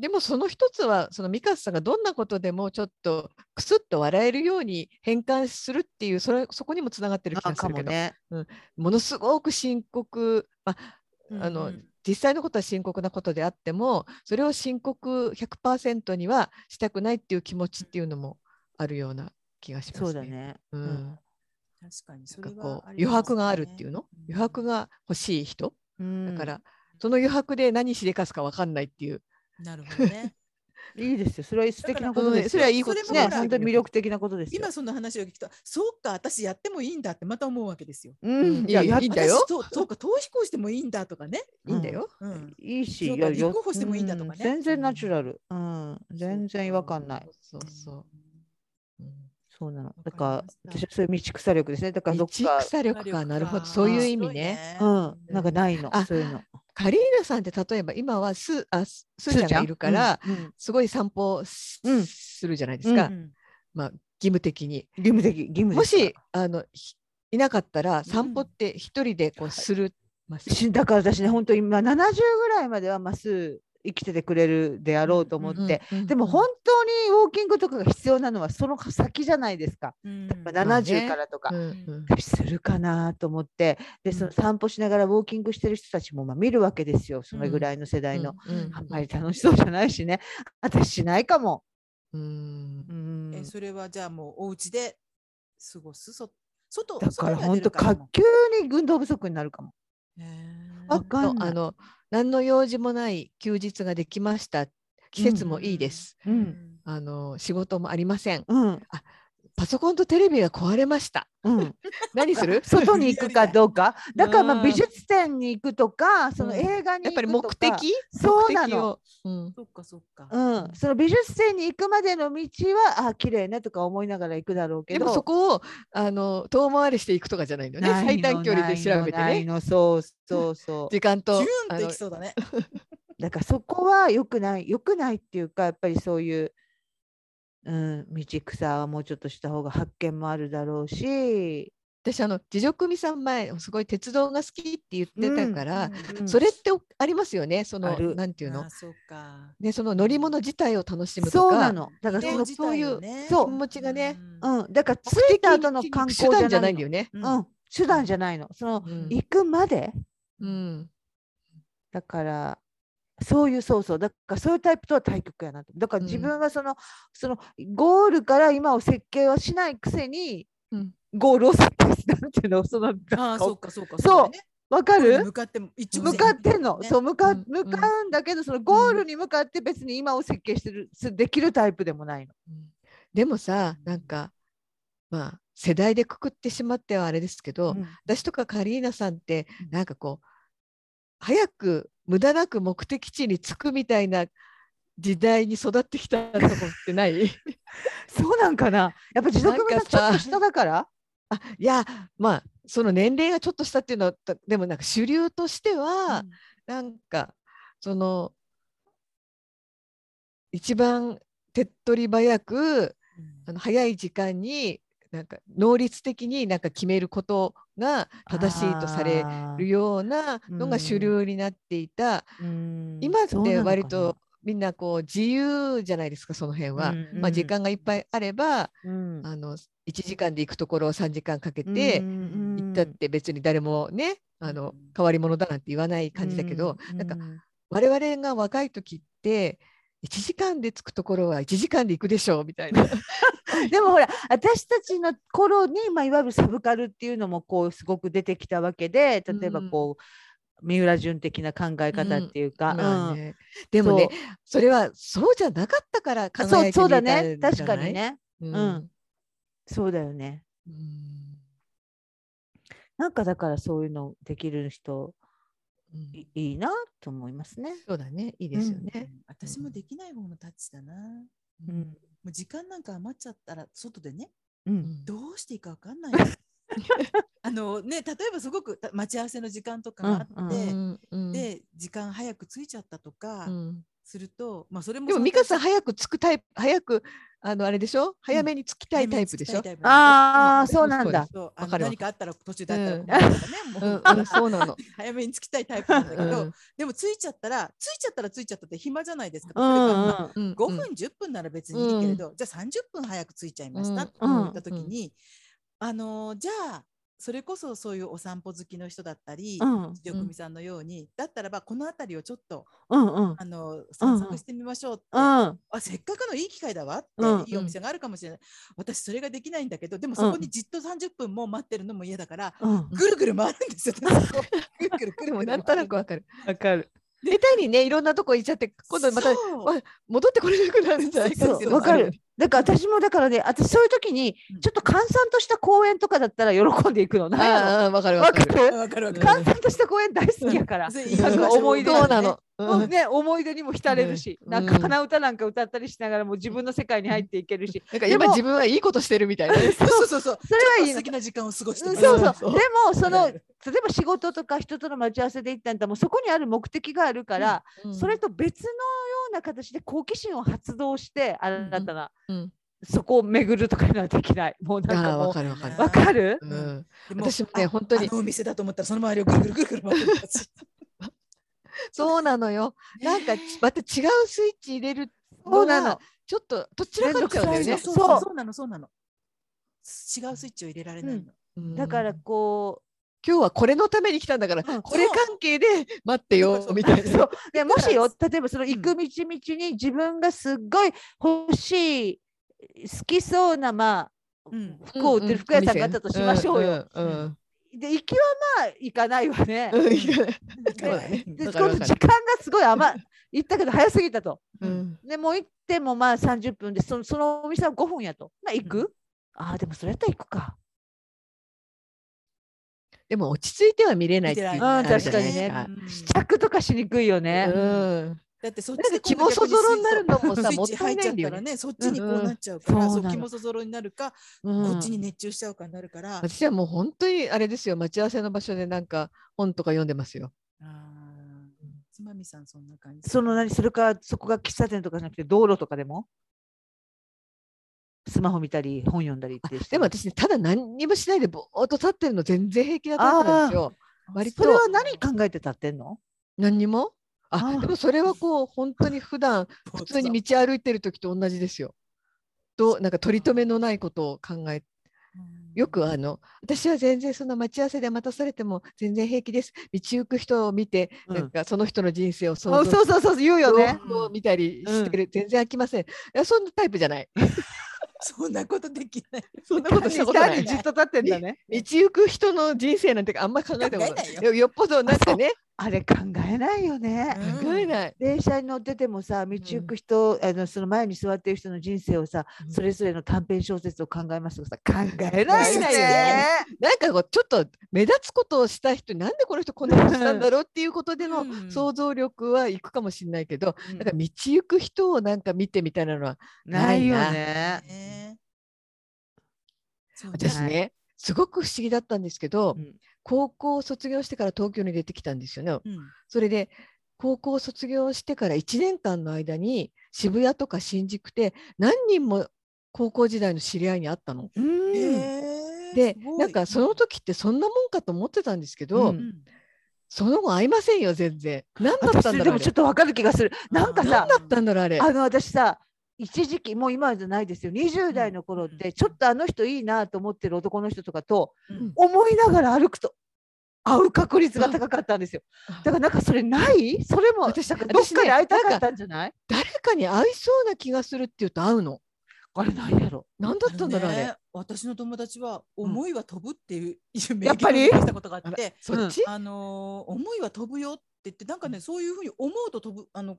C: でもその一つはそのミカさんがどんなことでもちょっとクスッと笑えるように変換するっていうそれそこにもつながってる気
B: あ
C: がす
B: か
C: る
B: も
C: けど、
B: ね。
C: ものすごく深刻、まあ、あの
A: うんうん
C: 実際のことは深刻なことであってもそれを深刻100%にはしたくないっていう気持ちっていうのもあるような気がしますね。
B: そうだね。
C: うん
B: うん
A: 確かにそ
C: な
A: れ
C: んか
A: は
C: こう
A: あり
C: 余
A: ますね
C: 白があるっていうの
A: うん
C: 余白が欲しい人
B: だ
C: だから、その余白で何しでかすか分かんないっていう、
A: なるほどね。 (laughs)
B: いいですよ。それは素敵なこと
C: うん
B: です
C: そ
B: よ。
C: れはいいこと
A: それも
B: ね、
A: ほら
B: 本当に魅力的なことですよ。
A: 今その話を聞くと、そうか、私やってもいいんだってまた思うわけですよ。
B: うん、
C: うん
B: いや、
C: いい
B: やっ
C: いいん
B: た
C: だよ
A: 私そうそうか、逃避行してもいいんだとかね。
C: いいんだよ。
A: うん、
B: いいし、
A: そう
B: い
A: か
B: や、
A: 立候補してもいいんだとかね
B: う全然ナチュラル。うん、全然違和感ない。
C: そうそうそう。うん
B: そうなの。
A: わかりました
B: だから、私はそういう道草力ですね。だから、どっ
C: 道
B: か、
C: 草力か、なるほど、そういう意味ね。
B: うん、なんかないの
C: あ、
B: そういうの。
C: カリーナさんって例えば今はスーあススーちゃんがいるから、、
B: うんうん
C: すごい散歩す,、
B: うん
C: るじゃないですか、
B: う
A: うん
C: まあ、義務的に。
B: 義務的、義務
C: も
B: ですから
C: しあのひいなかったら散歩
A: うん
C: って一人でこうする、ます
B: しだから私ね、本当に今、70ぐらいまでは、まっすぐ生きててくれるであろうと思って、
C: うん
B: でも本当にウォーキングとかが必要なのはその先じゃないですか。
A: うん
B: まあ
C: な
B: 70からとか
C: う。んうん
B: するかなと思ってでそうの
C: ん
B: 散歩しながらウォーキングしてる人たちもまあ見るわけですよそれぐらいの世代の、
C: うん
B: あんまり楽しそうじゃないしね私しないかも、
C: うん
B: うん
A: えそれはじゃあもうお家で過ごすそ外
B: だから本当
A: か
B: 急に運動不足になるかもわかんない
C: あの何の用事もない休日ができました季節もいいです、
B: うん
C: あの仕事もありません
B: うん
C: パソコンとテレビが壊れました
B: うん、
C: 何する
B: (laughs) 外に行くかどう
C: (laughs)
B: かだからま
C: う
B: あ
C: ん
B: 美術展に行くとかそうの
C: ん
B: 映画に行くと
C: やっ
B: か
C: ぱり目的
B: そうな
C: 目的
B: の
C: をうん
A: そっかそっか、
B: うん、その美術展に行くまでの道はあ綺麗ねとか思いながら行くだろうけ
C: で
B: ど
C: もそこをあの遠回りしていくとかじゃないのね
B: ないの
C: 最短距離で調べ
B: ないの
C: て
B: ない
C: ね
B: のそうそうそう
C: 時間
A: キュ
C: と
A: ン
C: あ
A: ってい
C: の
A: きそうだね
B: だからそこは良くない良くないっていうかやっぱりそういう、うん、道草はもうちょっとした方が発見もあるだろうし、
C: 私あの自助組さん前すごい鉄道が好きって言ってたから、
B: うん
C: それっておありますよねそ
B: あ
C: の
B: る
C: なんていう
A: あ
C: の
A: ー、そうか
C: ね、その乗り物自体を楽しむとか
B: そうなのだからそ
C: ね
A: 移動
B: の、
A: 自
C: そう
A: 体
C: いう
A: をね
B: そう
C: 気持ちがね
A: うん
B: うん、だから着
C: 目
B: い
C: 的
B: た後の観光
C: 手段
B: じ
C: じ
B: ゃ
C: ゃな
B: ないい
C: んだよ
B: の
C: ね。
A: うん
B: うん、手段じゃないのその、
C: うん
B: 行くまで
C: うん
B: だからそういうそうそうだからそういうタイプとは対極やなとだから自
C: うん
B: 分がその,、そのゴールから今を設計はしないくせに
C: うん
B: ゴールを設定したっていうのその
A: ああそうかそうか
B: そう
A: だね
B: わかる
A: 向かっても一直
B: 向
A: 線
B: かってんの、
A: ね
B: そう向か
C: うん
B: 向かうんだけど、そのゴールに向かって別に今を設計してるすできるタイプでもないの。
C: うんでもさなんかまあ世代でくくってしまってはあれですけど、
B: うん
C: 私とかカリーナさんって
A: うん
C: なんかこう早く無駄なく目的地に着くみたいな時代に育ってきたとこってない
B: そうなんかなやっぱ持続組さんちょ
C: な
B: っと
C: んかさ
B: 下だから
C: あいやまあその年齢がちょっとしたっていうのはたでもなんか主流としては、なんかその一番手っ取り早くあ
A: うん
C: の早い時間になんか能率的になんか決めることが正しいとされるようなのが主流になっていた、
A: うん
C: 今っ
B: そうなの
C: て
B: かな
C: 割とみんなこう自由じゃないですかその辺は。
A: うん
C: まあ、時間がいっぱいあれば、
A: うん
C: あの1時間で行くところを3時間かけ
B: う
C: て
B: んうん
C: 行ったって別に誰もね、あ
A: う
C: の
A: ん
C: 変わり者だなんて言わない感じだけど、なんか我々が若い時って1時間で着くところは1時間で行くでしょうみたいな。
B: (laughs) でもほら私たちの頃に、まあ、いわゆるサブカルっていうのもこうすごく出てきたわけで例えば
C: うん
B: こう、三浦淳的な考え方っていうか、
C: まあ
B: うん
C: ねでもねそれはそうじゃなかったから
B: あそ
C: 輝
B: う
C: いて
B: そ
C: 見
B: うだ
C: えたんじゃない
B: ね確かに。ね
C: うん
B: うんそうだよね
C: うん
B: なんかだからそういうのできる人
C: うん
B: いいいなと思いますね。
C: そうだねいいですよね。
A: うん私もできない方のタッチだな。も
B: うん
A: う時間なんか余っちゃったら外でね、
B: うん
A: どうしていいかわかんないの。 (laughs) あのね、例えばすごくた待ち合わせの時間とかがあって、
C: うんうん
A: で時間早く着いちゃったとか
C: うん
A: すると、まあそれも
C: でも美香さん早く着くタイプ早くあのあれでしょ早めに着きたいタイプでしょ。
B: ああ
A: そう
B: そうなんだ。
A: そうあ
C: わ
A: の
C: かるわ
A: 何かあったら途中であったら困るからね、
C: うん
A: もう
C: うんそう (laughs) なの。
A: (laughs) 早めに着きたいタイプなんだけど、
C: うん
A: でも着いちゃったら着いちゃったら着いちゃったって暇じゃないですか。
B: う
A: 例えば
B: ん
A: まあ
B: うん
C: うん
A: 5分、10分なら別にいいけれど、じゃあ30分早く着いちゃいましたって
B: うん
A: 言った時に、あのーじゃあそれこそそういうお散歩好きの人だったり、
B: うん
A: よくみさんのようにだったらばこの辺りをちょっと、
B: うんうん
A: あのー散策してみましょうって、
B: うん
A: あせっかくのいい機会だわって、
B: うん
A: いいお店があるかもしれない私それができないんだけどでもそこにじっと30分も待ってるのも嫌だから、
B: うん
A: ぐるぐる回るんですよ。私もぐるぐるぐ
C: で
A: るぐ
C: も
A: る
C: なんとなくわかる。
B: わかる。
C: 下手にねいろんなとこ行っちゃって今度また
A: そう
C: わ戻ってこれなくなるんじゃないかっていうの
B: わ
C: があ
B: か
C: よ
B: る
C: ね。。
B: だから私もだからね、私そういう時に
A: うん
B: ちょっと閑散とした公園とかだったら喜んでいくの。なんや
C: ああわかる
B: ろ
C: わ
B: わ
C: か
B: か
C: る。
A: あ
B: る。
A: わかるわかる。
B: 閑散とした公園大好きやから。
A: そう
C: なんか
A: 場所
B: 思い出
A: が
C: そ
B: が
C: うなの。うん
B: ね、思い出にも浸れるし、
C: うん
B: なん
C: う
B: か
C: ん
B: 鼻歌なんか歌ったりしながらも自分の世界に入っていけるし、
C: なんか
B: で
C: 今
B: も
C: 自分はいいことしてるみたいな。
A: そうそうそう。
B: (laughs) それはいい
A: 素
B: の。
A: 敵な時間を過ごして
B: うん
A: ます
B: そうそう
C: そ
B: う
C: そう
B: でもその
A: わか
B: 例えば仕事とか人との待ち合わせで行ったんだったらもうそこにある目的があるから、それと別のような形で好奇心を発動して新たな、
C: うん
B: そこを巡るとかいうのはできないもうなん
C: あ
B: か
C: あわ
B: も
C: かるわかる
B: う。わかる
A: る
C: うん
A: でも
C: 私もね
A: あ
C: 本当に
A: あのお店だと思ったらその周りをぐるぐるぐるぐる回ってる私
C: そうなのよ。なんかまた違うスイッチ入れる
B: そうなの。
C: ちょっとどちらかっちゃうんだよ
B: 面
C: ね
B: 倒。
A: そう
B: そう
A: そうそうなのそうなの。違うスイッチを入れられないの。
C: うん
B: だからこ、
C: 今日はこれのために来たんだから、
A: うん
C: これ関係で待ってよ
A: そう
C: みたいうな。
B: そうでもしよ
A: だ
B: 例えばその行く道道に自分がすっごい欲しい好きそうなまあ、
A: うん
B: 服を売ってる服屋さんがあったとしましょうよ。
C: うんうん
B: で行きはまあ行かないわね。
C: うんうんいいかね
A: からね
B: で今
C: わかるわ
B: 度
C: かる
B: 時間がすごい余行ったけど早すぎたと。
C: うん
B: でもう行ってもまあ30分でそのそのお店は5分やと。まあ行く、ああでもそれやったら行くか。
C: でも落ち着いては見れないっていうのがあるじゃないです
B: うん確か
C: か
A: にね
B: 試着とかしにくいよね。
C: うん
A: だってそっ
C: だっ
A: ち
C: て
A: で
C: 気
A: 今
C: も
A: 度逆
C: そ
A: に
C: ぞろになるのも
A: スイ
C: さ、も
A: ッ
C: っ
A: チ
C: た
A: 入
C: い
A: っ
C: な
A: ち
C: い
A: ゃっ
C: ん
A: た
C: だよ
A: ら
C: ね。
A: ね、そっちにこうなっちゃうか
B: うん
A: ら、
B: うん
A: そ
B: そう
A: う
B: なの
A: 気もそぞろになるか、
B: うん
A: こっちに熱中しちゃうかになるから。
C: 私はもう本当にあれですよ、待ち合わせの場所でなんか本とか読んでますよ。
A: あーつまみさんそんな感じ。
B: その何それかそこが喫茶店とかじゃなくて道路とかでもスマホ見たり本読んだりってして
C: でも私ね、ただ何にもしないでぼーっと立ってるの全然平気なタイプなんですよ。割と
B: それは何考えて立ってんの
C: 何にもあ
B: あー
C: でもそれはこう本当に普段普通に道歩いてる時と同じですよ。となんか取り留めのないことを考えよくあの私は全然その待ち合わせで待たされても全然平気です道行く人を見て、
B: うん
C: なんかその人の人生を想像
B: あ
C: して
B: そうそうそう言うよね。
C: 洋服を見たりしてる、全然飽きませんいやそんなタイプじゃない
A: そんなことできない。
C: そんなことしたことな
B: 単
C: い
B: に
C: 道
B: じっと立ってんだね。
C: 行く人の人生なんてあんま考えたこと
A: 考
C: な
A: え
C: い
A: ない
C: よよっぽどなんかね
B: あれ考えないよね。
A: うん
C: 考えない、
B: 電車に乗っててもさ道行く人、あのその前に座ってる人の人生をさ、それぞれの短編小説を考えますとかさ考えない
A: 考え
B: よ
A: ないよ
B: ね
A: ね。
C: なんかこうちょっと目立つことをした人なんでこの人こんなことしたんだろうっていうことでの
A: うん
C: 想像力はいくかもしれないけど、
A: うん
C: なんか道行く人をなんか見てみたいなのは
B: ないよ
C: ない
B: ね。
A: ねそうね
C: 私ね、すごく不思議だったんですけど、
B: うん
C: 高校を卒業してから東京に出てきたんですよね。
A: うん
C: それで高校を卒業してから1年間の間に渋谷とか新宿で何人も高校時代の知り合いに会ったの。
B: うん
A: えー
C: です
A: ごい
C: なんかその時ってそんなもんかと思ってたんですけど、
B: うん
C: その後会いませんよ全然。何だったん
B: 私
C: だ
B: で
C: ろうあ
B: も
C: れ
B: ちょっとわかる気がする。なんか
A: な
B: さ
A: ん、
C: 何だったんだろうあれ。
B: あの私さ一時期もう今じゃないですよ20代の頃っ
A: うん
B: てちょっとあの人いいなと思ってる男の人とかと
A: うん
B: 思いながら歩くと会う確率が高かったんですよ
C: あ
B: だからなんかそれないそれも
C: 私
B: 私なんかどっかで会いた
C: 私ね
B: かったんじゃない、
C: 誰かに会いそうな気がするっていうと会うの。
B: あれなんやろ
C: 何だったんだろうあれ。
A: ね私の友達は
B: ん
A: 思いは飛ぶっていういう名
B: やっぱり
A: 言をしたことがあって、
C: そっち、
A: あのー思いは飛ぶよって言ってなんかねそういうふうに思うと飛ぶあの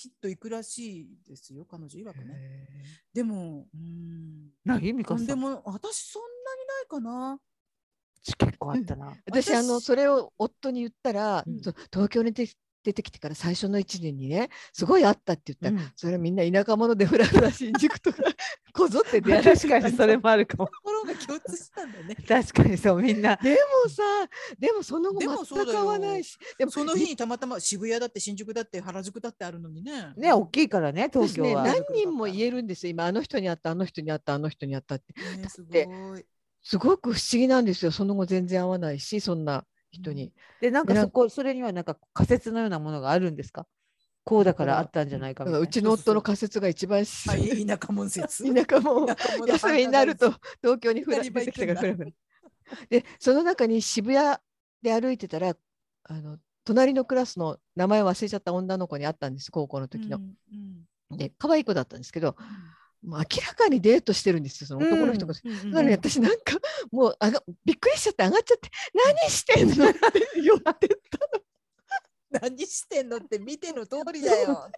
A: ピッと行くらしいですよ彼女曰くね。
C: へー
A: でもうん
B: ないミ
A: と
B: カ
A: ん
B: さ
A: で
B: ん
A: も私そんなにないかな。
B: 私結構あったな、
C: 私あの
A: 私
C: それを夫に言ったら、
B: うん
C: そう東京に出て出てきてから最初の1年にねすごいあったって言ったら、それはみんな田舎者でふらふら新宿とかこぞって出
B: いや
C: 歩い
B: 確
C: て
B: か
C: た
B: にそれもあるかも。
A: ところが共通したんだね
B: (laughs) 確かにそうみんな
C: でもさでもその後
A: でもそう
C: 全
A: だ
C: く
A: よ
C: 合わないし (laughs) でも
A: その日にたまたま渋谷だって新宿だって原宿だってあるのにね。
B: ね大きいからね東
C: 私
B: 京
C: ね
B: は、
C: 何人も言えるんですよ今あの人に会ったあの人に会ったあの人に会ったって
A: ねすご
C: て (laughs)
A: い。
C: すごく不思議なんですよその後全然会わないしそんな人に。
B: でなんか
C: でなん
B: そこそれにはなんか仮説のようなものがあるんですかこうだからあったんじゃないか
C: だ
B: みた
C: から
B: いな
C: うちの夫の仮説が一番
A: あいい田舎者説。
C: 田舎者
A: 田舎者
C: (laughs) 休みになる
A: (laughs)
C: と
A: 反
C: 東京にふら
A: 二人ば
C: 出
A: い
C: て
A: 行く
C: きた
A: ん
C: か
A: だ
C: らふらふらでその中に渋谷で歩いてたらあの隣のクラスの名前を忘れちゃった女の子に会ったんです高校の
A: 対
C: 時
A: だ
C: の
A: う。んうん
C: で可愛い子だったんですけどもう明らかにデートしてるんですよその男の人が。
A: うんうん
C: なのに私なんかもうあがびっくりしちゃって上がっちゃって何してんのって寄ってっ
A: (laughs) 何してんのって見ての通りだよ。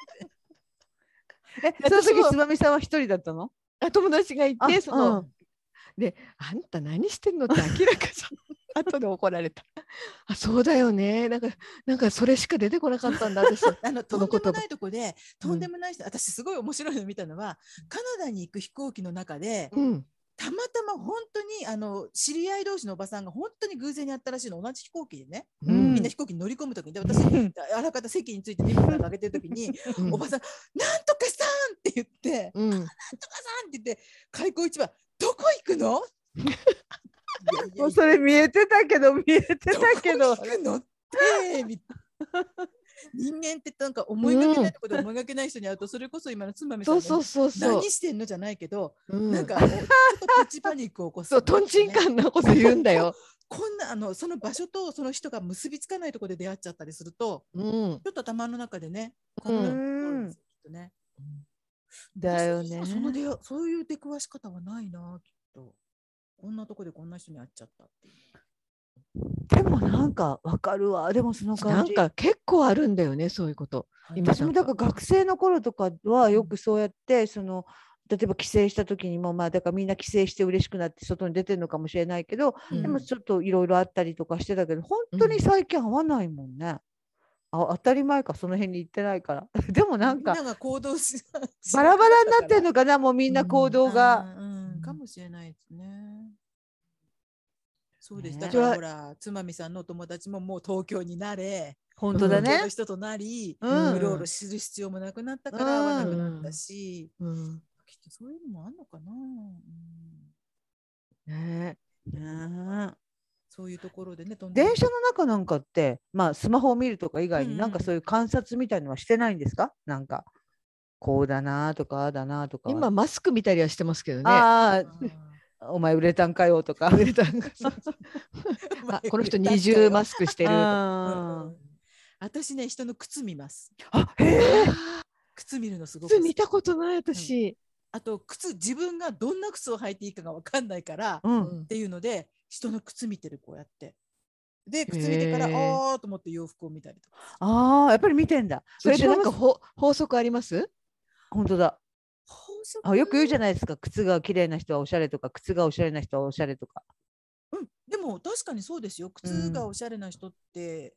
B: えその
C: 私も
B: 時つまみさんは一人だったの
C: た友達がい
B: あ
C: てその、
B: うん
C: で「あんた何してんの?」って明らかじゃん (laughs) 後で怒られた「あそうだよねなんかなんかそれしか出てこなかったんだ私
A: あのと
C: そ
A: ん
C: の
A: で
C: 言葉
A: もないとこでとんでもない人、私すごい面白いの見たのはカナダに行く飛行機の中で
C: うん
A: たまたま本当にあの知り合い同士のおばさんが本当に偶然に会ったらしいの同じ飛行機でね、
C: う
B: うん
C: ん
A: みんな飛行機に乗り込む時にで私あらかた席について身分を上げてる時に
C: うん
A: おばさん「なんとかさん!」って言って
C: う
A: 「
C: ん
A: なんとかさん!」って言って開口一番「どこ行くの?いやいやいや」
B: もうそれ見えてたけど見えて
A: どこ
B: たけど
A: 行くのってみたいな人間ってなんか思いがけないところで思いがけない人に会うと、それこそ今の妻みたい
C: そ
A: な
C: うそうそうそう
A: 何、してんのじゃないけど、
C: うん、
A: なんかおちょっとプチパニックを起こす、
C: そうとんちんかんなこと言うんだよ、
A: こんなあのその場所とその人が結びつかないところで出会っちゃったりすると
C: うん
A: ちょっと頭の中でね
C: う
A: 考え
C: ん、
A: るん
B: ん
A: ですよきっとね
B: だよね
A: 私にはその出会いそういう出くわし方はないなきっとこんなとこでこんな人に会っちゃったっていう
B: でもなんかわかるわでもその
C: な
B: 感
C: ん
B: じ
C: か結構あるんだよねそういうこと今
B: 私もだから学生の頃とかはよくそうやってその例えば帰省した時にもまあだからみんな帰省して嬉しくなって外に出てるのかもしれないけど、
C: うん
B: でもちょっといろいろあったりとかしてたけど本当に最近合わないもんね、あ当たり前かその辺に行ってないから (laughs) でもなんか
A: みんなが行動し
B: バラバラになってるのかなもうみんな行動が、
A: うんう、
C: うんん
A: かもしれないですね。そうです。
B: ね
A: だから
C: そ
A: ほら、つまみさんのお友達ももう東京になれ、
B: 本当だ
A: 東京
B: ね
A: の、人となり、
B: う
A: うんろうろする必要もなくなったから、
B: うん
A: 会わなくなったし、
C: うん
A: きっとそういうのもあるのかな。うん
C: ね
B: ね
A: そういうところでね、とんでもな
B: 電
A: い
B: 車の中なんかって、まあ、スマホを見るとか以外
A: うんう
B: に
A: ん
B: なんかそういう観察みたいのはしてないんですかなんかこうだなとかああだなとかは
C: 今マスク見たりはしてますけどね
B: あ
A: あ
B: あお前売れたんかよとか
C: ウェルダンが
A: ー
C: あこの人
A: まあ
C: 二重マスクしてるとか
A: うん
B: あ
A: 私ね、人の靴見ます。
B: ーあへえ
A: 靴見るのすごく好
C: 靴
A: き
C: 見たことない私、
A: あと、靴、自分がどんな靴を履いていいかがわかんないから、
B: う
C: うん
A: っていうので人の靴見てるこうやってで靴見てからあ
C: へー
A: ーと思って洋服を見たりとか
B: あーやっぱり見てんだそ
C: そ
B: れ
C: れ
B: で
C: で
B: な
C: なんん
B: か
C: かほ法則あります
B: 本当だあよく言うじゃ
A: ない、
B: ないですか靴が綺麗な人はおしゃれとか靴がおしゃれな人はおしゃれとか
A: うん、でも確かにそうですよ靴がおしゃれな人って、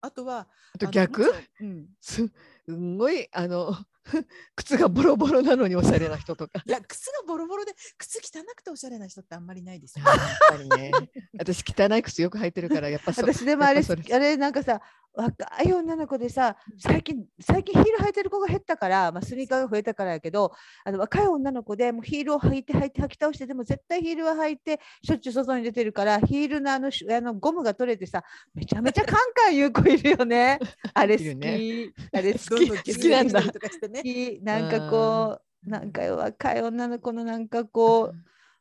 A: あとは
C: あと
A: あの
C: 逆
A: もちろんうん
C: すすんごいあの (laughs) 靴がボロボロなのにおしゃれな人とか
A: いや靴がボロボロで靴汚くておしゃれな人ってあんまりないですよ、ね
C: や。っぱりね私汚い靴よく履いてるからやっぱそう
B: 私でもあ
C: や
B: れ
C: っぱそれ
B: あれなんかさ若い女の子でさ最近最近ヒール履いてる子が減ったから、まあ、スニーカーが増えたからやけどあの若い女の子でもうヒールを履いて履いて履き倒してでも絶対ヒールは履いてしょっちゅう外に出てるからヒールのあのしあのゴムが取れてさめちゃめちゃカンカン言う子いるよ
C: (laughs)
B: ねあれ好
C: いる
B: き、
C: ね
B: あれ好
A: ど
B: き
A: ど気づいて
C: 好きなんだ
A: きたりとかしてね
B: 好きなんかこうなんか若い女の子のなんかこう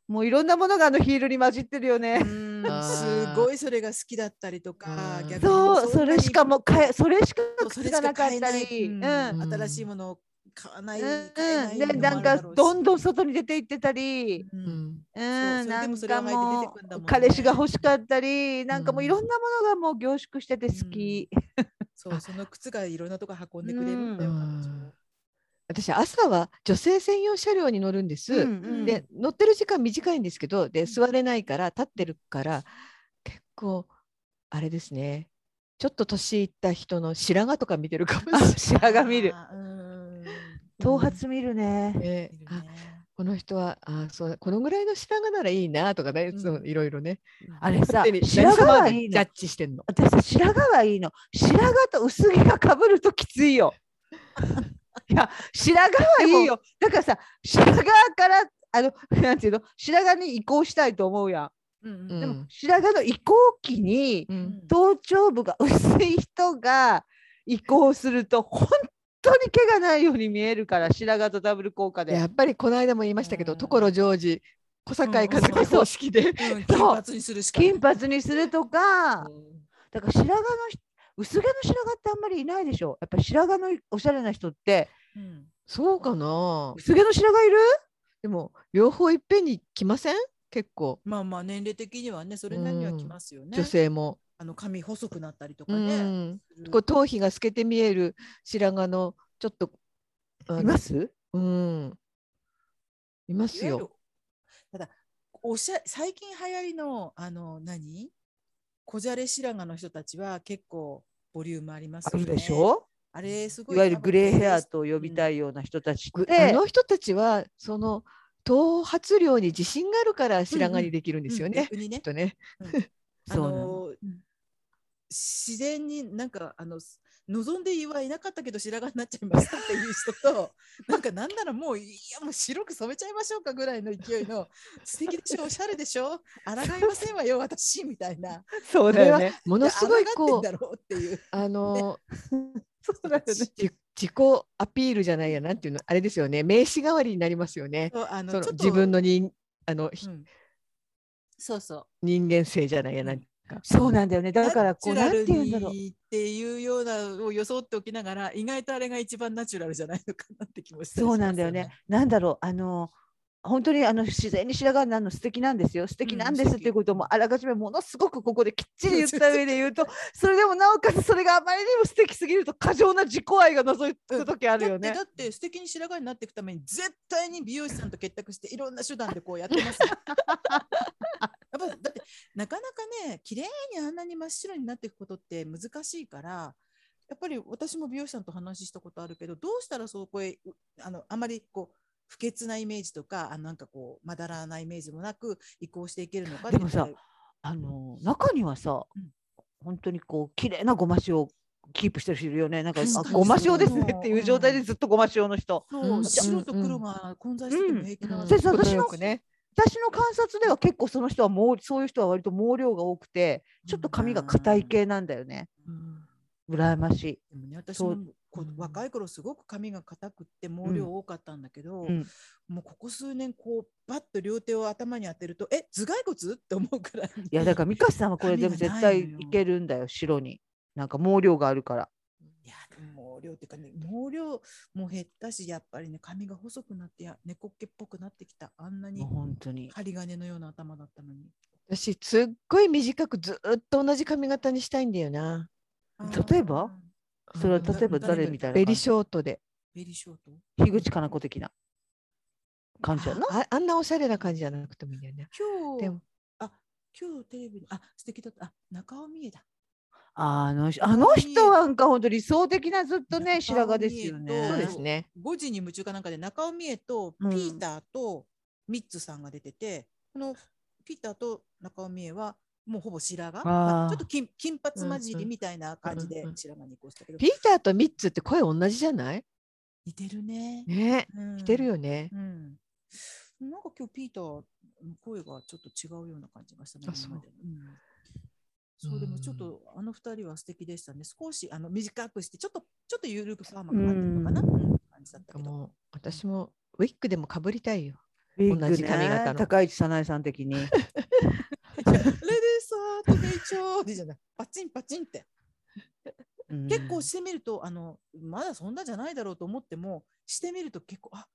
B: もういろんなものがあのヒールに混じってるよね
A: う。んすごいそれが好きだったりとか
C: うん
A: 逆にも
B: そう、それしかもうかえ、それしか
A: そうそれ
B: 靴
A: し
B: が
A: か
B: なかっ
A: 買え
B: た
A: ない
B: り、うん、う
A: うん
B: ん、
C: うん
A: 新しいものを買わない買えない
B: で、
A: のも
B: なん
A: あ
B: か
A: るだろうし
B: どんどん外に出て行ってたり、
A: う
C: うんん
B: うん、
A: それ
B: な
A: でも
B: ん
A: それ
B: か
A: を履いて出
B: も
A: てくんだもん
B: う
A: ね
B: 彼氏が欲しかったり、なんかもういろんなものがもう凝縮してて好き。
A: そうその靴がいろんなとこ運んでくれるんだよ、
C: うん
A: 彼女
C: 私朝は女性専用車両に乗るんです、
B: うん
C: で乗ってる時間短いんですけどで座れないから立ってるから結構あれですねちょっと年いった人の白髪とか見てるかもしれ
B: あ
C: ない。
B: 白髪見
C: (laughs)
B: る。
A: あーうん
B: 頭髪見るね。
C: ね
A: いる
C: あ
A: ね
C: この人はあそうこのぐらいの白髪ならいいなとかね、
A: うん
C: そういろいろね。
B: あれさ
C: 勝手に、
B: 白髪
C: 何様ま
B: は
C: で
B: いい
C: ジ
B: の
C: ャッ。ジしてんの。
B: 私さ白髪はいいの。白髪と薄毛が被るときつ
A: (laughs)
B: いよ。いや、白髪はいいよ。だからさ、白髪から、あの、 (laughs) なんていうの、白髪に移行したいと思うやん。
A: うんう
C: う
A: ん
C: ん
B: でも白髪の移行期に
C: うん
B: 頭頂部が薄い人が移行すると本当に毛がないように見えるから白髪とダブル効果
C: でや
B: で
C: っ。ぱりこの間も言いましたけ
A: う
C: ど
A: ん
C: 所ジョージ小坂井和
A: うん
C: 子方式で。
A: うん金髪にするしかない
B: 金髪にするとか、だから白髪のひ薄毛の白髪ってあんまりいないでしょ。やっぱり白髪のおしゃれな人って
A: うん
C: そうかな
B: 薄毛の白髪いる？
C: でも両方いっぺんに来ません結構
A: まあまあ年齢的にはねそれなりにはきますよね、
C: 女性も。
A: あの髪細くなったりとか
C: う
A: ね、
C: ん
A: する
C: こう頭皮が透けて見える白髪のちょっとあの
B: います？
C: うんいま
A: い
C: す
A: わゆる
C: よ。
A: ただおしゃ最近流行りのあの何こじゃれ白髪の人たちは結構ボリュームあります
B: あ
A: よね。
B: るでしょ？
A: あれすごい
B: いわゆるグレーヘア
A: と
B: と呼びたいような人たちっ
C: ぐあ
B: て
C: の人たちはその頭髪量に自信があるから白髪にできるんですよね。
A: 逆に
C: き
A: ね
C: っ。とね。
A: あ
B: そうなの
A: の自然になんかあの望んではいなかったけど白髪になっちゃいましたっていう人と (laughs) なんかなんならもういやもう白く染めちゃいましょうかぐらいの勢いの素敵でしょおしゃれでしょ抗いませんわよ私みたい
B: (laughs)
A: な
B: (laughs) そう
C: だよね
B: ね。
C: ものすごい
A: 抗っ
C: こ
A: て
C: うん
A: だろうっていう
C: あの
B: そうだよね。
C: じ自己アピールじゃないやなんていうのあれですよね名刺代わりになりますよね。
A: そうあの
C: その
A: ちょっと
C: 自分の人あの、ひ
A: うんそうそう
C: 人間性じゃないやなんか。
B: そうなんだよね。だからこう
A: ナ
B: なん
A: チュ
B: て
A: ラル
B: 言うんだろう。
A: にっていうようなのを装っておきながら意外とあれが一番ナチュラルじゃないのかなって気もして、
B: そうなんだよね。。なんだろう、あの、本当にあの自然に白髪になるの素敵なんですよ。素敵なんで
A: うん
B: す
A: 素
B: っ
A: 敵
B: ていうこともあらかじめものすごくここできっちり言った上で
A: (laughs)
B: 言うと、それでもなおかつそれがあまりにも素敵すぎると過剰な自己愛が覗く時あるよね
A: だ。ってだって素敵に白髪になっていくために絶対に美容師さんと結託していろんな手段でこうやって
B: (laughs)
A: ますよ。やっぱだってなかなかね綺麗にあんなに真っ白になっていくことって難しいからやっぱり私も美容師さんと話したことあるけどどうしたらそこへうあのあまりこう不潔なイメージとかあのなんかこうまだらなイメージもなく移行していけるのかって
B: でもさあの、中にはさ
A: うん、
B: 本当にこう綺麗なごま塩をキープしてる人いるよね。なんか、
A: 確
B: あ
A: かに
B: ごま塩です
A: そう
B: ねっていう状態でずっとごま塩の人。
A: そう
C: うん
A: 白と黒が混在してても平気なの
B: ん先生
C: 程
B: 私の
C: よくね。
B: 私の観察では結構その人はもうそういう人は割と毛量が多くてちょっと髪が硬い系なんだよね
C: うん
B: 羨ましい。
A: でもね、私
B: そう
A: もこう
C: うん
A: 若い頃すごく髪が硬くって毛量多かったんだけど、
B: うん
A: もうここ数年こうバッと両手を頭に当てるとえ頭蓋骨って思うくらい
B: いやだから美香さんはこれでも
A: 髪が
B: 絶
A: ない
B: 対
A: のよ
B: いけるんだよ白に。なんか毛量があるから。
A: いやでも毛量っていうかね毛量も減ったしやっぱりね髪が細くなってや猫っ毛っぽくなってきたあんなに
B: もう本当に。
A: 針金のような頭だったのに
C: 私すっごい短くずっと同じ髪型にしたいんだよな。
B: 例えばそれは
A: うん
B: 例えば誰みたいな
C: ベ
B: 感
C: リ
B: じ。
C: ショートで
A: ベリーショート
B: 樋口かな子的な感じやな。
C: ああんなおしゃれな感じじゃなくてもいいんだよね。
A: 今日
C: でも
A: あ今日テレビにあ素敵だったあ中尾美恵だ
B: あの人
A: 本
B: (laughs) あ
A: 当に
B: の人はなんか本当理想的なずっとね白髪ですよね。
C: そう
A: そう
C: ですね。
A: 5時に夢中かなんかで中尾美恵と
B: うん
A: ピーターとミッツさんが出てて、このピーターと中尾美恵はもうほぼ白髪、まあちょっと金金髪混じりみたいな感じで
C: うんうん
A: 白髪にこうしたけど、
C: ピーターとミッツって声同じじゃない？
A: 似てるね。
C: ね、
A: うん
C: 似てるよね。
A: うん、なんか今日ピーターの声がちょっと違うような感じがしたね。
C: あそう
A: 今までうんそうでもちょっとあの二人は素敵でしたね。少しあの短くしてちょっとちょっとゆるくパーマかかってるのかな、
B: うん
A: うん感じだったけど。
C: もう私もウィッグでもかぶりたいよ。
B: ウィッグね
C: 同じ髪型の
B: 高市早苗さん的に。
A: レディーサーとメイチョーでじゃない。パチンパチンって。
B: うん
A: 結構してみるとあのまだそんなじゃないだろうと思ってもしてみると結構あ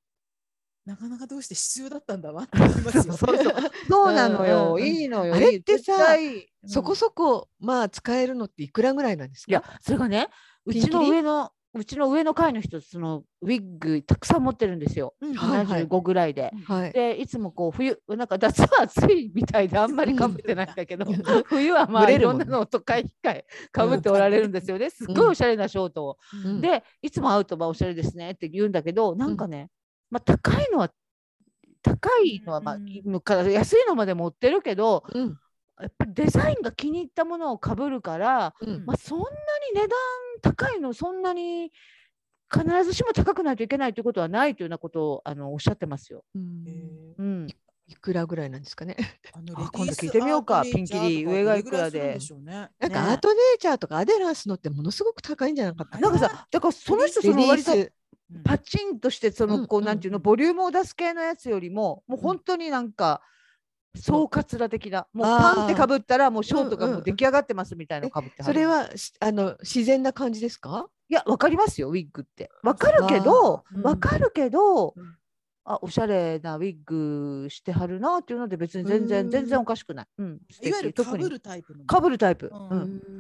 A: なかなかどうして必要だったんだわって思いますよ。
C: そうそう
B: (laughs) そうなのよ、
C: うんうん
B: いいのよ。
C: あれってさ
B: 絶対
C: そこそこまあ使えるのっていくらぐらいなんですか？
B: いや、それがね、う
C: ピンキ
B: ち
C: リ
B: の上の、うちの上の階の人、そのウィッグたくさん持ってるんですよ。
A: うん
C: はいはい
B: 75ぐらいで。
C: はい。
B: で、いつもこう、冬、なんか夏は暑いみたいで、あんまりかぶってないんだけど、冬はま
C: 蒸
B: あ、い
C: れる
B: ろ
C: も
B: ん
C: んね
B: なのを都会機会かぶっておられるんですよね。すっごいおしゃれなショートを。
C: うん
B: で、いつも会うと、まあ、おしゃれですねって言うんだけど、なんかね、まあ、高いのは、高いのは、まあ、
A: う
B: から安いのまで持ってるけど、
C: うん
B: やっぱりデザインが気に入ったものをかぶるから、
C: うん
B: まあ、そんなに値段高いのそんなに必ずしも高くないといけないということはないというようなことをあのおっしゃってますよ。
C: うん
A: えー
B: うん、
C: いくらぐらいなんですかね。
A: あの
B: あ今度聞いてみようかピンキリ上がいくらで
C: なんか
B: ね
C: アートネイチャーとかアデランスのってものすごく高いんじゃなかった
B: なんかさだからその人
C: レ
B: そ
C: ディ
B: の
C: ー
B: 割と
C: ス
B: パチンとしてそ
C: うん
B: のこう
C: うん
B: なんていう
C: う
B: の
C: ん
B: ボリュームを出す系のやつよりももう
C: うん
B: 本当になんか総括ら的なもう
C: あー
B: パンってかぶったらもうショートが
C: うんうん
B: もう出来上がってますみたいなのかぶっては
C: そ
B: る
C: れはしあの自然な感じですか？
B: いやわかりますよウィッグってわかるけど
A: うん
B: わかるけど
A: うん
B: あおしゃれなウィッグしてはるなっていうので別に全
C: うん
B: 然全然おかしくない。うん、素敵
A: いわゆるか
B: 特に
A: ぶるタイプの
B: かぶるタイプ、
A: うん
B: う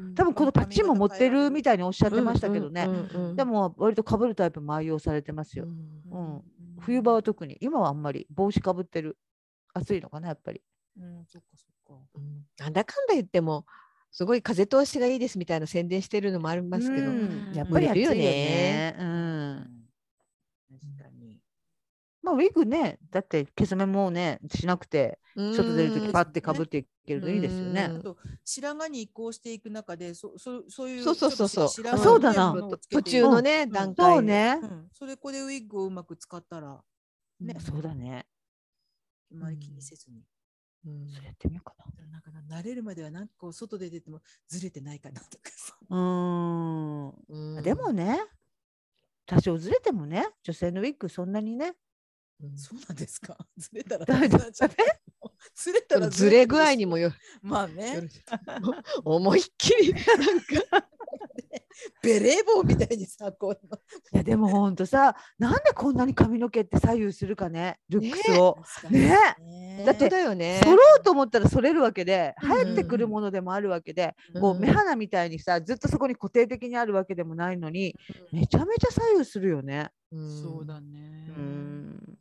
B: ん
C: ん
B: 多分このパッチンも持ってるみたいにおっしゃってましたけどね、
C: うんうんうんうん
B: でも割とかぶるタイプも愛用されてますよ、
C: うん
B: うん冬場は、特に今はあんまり帽子かぶってる暑いのかなやっぱり
A: うん、そっかそっか
C: うんなんだかんだ言ってもすごい風通しがいいですみたいな宣伝してるのもありますけど、
B: うんやっぱり暑いよねう、
A: うんん確かに
B: まあウィッグねだって毛染めもねしなくて外出ると
C: う
B: き
C: ん
B: パッてかぶっていけるといいですよね、
C: うん
A: 白髪に移行していく中でそそそういう
C: そうそうそうそう
A: ちょっと白
B: あ
A: 髪
B: そうだな
A: みたいものをつけ
C: 途
A: て
C: 中のね、
A: うん
C: 段階
B: そうね
A: う、ん、それこでウィッグをうまく使ったらあね
B: うんそうだね
A: まり気にせずに、
C: うん
B: それやってみようか
A: なんかな慣れるまではなんかこう外で出てもずれてないかなとかさ
B: なうーん
C: うん
B: でもね多少ずれてもね女性のウィッグそんなにね
C: うん
A: そうなんですか。ずれたら
B: だい
A: なくなっちゃう。ずれた
C: で
A: ら
C: もずれ具合にもよ
A: まあ
C: よ
A: ね、
C: る (laughs) 思いっきりなんか
A: ベレー帽みたいにさ、こう。
B: いやでもほんとさなんでこんなに髪の毛って左右するかねルックスを、ね
A: ね
B: だっ
C: 本当
B: て
C: だよ (laughs) ね
B: 揃ろうと思ったらそれるわけで
A: うんうんうん
B: 生えてくるものでもあるわけで、こ
C: う
B: うん目鼻みたいにさずっとそこに固定的にあるわけでもないのにめちゃめちゃ左右するよね。
C: うん
A: そうだね。
B: う
A: うん
B: ん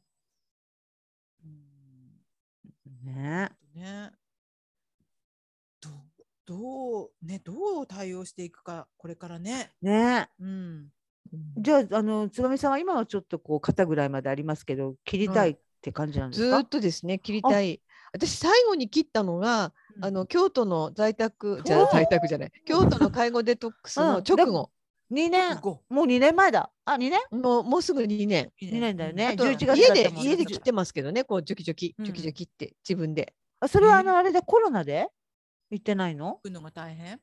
B: ね
A: ね。どう、どう、ね、どう対応していくか、これからね。
B: ね
A: うん。
C: うん
B: じゃああのつばみさんは今はちょっとこう肩ぐらいまでありますけど切りたいって感じなんです
C: ず
B: か、
C: ーっとですね切りたい私最後に切ったのがあの京都の在宅じゃ
B: そう
C: 在宅じゃない京都の介護デトックスの直後、
B: 2年
A: 五。
B: もう2年前だあ2年
C: もうもうすぐ2年
B: 二年だよね
C: あと
B: 11月
C: 家
B: だった
C: で
B: もんね
C: 家で切ってますけどねこうジョキジョキ
A: うん
C: ジョキジョキって自分で、
B: あそれはあ
A: う
B: のあれでコロナで行ってないの
A: 行くのが大変。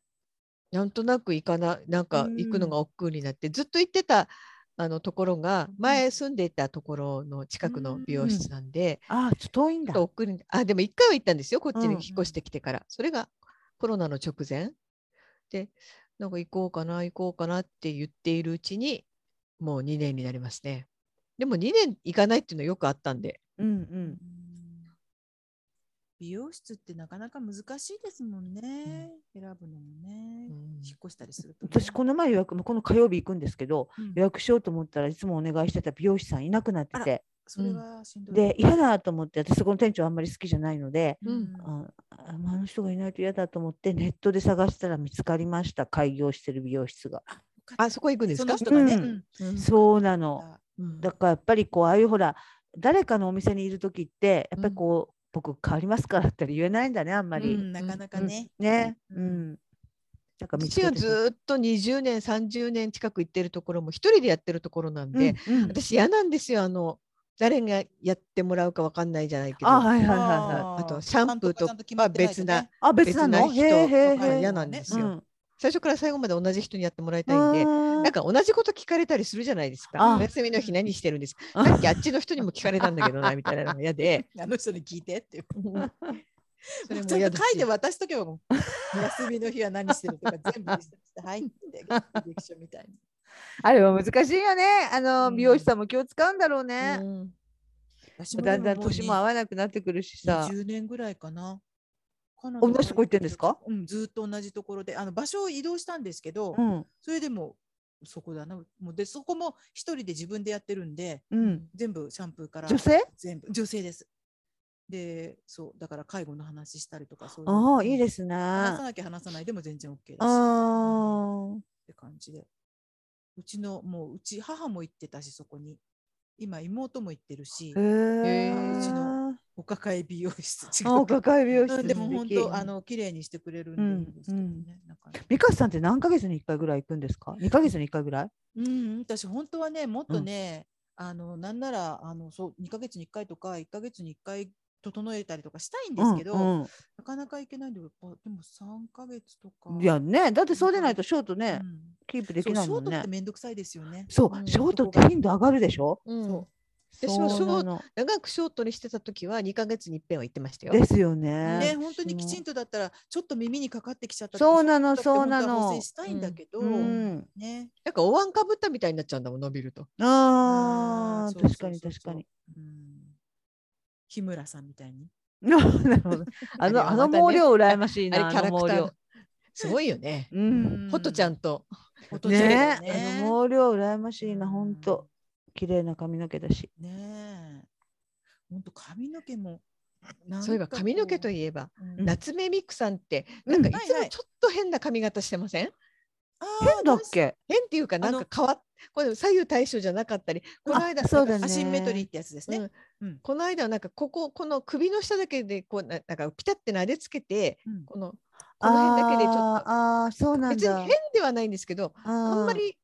C: なんとなく行かななんか行くのが億劫になって、ずっと行ってたあのところが前住んでいたところの近くの美容室なんで、
B: ああちょっと遠いん
C: ち
B: だ
C: ょっと億劫にあでも1回は行ったんですよこっちに
B: うん
C: 引っ越してきてから、それがコロナの直前でなんか行こうかな行こうかなって言っているうちにもう2年になりますねでも2年行かないっていうのよくあったんで
B: うんうん
A: 美容室ってなかなか難しいですもんね。選ぶのもね。引っ越したりするとね。
B: 私この前予約もこの火曜日行くんですけど
A: うん
B: 予約しようと思ったらいつもお願いしてた美容師さんいなくなってて
A: それはしんどい。
B: で、嫌だと思って、私そこの店長あんまり好きじゃないので、
A: うん、
C: うん
B: あああの人がいないと嫌だと思って、ネットで探したら見つかりました、開業してる美容室が。
C: あそこ行くんです
A: そ
C: か
A: の人がね、
B: うん
A: うん
C: うん
B: そうなの。
C: うん
B: だからやっぱりこうああいうほら誰かのお店にいる時ってやっぱ
C: う
B: り
C: ん
B: こう、僕変わりますからって言えないんだねあんま
A: う
B: り、
A: んなかなかね。
B: ね
A: う
B: うんん、だから見つ
C: 私
B: け
C: が
B: て
C: ずーっと20年30年近く行ってるところも一人でやってるところな
B: う
C: ん
B: ん
C: で、
B: うん
C: 私嫌なんですよあの誰がやってもらうかわかんないじゃないけど
B: あはいはいはいはい
A: あ
C: あとシャンプーと
A: ちゃん決まっていとね
C: まあ別な
B: あ別なの
C: 別な
B: へー
C: 人
B: へ
A: とか
B: ーへー
C: 嫌なんですよ、
B: うん
C: 最初から最後まで同じ人にやってもらいたいんで、なんか同じこと聞かれたりするじゃないですか。
B: あ
C: お休みの日何してるんですか。
B: あ
C: さっきあっちの人にも聞かれたんだけどなみたいなのが
A: (laughs)
C: 嫌で、
A: あの人に聞いてっていう。
C: それも
A: ちゃ
C: 嫌
A: ん
C: だ
A: と
C: し
A: 書いて渡しとけばもう、 (laughs) お休みの日は何してるとか全部リストして、はい
B: (laughs)
A: って、履歴書みたいに。
B: あれは難しいよねあの、
A: うん
B: 美容師さんも気を使うんだろうね、
C: うん
A: 私
B: だんだん年も合
A: わ
B: わなくなってくるしさ
A: 20年ぐらいかな。
B: 同じとこ行ってんですか
A: うん、ずっと同じところで、あの場所を移動したんですけど、
B: うん
A: それでもそこだな。もうで、そこも一人で自分でやってるんで、
B: うん
A: 全部シャンプーから
B: 女性
A: 全部女性です。で、そう、だから介護の話したりとか、そういう。
B: ああいいですすね
A: 話さ
B: あ
A: なきゃ話さないでも全然 OK だし。
B: ー
A: って感じで。うちの、もううち母も行ってたし、そこに。今、妹も行ってるし
B: へ、え
A: うちのお抱え美容室違
B: お
A: うけど。
B: 抱え美容室
A: うん、でも本
B: 素敵
A: 当、あの、綺麗にしてくれるんでいいんですけどね。なんかね
B: 美香さんって何ヶ月に1回ぐらい行くんですか ?2 ヶ月に1回ぐらい
A: うんうん、私、本当はね、もっとね、あの、なんなら、あの、そう、2ヶ月に1回とか、1ヶ月に1回整えたりとかしたいんですけど、
B: うんうん
A: なかなか行けないんで、やっぱでも3ヶ月とか。
B: いやね、だってそうでないとショートね、
A: うん
B: キープできない
A: そう
B: も
A: ショートっ
B: んね
A: て。めんどくさいですよね。
B: そうう、
C: ん
B: ショートって頻度上がるでしょ
C: うん私
B: そう
C: もショート
B: なの
C: 長くショートにしてた時は2ヶ月に一遍は行ってましたよ。
B: ですよね。
A: ね、本当にきちんとだったら、ちょっと耳にかかってきちゃったとか
B: そうなの
A: だって
B: そうなの
A: 本当は補正したいんだけど、
B: うん。
A: ね。
C: なんかお椀かぶったみたいになっちゃうんだもん伸びると。
B: あ
A: うん
B: あ、確かに
A: そうそ
B: 確か。
A: うそう
B: に。
A: そううん日村さんみたいに。
B: なるほど。あの、
C: あ
B: あ
C: れはまた
B: の
C: ね
B: 毛量羨ましい
C: あれキ
B: な、あ
C: ャラ
B: の
C: ク
B: 毛
C: ター
B: 量
C: の。すごいよね。
B: う。
A: うんん
C: ホトちゃんと
A: ほとちゃん
B: ね
A: だよ
B: え、
A: ね
B: あの毛量羨ましいな、ほんと。
A: う
B: 綺麗な髪の毛だし。
A: んねえ。本当髪の毛も。
C: そういえば髪の毛と
A: い
C: いえば
A: うん、
B: ん
C: 夏目ミクさんって
B: う
C: なんんかいつ
A: はいは
C: も
A: い
C: ちょっと変な髪型してません？
A: あー
B: 変だっけ
C: 変っていうかなんか変わっこれ左右対称じゃなかったりこの間
B: あそうだ
A: ア
B: ね。
A: シンメトリーってやつですね。
C: うん
A: うん
C: この間はなんかこここの首の下だけでこうななんかピタって撫でつけて
A: うん
C: このこの辺だけでちょっと
B: あーあーそうなんだ
C: 別に変ではないんですけど
B: あ
C: あんま
B: ー
C: り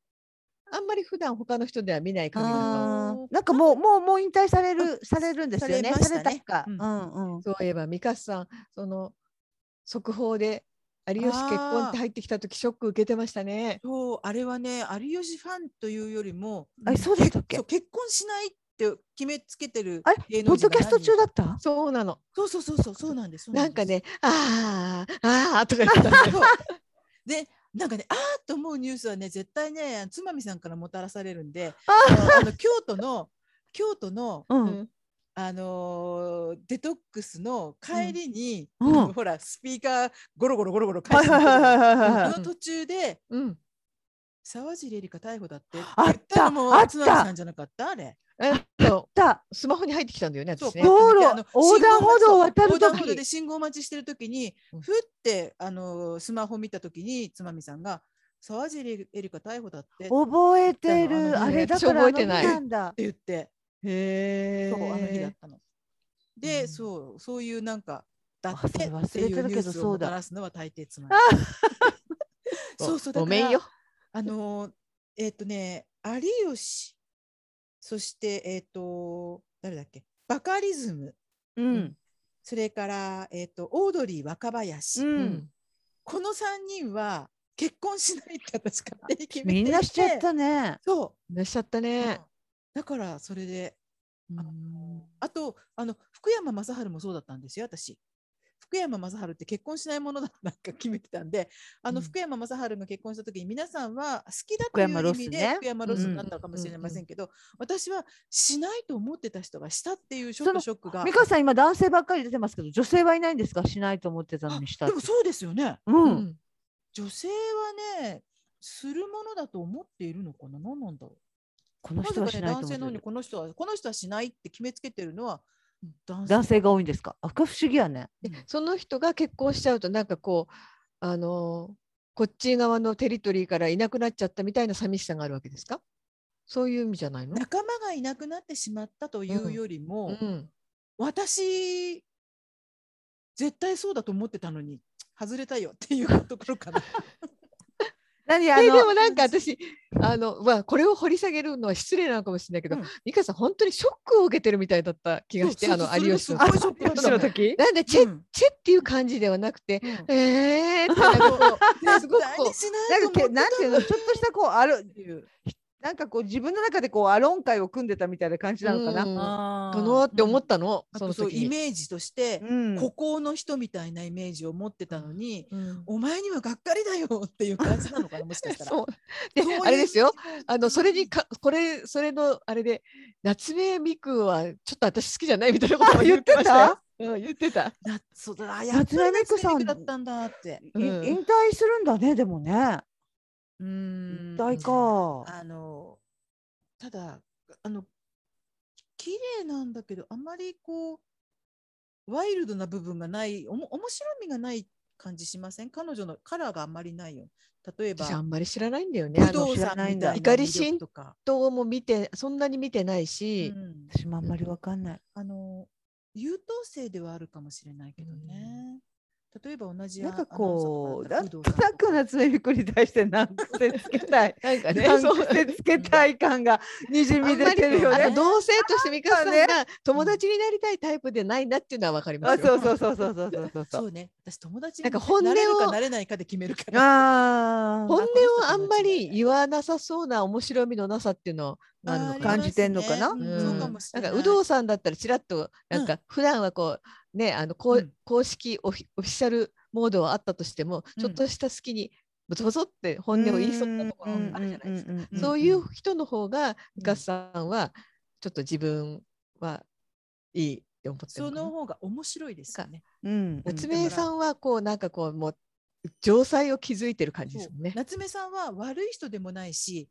C: あんまり普段他の人では見ない髪型を
B: あ
A: を
B: ーなんかもうもうもう引退されるされるんですよ
A: され
B: ね。
A: ま
B: さ
A: し
B: れ
A: たね
B: たか。
A: う
B: うんんうん。
C: そういえば美香さんその速報で有吉結婚って入ってきた時ショック受けてましたね。
A: そうあれはね有吉ファンというよりも
B: あれそうでしたっけ
A: そう結婚しないって決めつけてる
B: あれ
A: 芸
B: ポ
A: 能
B: ッ
A: 人
B: ド
A: が
B: キャ
A: 何人
B: スト中だった？
C: そうなの
A: そうそうそうそうそうなんですそう
C: なんか
A: です
C: ね「あーあー」とか言ってたんだよ
A: そう (laughs) でなんかねあーっと思うニュースはね絶対ねつまみさんからもたらされるんであのあの京都の京都の、
B: う。
C: うんん
A: あのーデトックスの帰りに、
B: うん
A: あのほらスピーカーゴロゴロゴロゴロ返
B: はい
A: し
B: はいはいはいはいは
A: あ
B: い。
A: の途中で
C: うん
A: 沢尻エリカ逮捕だってって
B: あ
A: 言
B: った
A: ったのも
B: あった
A: つまみさんじゃなかったあれ
C: えっと
B: だ
C: スマホに入ってきたんだよね、
A: そう
C: 私ね。
B: どう道路
A: あの
B: 横断歩道を渡る時
A: 信号待ちそう横断歩道で信号待ちしてる時に、
C: うん
A: ふってあのスマホ見た時につまみさんが沢尻エリカ逮捕だってって
B: 覚えて
A: あの
B: る
A: ね
B: あれだからあ
C: 私覚え
B: の
C: て
B: 日
C: ない
B: なんだ。
A: 言って、
C: へ
A: そうあの日だっ
C: え。
A: たの。で、
C: うん
A: そうそういうなんかだ
B: あ
A: っ
B: そ
A: て
B: れ忘れ
A: っててい
B: るけど
A: うニュースを
B: そ
A: も
B: うだ
A: たらすのは大抵つまり。 (laughs) そうそうだ
C: ご
A: から
C: めんよ。
A: あのーえっ、とね有吉そしてえっ、と誰だっけバカリズム
B: うんん
A: それからえっ、とオードリー若林、
B: う。
C: うんん
A: この三人は結婚しないって私勝手に決めてい
B: み
A: て
B: んなしちゃったね。
A: そう
C: 寝しちゃった
A: うん
C: ね。
A: だからそれであの
C: うん
A: あとあの福山雅治もそうだったんですよ私福山雅治って結婚しないものだとなんか決めてたんであの
C: うん
A: 福山雅治が結婚した時に皆さんは好きだと
B: 福
A: い
B: 山
A: う意
B: ロス
A: 味で
B: ね
A: 福山ロス
B: うん
A: になったのかもしれませんけど、私はしないと思ってた人がしたっていうショッ
B: そ
A: ク
B: の
A: ショックが
B: 美香さん今男性ばっかり出てますけど女性はいないんですか？しないと思ってたの
A: あ
B: にしたっ
A: で
B: て。
A: もそうですよね
B: う。
C: うんん
A: 女性はねするものだと思っているのかな何なんだろ
B: この
A: な
B: 人
A: ぜ
B: は
A: か
B: し
A: ね、
B: ないと
A: 男
B: 思
A: 性の方
B: って
A: に
B: る
A: この人は、この人はしないって決めつけてるのは男性
B: 男性が多いんですかあ不思議やね。
C: その人が結婚しちゃうとなんかこうあのこっち側のテリトリーからいなくなっちゃったみたいな寂しさがあるわけですかそういう意味じゃないの、
A: 仲間がいなくなってしまったというよりも、
C: うん、
A: 私絶対そうだと思ってたのに外れたよっていうところ
C: (laughs)
A: かな。
B: 何
C: え
B: あ
C: で
B: の
C: もなんか私あの、まあ、これを掘り下げるのは失礼なのかもしれないけど、
A: うん
C: 美香さん本当にショックを受けてるみたいだった気がして
A: そう
C: あ
A: そう
C: の
A: それ
C: 有吉の
A: がすごいショックだった
C: 有吉の時なんでチェ,、
A: うん
C: チェっていう感じではなくて、
A: うん
C: えーってなんかこうすご
A: 絶
C: く
A: 対
C: こ
A: に
C: う
A: し
B: な
A: ないと
B: ん
A: 思
B: かけ
A: ってた
B: なんていうのちょっとしたこうある
A: っていう。
B: なんかこう自分の中でこうアロン会を組んでたみたいな感じなのかな。
C: うん
A: あ
C: かなって思ったの、
A: あ
C: そ
A: と
C: の
A: そう
C: 時
A: イ
C: に。
A: メージとして、
B: うん
A: 孤高の人みたいなイメージを持ってたのに、
C: うん
A: お前にはがっかりだよっていう感じなのかなもしかしたら。
C: (laughs) そうで
A: そういう
C: あれですよ。あのそれ
A: う
C: に
A: ん
C: かこれそれのあれで夏目みくはちょっと私好きじゃないみたいなことを言ってましたよ。うん言ってた。
A: なそうだあやっ
B: 夏
A: ぱ
B: 目
A: り
B: みくさ
A: 夏目
B: ん
A: みくだったんだって。
B: い
C: うん
B: 引退するんだねでもね。
A: う
B: 引
A: ん
B: 退か。
A: あのただあの綺麗なんだけどあまりこうワイルドな部分がないおも面白みがない感じしません彼女のカラーがあんまりないよ例えば
C: 私あんまり知らないんだよね。
A: 不
C: あの
A: 動
B: 知ら
A: 産
B: ないん
A: み
B: だ
A: たいな
C: 怒り
A: 魅力
C: 心
A: とか、
C: 人も見てそんなに見てないうし、
A: ん
B: 私もあんまりわかんない。
A: あの優等生ではあるかもしれないけどね、例えば同じ
B: なんか
A: アナウンサー
B: こう
A: だっ
B: なん
A: た
B: と
A: ら
B: な
A: 不動産
B: く
A: とか
B: 夏目みくに対してなんか癖つけたい。
C: なんかね、
B: なん
C: そう
B: か癖つけたい感がにじみ出てるよ
C: あんまりあ
B: ね
C: の。同性としてみかさん
B: なん
C: が友達になりたいタイプでないなっていうのはわかりま
B: あ
C: すよ。
B: そうそうそうそうそうそうそうそ。
A: そううね私友達
C: な
A: に
C: んか本音を
A: なれるかなれないかで決めるから
B: あ
C: 本音
B: あ
C: をあんまり言わなさそうな面白みのなさっていうのがあるのかな
B: 感じてんのかな
A: ありますね
C: うん
A: そうかもしれない。
C: んか有働さんだったらちらっとなんか普段はこうねあのこう、
A: うん
C: 公式オフィオフィシャルモードはあったとして
A: う
C: も、
A: ん
C: ちょっとした隙にボソボソって本音を言いそうなところあるじゃないですか。
B: か
A: うん
C: そういう人の方が
A: ん
C: ガスさんはちょっと自分はいいって思ってる
A: そ
C: のかな
A: の方が面白いですよね。
B: うん
C: 夏目さんはこうなんかこうもう城塞を築いてる感じですもんね。
A: 夏目さんは悪い人でもないし、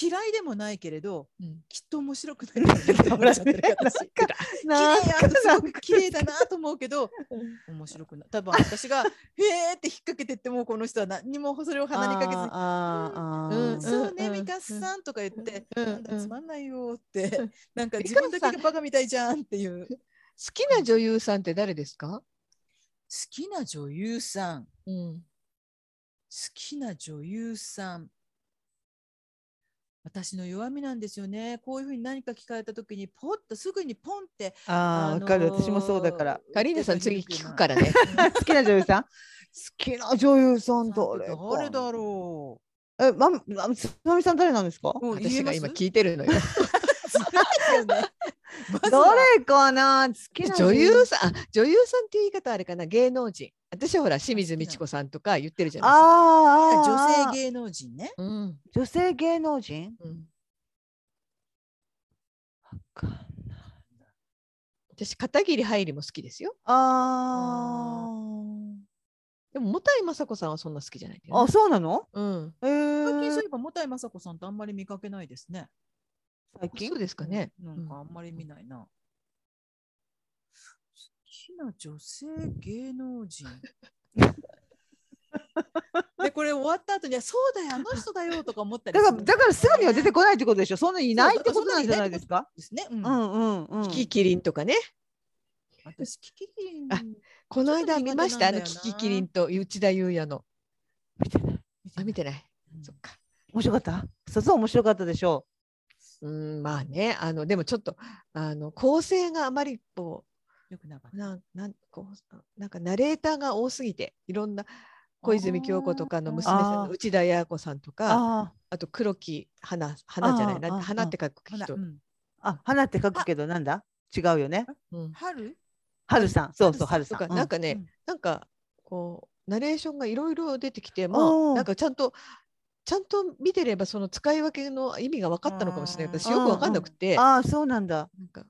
A: 嫌いでもないけれど、 (laughs)
C: うん
A: きっと面白くないって思っちゃって
C: (laughs)
A: る私綺
B: なんか
A: 麗あとすごく綺麗だなと思うけど、面白くない。多分私が、へ (laughs) えって引っ掛けてって、もうこの人は何にもそれを鼻にかけずに、
B: あーあ
C: うん
B: ー
C: う
B: あー
A: そうね、
C: ん
A: ミカスさんとか言って、
C: うん
A: なんだ
C: うん
A: つまんないよって
C: うん、
A: なんか
C: ミ
A: 自
C: カスさん
A: 分だけがバカみたいじゃんっていう。好
C: 好きな女優さんって誰ですか？
A: きな女優さん。
C: うん。
A: 好きな女優さん。私の弱みなんですよね。こういうふうに何か聞かれたときに、ポッとすぐにポンって。
B: あーわかる私もそうだから。
C: カリーナさん次聞くからね。
A: ら。
B: 好きな女優さん好きな女優さん
A: ど
B: 誰
A: れ
B: か
A: だろ
B: えままつまみさん誰なんですか
A: (laughs) う。もう言え
C: 私
A: ま
C: が
A: す
C: 今聞いてるのよ。
A: そう (laughs) だよねまずは
B: (laughs) 誰かな好きな
C: 女優さん、あ女優さんっていう言い方あれかな、芸能人。私はほら清水美智子さんとか言ってるじゃない
B: あーあー
A: 女性
B: あー
A: 芸能人ね。
C: ですか。
B: 女性芸能人
C: うん。うん。
A: あ
C: 私片桐はいりも好きですよ。
B: あ
C: でも、もたいまさこさんはそんな好きじゃないんだ
B: あ
C: よ
B: あ
C: ね、
B: そうなの
C: うん。
B: え
A: 最近そう
B: ー
A: いえば、もたいまさこさんとあんまり見かけないですね。
B: 最近
C: そうですかね。
A: うんなんかあんまり見ないな。好きな女性芸能人。
B: (laughs)
A: で、これ終わった後に、あそうだよ、あの人だよとか思ったり
B: だ
A: す
B: か
A: る
B: ら
A: んですよね、
B: だからすぐには出てこないってことでしょそんなにいないってことなんじゃないですか
A: ですね。うん。
B: うんうんうん
C: キキキリンとかね。
A: 私、キキキリン
C: あこの間見まし
A: ち
C: た、
A: ょ
C: あ
A: っと苦手なんだ
C: の
A: よな
C: キキキリンと内田裕也の。あ、見
A: 見て
C: てない。
A: ない
C: そっか。
B: 面白かったそうそう面白かったでしょ
C: うん、まあね、あの、でもちょっと、あの、構成があまり、こう。
A: よくなかった。
C: なんなんこうなんかナレーターが多すぎていろんな小泉今日子とかの娘さん
B: あ
C: の
B: ー
C: 内田彩子さんと
B: う
C: かあ
B: あ
C: と黒木花花じゃ
B: あ
C: ない
B: ー
C: な
B: あー
C: 花って書く
A: ほら
C: 人、
A: うん
B: ーあ花って書くけどなんだ違うよね
C: うん
A: 春
B: 春さんそうそう
A: 春
B: 春
A: さ
B: さ
A: ん
B: ん
C: とか
B: うん
C: なんかね、
A: うん
C: なんかこうナレーションがいろいろ出てきて
B: お
C: も
B: ー
C: なんかちゃんとちゃんと見てればその使い分けの意味が分かったのかもしれない
A: あー
C: 私よく分かんなくて
B: ああそうなんだ
C: なんか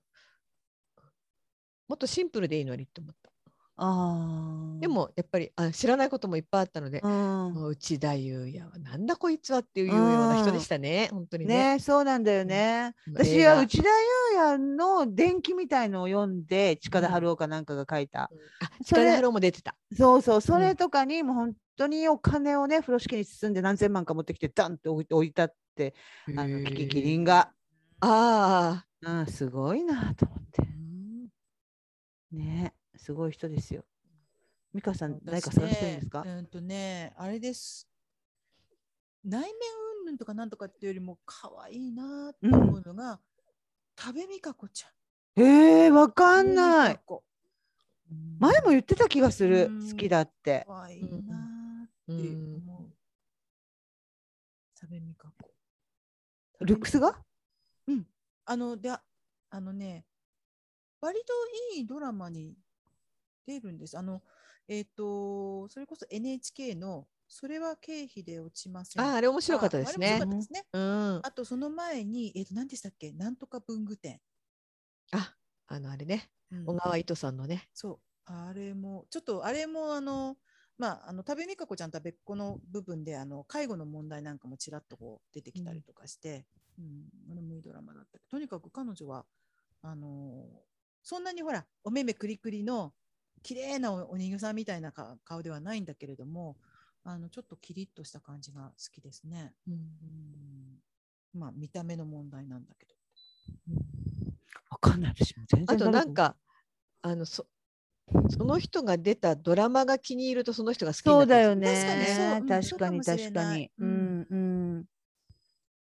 C: もっとシンプルでいいのにって思った。
B: ああ。
C: で、もやっぱりあ知らないこともいっぱいあったので
B: う、ん。
C: もう内田裕也はなんだこいつはっていうような人でしたね、本当にね。
B: ね、そうなんだよね。
C: まあ
B: 私
C: 映画
B: は内田裕也の伝記みたいのを読んで、近田春夫かなんかが書いた。
C: あ、
B: そ
C: 力
B: れ
C: ハローも出てた。
B: そうそう、それとかにもう本当にお金をね、風呂敷に包んで何千万か持ってきて、ダンって置い置いたって、あの、キキキリンが。
C: あ
B: うん、すごいなと思って
C: あ。。
B: ね、すごい人ですよ。美香さん、誰か
A: 私ね
B: 探してるんですか
A: う。んとね、あれです。内面云々とかなんとかっていうよりも可愛いなと思うのが、多部未華子ちゃん。
B: ええー、わかんな
A: 多部未華
B: い。
A: 子。
B: 前も言ってた気がする
A: う。ん
B: 好きだって。
A: 可愛いな
C: う
A: って
C: ん。
A: 思う。多部未華子。
B: ルックスが。
A: あの、で、ああのね、割といいドラマに出るんです。あの、えっ、と、それこそ NHK の、それは経費で落ちません
C: あ
A: か。
C: あ、あれ面白かったです
A: ああれ面
C: ね
A: 白。かったですね。
C: うん。
A: あと、その前に、えっ、と、何でしたっけなんとか文具店。
C: あ、あのあれね、
A: うん
C: 小川糸さんのね。
A: そう。あれも、ちょっと、あれも、あの、まあ、あの多部未華子ちゃんとは別個の部分であの介護の問題なんかもちらっとこう出てきたりとかして、うんあれもいいドラマだったけどとにかく彼女はあのーそんなにほらお目目くりくりの綺麗なおお人形さんみたいなか顔ではないんだけれどもあのちょっとキリッとした感じが好きですね、うん、まあ見た目の問題なんだけど。
B: わかんない。私も全然
C: あと
B: 誰
C: なん。か、あのそその人が出たドラマが気に入るとその人が好きに
B: そ
C: な
B: う
C: った
B: だ
C: り
B: よ
A: 確
B: ね。
A: かに
B: 確
A: そう
B: か
A: う
B: に、
A: んそうかもし
B: 確
A: れ
B: か
A: ない
B: に。うん、うん。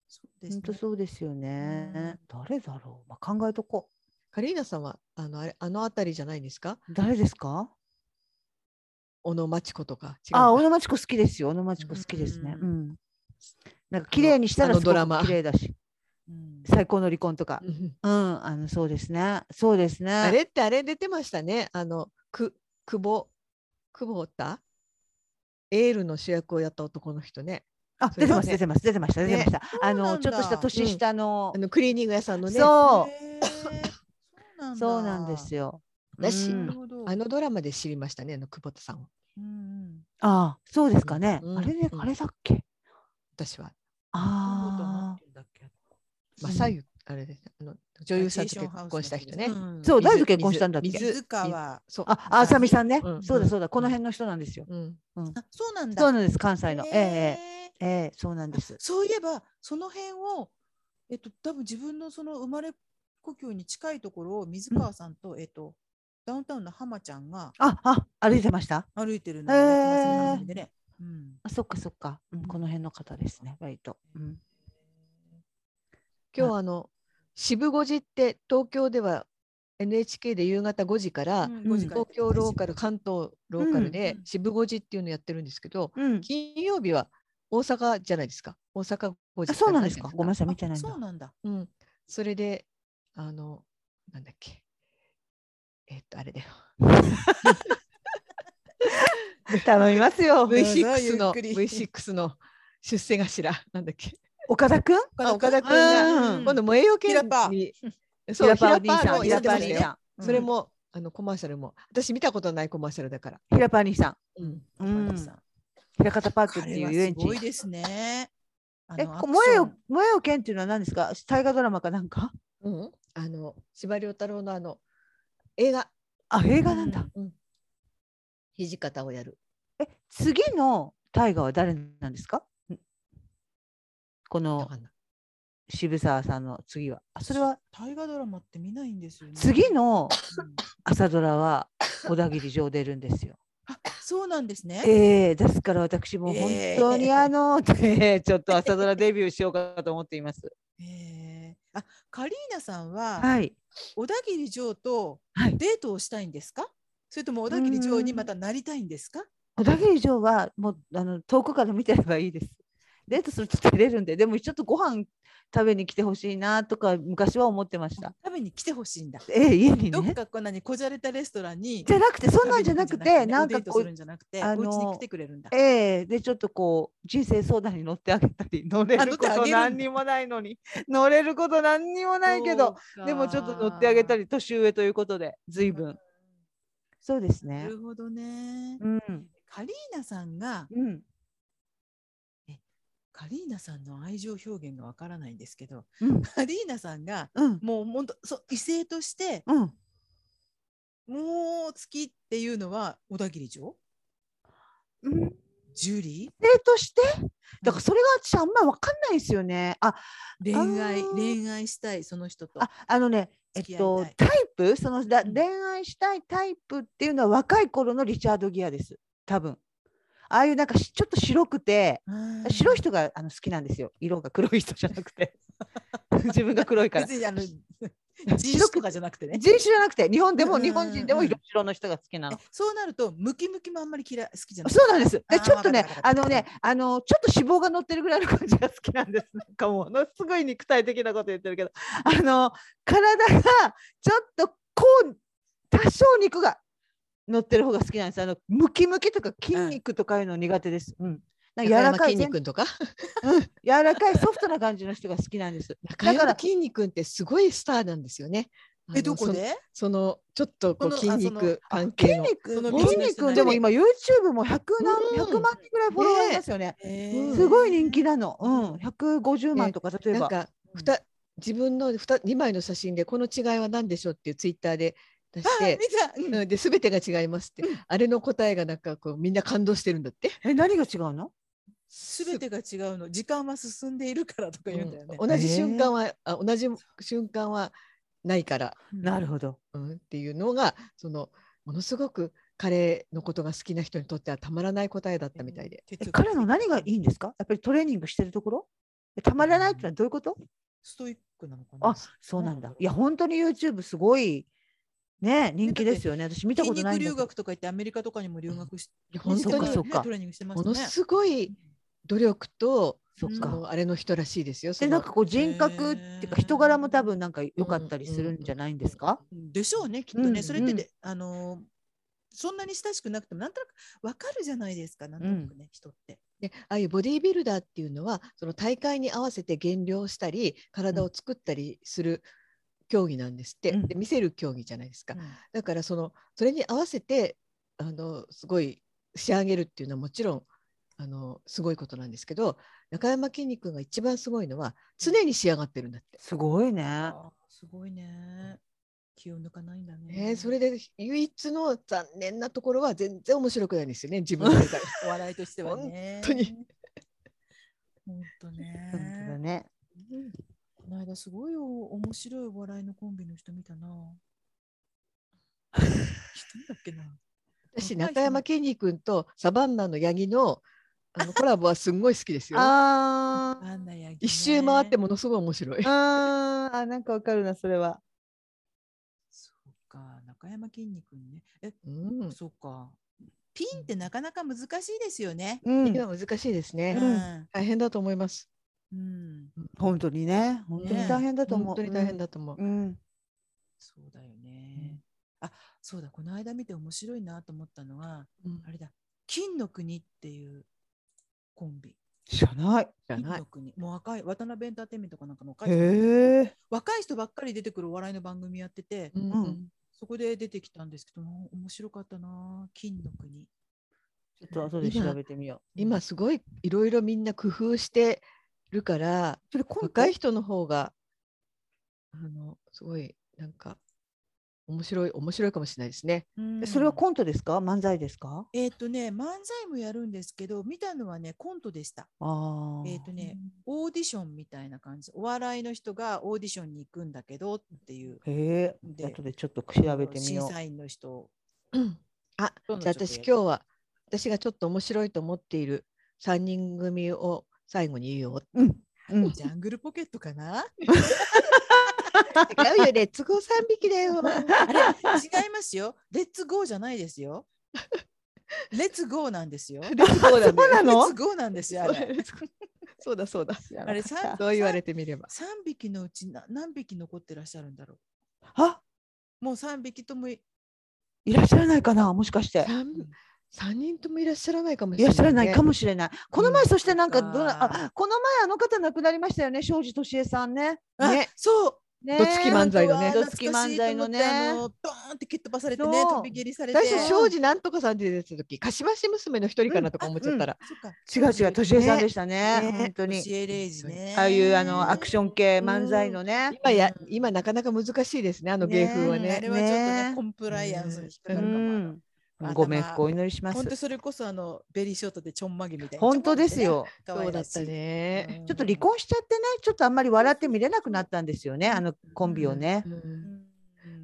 A: そうです
B: 本
A: ね
B: 当そうですよね。誰だろう。まあ、考えとこ
C: カリーナさんはあのあれあの辺りじゃないんですか
B: う。誰ですか。
C: 小野真知子とか違う
B: あ、小
C: か
B: 野真知子好きですよ。小野真知子好きですね。
A: う
B: うんん。なんか綺麗にした
C: あ
B: ら
C: の
B: すご
C: ドラマ
B: く綺麗だし、
A: うん
B: 最高の離婚とか。
C: うん
B: うん、あのそうですね。そうですね。
C: あれってあれ出てましたねあのく久保久保田エールの主役をやった男の人ね
B: あ、
C: それ
B: 出てます、
C: ね
B: 出てます、出てました、出てました。あ
A: そうな
B: の、
A: ん
B: ちょっとした
A: だ
B: 年下の
C: あ。のクリーニング屋さんのね
B: そ
A: へーそうなんだ
B: う、そうなんですよ。
C: だし
B: うん
A: なるほど
C: あのドラマで知りましたねあの久保田さんを
A: うんうん
B: ああ、そうですかね。
C: うん
B: あれね、
C: うん
B: あれだっけ。
C: 私は
A: なん
B: あ
A: て言うんだっけ
C: まあ左右あれですねあの女優さんと
A: ジェイソンハウス
C: 結
A: の
C: 婚した人ね
A: 人ですねうん
B: あ。そう、
C: 水
B: 誰と結婚したんだっ
C: 水
B: け。
A: 水川。
C: そう
B: あ、あさみさんね
C: う。ん
B: そう
C: う
B: だ、
C: ん
B: そうだ、この辺の人なんですよ。
C: うん
A: あ、そうなんだ。
B: そうなんです、関西の。ええ
A: へ
B: え
A: ー
B: えええ、そうなんです。
A: そういえば、その辺を、えっと、多分自分のその生まれ故郷に近いところを水川さんと、えっと、ダウンタウンの浜ちゃんが
B: あ、あ、歩いてました。
A: 歩いてるのをやってますね
B: へー
A: 番組でね。うん。
B: あ、そっか、そっか。うん、この辺の方ですね、割と。うん。
C: 今日はあの渋5時って東京では NHK で夕方5時から、
A: うん
B: うん
A: 5時から
C: 東京ローカル関東ローカルで
A: うん
C: 渋5時っていうのやってるんですけど、
B: うん。
C: 金曜日は大阪じゃないですか大阪5時
B: あ、そうなんですか。ごめんな
C: さ
B: さい、見てないん
A: あそ
B: だ
A: う。なんだ。
C: い、うん、それであのなんだっけえっとあれだよ
B: (laughs) 頼みますよ。
C: V6 の
A: ゆっくり
C: V6 の出世頭なんだっけ
B: 岡田くん。
C: あ岡田君
B: が
A: うん
C: 今度も栄養系
A: ピラパー
C: に
B: ひ
C: そう
B: らぱお兄
C: ひら
B: さ
C: ぱ
B: ん。
C: も
B: ひら
C: やって
B: ぱお
C: まし
B: 兄
C: たよ
B: さん。
C: それもあのコマーシャルも私見たことないコマーシャルだから。
B: ひらぱ兄さ
C: うん、
B: ん。
A: 岡田
B: うん。
A: さん
B: ひらかたパークって
A: 彼
B: いう
A: は
B: 遊
A: す
B: 園
A: ごい
B: 地。
A: ですね。あ
B: え、
A: のア
B: こ
A: クション
B: 萌えよ、萌えよ剣っていうのは何ですか。大河ドラマかなんか。
C: うん、あの司馬遼太郎のあの映画
B: あ、映画なんだ。
C: 土方をやる。
B: え、次の大河は誰なんですか。んこ
C: わ
B: の
C: かんない
B: 渋沢さんの次は。あそれは
A: 大河ドラマって見ないんですよね。
B: 次の
A: うん
B: 朝ドラは小田切城出るんですよ。
A: あ、そうなんですね。
B: ええですから私も本
A: ええ
B: 当にあの、 (laughs) ええちょっと朝ドラデビューしようかと思っています。
A: えー、あカリーナさん (laughs) は
B: はい。
A: 小田切城と
B: はい
A: デートをしたいんですか、それとも小田切城にまたなりたいんですか
B: 小田切城はもうあの遠くから見てればいいです。 (laughs) デートすると照れるんで、でもちょっとご飯食べに来てほしいなとか昔は思ってました。
A: 食べに来てほしいんだ。
B: ええ家に
A: どっ
B: ね。
A: かこんなにこじゃれたレストランに
B: じゃなくてそんなんじゃなくて
A: な
B: なんん
A: か
B: か
A: こ
B: こ
A: うデートする
B: うん
A: じゃなくて、
B: あの
A: お家に来てくれるんだ。
B: ええでちょっとこう人生相談に乗ってあげたり乗れ
A: あ乗っ
B: る
A: て
B: こ
A: あげる
B: と
A: んだ
B: 何にもないの
A: (laughs)
B: に乗れること何にもないけど
A: そうか
B: でもちょっと乗ってあげた。り年上ということで随分そうです
A: な
B: ね
A: る。ほどね。
B: うん。
A: カリーナさんが、
B: うん。
A: カリーナさんの愛情表現がわからないんですけど、 (laughs)
B: うん。
A: カリーナさんが、
B: うん。
A: もう本当、そう異性として、
B: うん。
A: もう好きっていうのは小田切城
B: うん。
A: ジュリ
B: 例としてだからそれが私あんまりわかんないんですよね。あ、
A: ー恋愛
B: あー
A: 恋愛したいその人と
B: あ、あのね、え
A: 付き
B: っ
A: 合
B: と
A: いたい、
B: タイプ、そのだ
A: うん
B: 恋愛したいタイプっていうのは若い頃のリチャード・ギアです。多分。ああいうなんかしちょっと白くて、
A: うん
B: 白い人があの好きなんですよ。色が黒い人じゃなく
A: (laughs)
B: て。自分が黒いから。
A: 別に
B: (laughs)
A: あの人
B: 白
A: 種
B: く
A: とかじゃなくてね
B: 人種じゃなくて、日本で
A: う
B: も
A: ん
B: 日本人でも
A: うん
B: 色白の人が好きな
A: え
B: の。
A: そうなるとムキムキもあんまり嫌い好きじゃない
B: そうなんです。
A: あ
B: で、
A: ー
B: ちょっとね
A: わかった、わ
B: あ
A: かった
B: のね、あの、ちょっと脂肪が乗ってるぐらいの感じが好きなんです。なんかもう、ものすごい肉体的なこと言ってるけど、あの、体がちょっとこう、多少肉が乗ってる方が好きなんです。あの、ムキムキとか筋肉とかいうの苦手です。うん。なんか柔らかい、
C: 中山きんに君とか
B: 全柔らかいソフトな感じの人が好きなんです。
C: 中
B: だか
C: 山
B: ら
C: きんに君ってすごいスターなんですよね。あの
A: えどこで
C: そそのちょっとこ
A: この
C: う
A: あ
C: 筋肉
B: あ
C: 関係
B: 筋
C: の。
A: そ
B: 肉、
A: の
B: 筋
A: ビジネス
B: 肉でも今 YouTube も100
C: うん
B: 何、100万人ぐらいフォロワーいますよね。
C: うん
B: すごい人気
A: だ
B: なの。うん、150万とか例え
C: なん
B: ば。
C: かふた自分の 2, 二枚の写真でこの違いは何でしょうっていうツイッターで出して。
A: 見た
C: うん、で全てが違いますって、あれの答えがなんかこうみんな感動してるんだって、
B: え、何が違うの？
A: すべてが違うの時間は進んでいるからとか言うんだよね
C: うん同じ瞬間は、あ同じ瞬間はないから、
B: なるほど。
C: うん、っていうのがそのものすごく彼のことが好きな人にとってはたまらない答えだったみたいで、
A: 哲
B: え、
A: 学
B: 彼の何がいいんですか？やっぱりトレーニングしてるところ？えたまらないってのはどういうこと？
A: ストイックなのかな
B: あそうなんだ
A: ろ。う
B: いや、本当に YouTube すごいね人気ですよね。私見たこ
A: 筋
B: とない
A: 肉
B: んだ
A: 留
B: けど。
A: 学とか言ってアメリカとかにも留学して
C: いや本
B: そ
C: 当
B: うか
C: に
B: そうか
A: ねトレーニングしてま
C: も
A: した
C: の
A: ね
C: すごい努力と
B: そっ
A: うん
C: あ
B: か。
C: のあれの人らしいですよ。そ
B: で、
C: の
B: なんかこう人格っていうか人柄も多分なんか良かったり
C: うん
B: するんじゃないんですか？
A: でしょうねきっとね、
B: うん
A: それってで、
B: う
A: あのーそんなに親しくなくてもなんとなくわかるじゃないですかなんとなくね、人って。
C: でああいうボディービルダーっていうのはその大会に合わせて減量したり体を作ったりする競技なんですって、
B: うん
C: で見せる競技じゃないですか、だからそのそれに合わせてあのすごい仕上げるっていうのはもちろんあのすごいことなんですけど中山きんに君が一番すごいのは常に仕上がってるんだって。
B: すごいね。
A: あすごいね気を抜かないんだね。
C: ねそれで唯一の残念なところは全然面白くないんですよね自分の世
B: (laughs)
C: 界
A: お (laughs) 笑いとしてはね。
C: 本当に。
A: 本当ね。
B: 本当だね。
A: この間すごいお面白いお笑いのコンビの人見たな。
C: (laughs)
A: 人だっけな。若
C: 私
A: い人
C: 中山きんに君とサバンナの八木のあのコラボはすんごい好きですよ。
B: あ
A: (laughs)
B: ー
A: あんなやぎね
C: 一周回ってものすごい面白い。
B: あーあなんかわかるなそれは。
A: そうか中山きんに君ね。え
C: うん、
A: そうか。ピンってなかなか難しいですよね。
B: うん。
C: 今難しいです
A: う
C: ね、
A: ん。
C: 大変だと思います。
A: うん。
B: 本当にね。本当
A: ね
B: に大変だと思う。
C: 本当に大変だと思う。
B: うん。
A: そうだよね。あ、そうだ。この間見て面白いなと思ったのは、
C: うん
A: あれだ。金の国っていうコンビ。
B: 知らない。
C: じゃ
A: 金
C: ない
A: の。国。もう若い渡辺エンターテインメントかなんかの若い
B: へえ。
A: 若い人ばっかり出てくるお笑いの番組やってて、
C: うん
B: うん
C: うん
A: そこで出てきたんですけども、面白かったな。金の国。
B: ちょっと後で
C: 今
B: 調べてみよう。
C: 今すごいいろいろみんな工夫してるから
B: それ今
C: 若い人の方があのすごいなんか面白い面白いかもしれないですね。
A: うん
B: それはコントですか？漫才ですか？
A: えっ、とね、漫才もやるんですけど、見たのはね、コントでした。
B: ああ。
A: えっ、とね、オーディションみたいな感じ。お笑いの人がオーディションに行くんだけどっていう。
B: へえ。
A: で
B: 後でちょっと調べてみ
A: 審
B: よ
A: 査員の人。
C: あ
A: どん
C: じ
A: な人とや
C: ゃあ
A: る
C: 私今日は私がちょっと面白いと思っている3人組を最後に言おう。
B: う。うん。うん。
A: ジャングルポケットかな
C: 違うよレッツゴー3匹
B: (laughs)
C: だよ。
A: (laughs) あれ、違いますよ。レッツゴーじゃないですよ。レッツゴーなんですよ。 (laughs) レッ
C: そうだね
B: そうなの
A: ツゴーなんですよ。あれ、
C: そうだそうだ。
A: あれさ
C: そう言われてみれば。
A: 3匹のうちな何匹残ってらっしゃるんだろ
B: あ、
A: う。もう3匹ともい
B: いらっしゃらないかな？もしかして。
C: 三三人ともいらっしゃらないかもし
B: い
C: れ
B: ら
C: な
B: っ
C: い、
B: しゃらないかもしれない。この前、
A: うん
B: そしてなんか
A: そっか
B: どなあこの前あの方亡くなりましたよね、庄司敏恵さんね。
A: あ
C: ね
A: そう
B: ね
C: どつき漫才のね
A: 本当は懐かしいと思って
B: どつき漫才のね
A: あのドーンって蹴っ飛ばされてね、
B: そう
A: 飛び蹴りされて。
C: 最初庄司なんとかさんって出てた時かしまし娘の一人かなとか思っちゃったら、
A: そっか
B: 違う違う、としえさんで
A: し
B: したね。
A: ね
B: 本当に。
A: 教えレジね。
B: ああいうあのアクション系漫才のね。
C: 今や今なかなか難しいですねあの芸風は
A: うんあ
C: ね
A: れはちょっとね
B: ね、
A: コンプライアンスに引っかか
B: う
A: るかも。
B: ん。ご冥福をお祈りします
A: 本。当それこそあのベリーショートでちょんまげみたいな。
B: 本当です。よ。
A: 可
C: そ
A: 愛
C: うだ
A: ら
C: っ
A: したい。
C: ね、
B: ちょっと離婚しちゃってね、ちょっとあんまり笑って見れなくなったんですよね、
A: うん
B: あのコンビをね
C: う。ん
A: うん。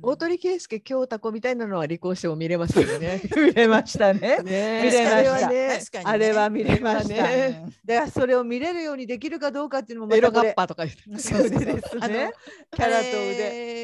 C: 大鳥圭介京太子みたいなのは離婚しても見れますけどね
B: (laughs) 見れましたね。
C: ね
B: 見れました
C: あれはね
A: 確かにね
B: あれは見れまし
C: 見れ
B: た。
C: ま
B: だ
C: し
B: か
C: た
A: うん
B: らそれを見れるようにできるかどうかっていうのもま
C: エ
B: た
C: ロ
B: こ
C: ガ
B: れ
C: ッパーとか言って
B: そうですね。キャラと腕。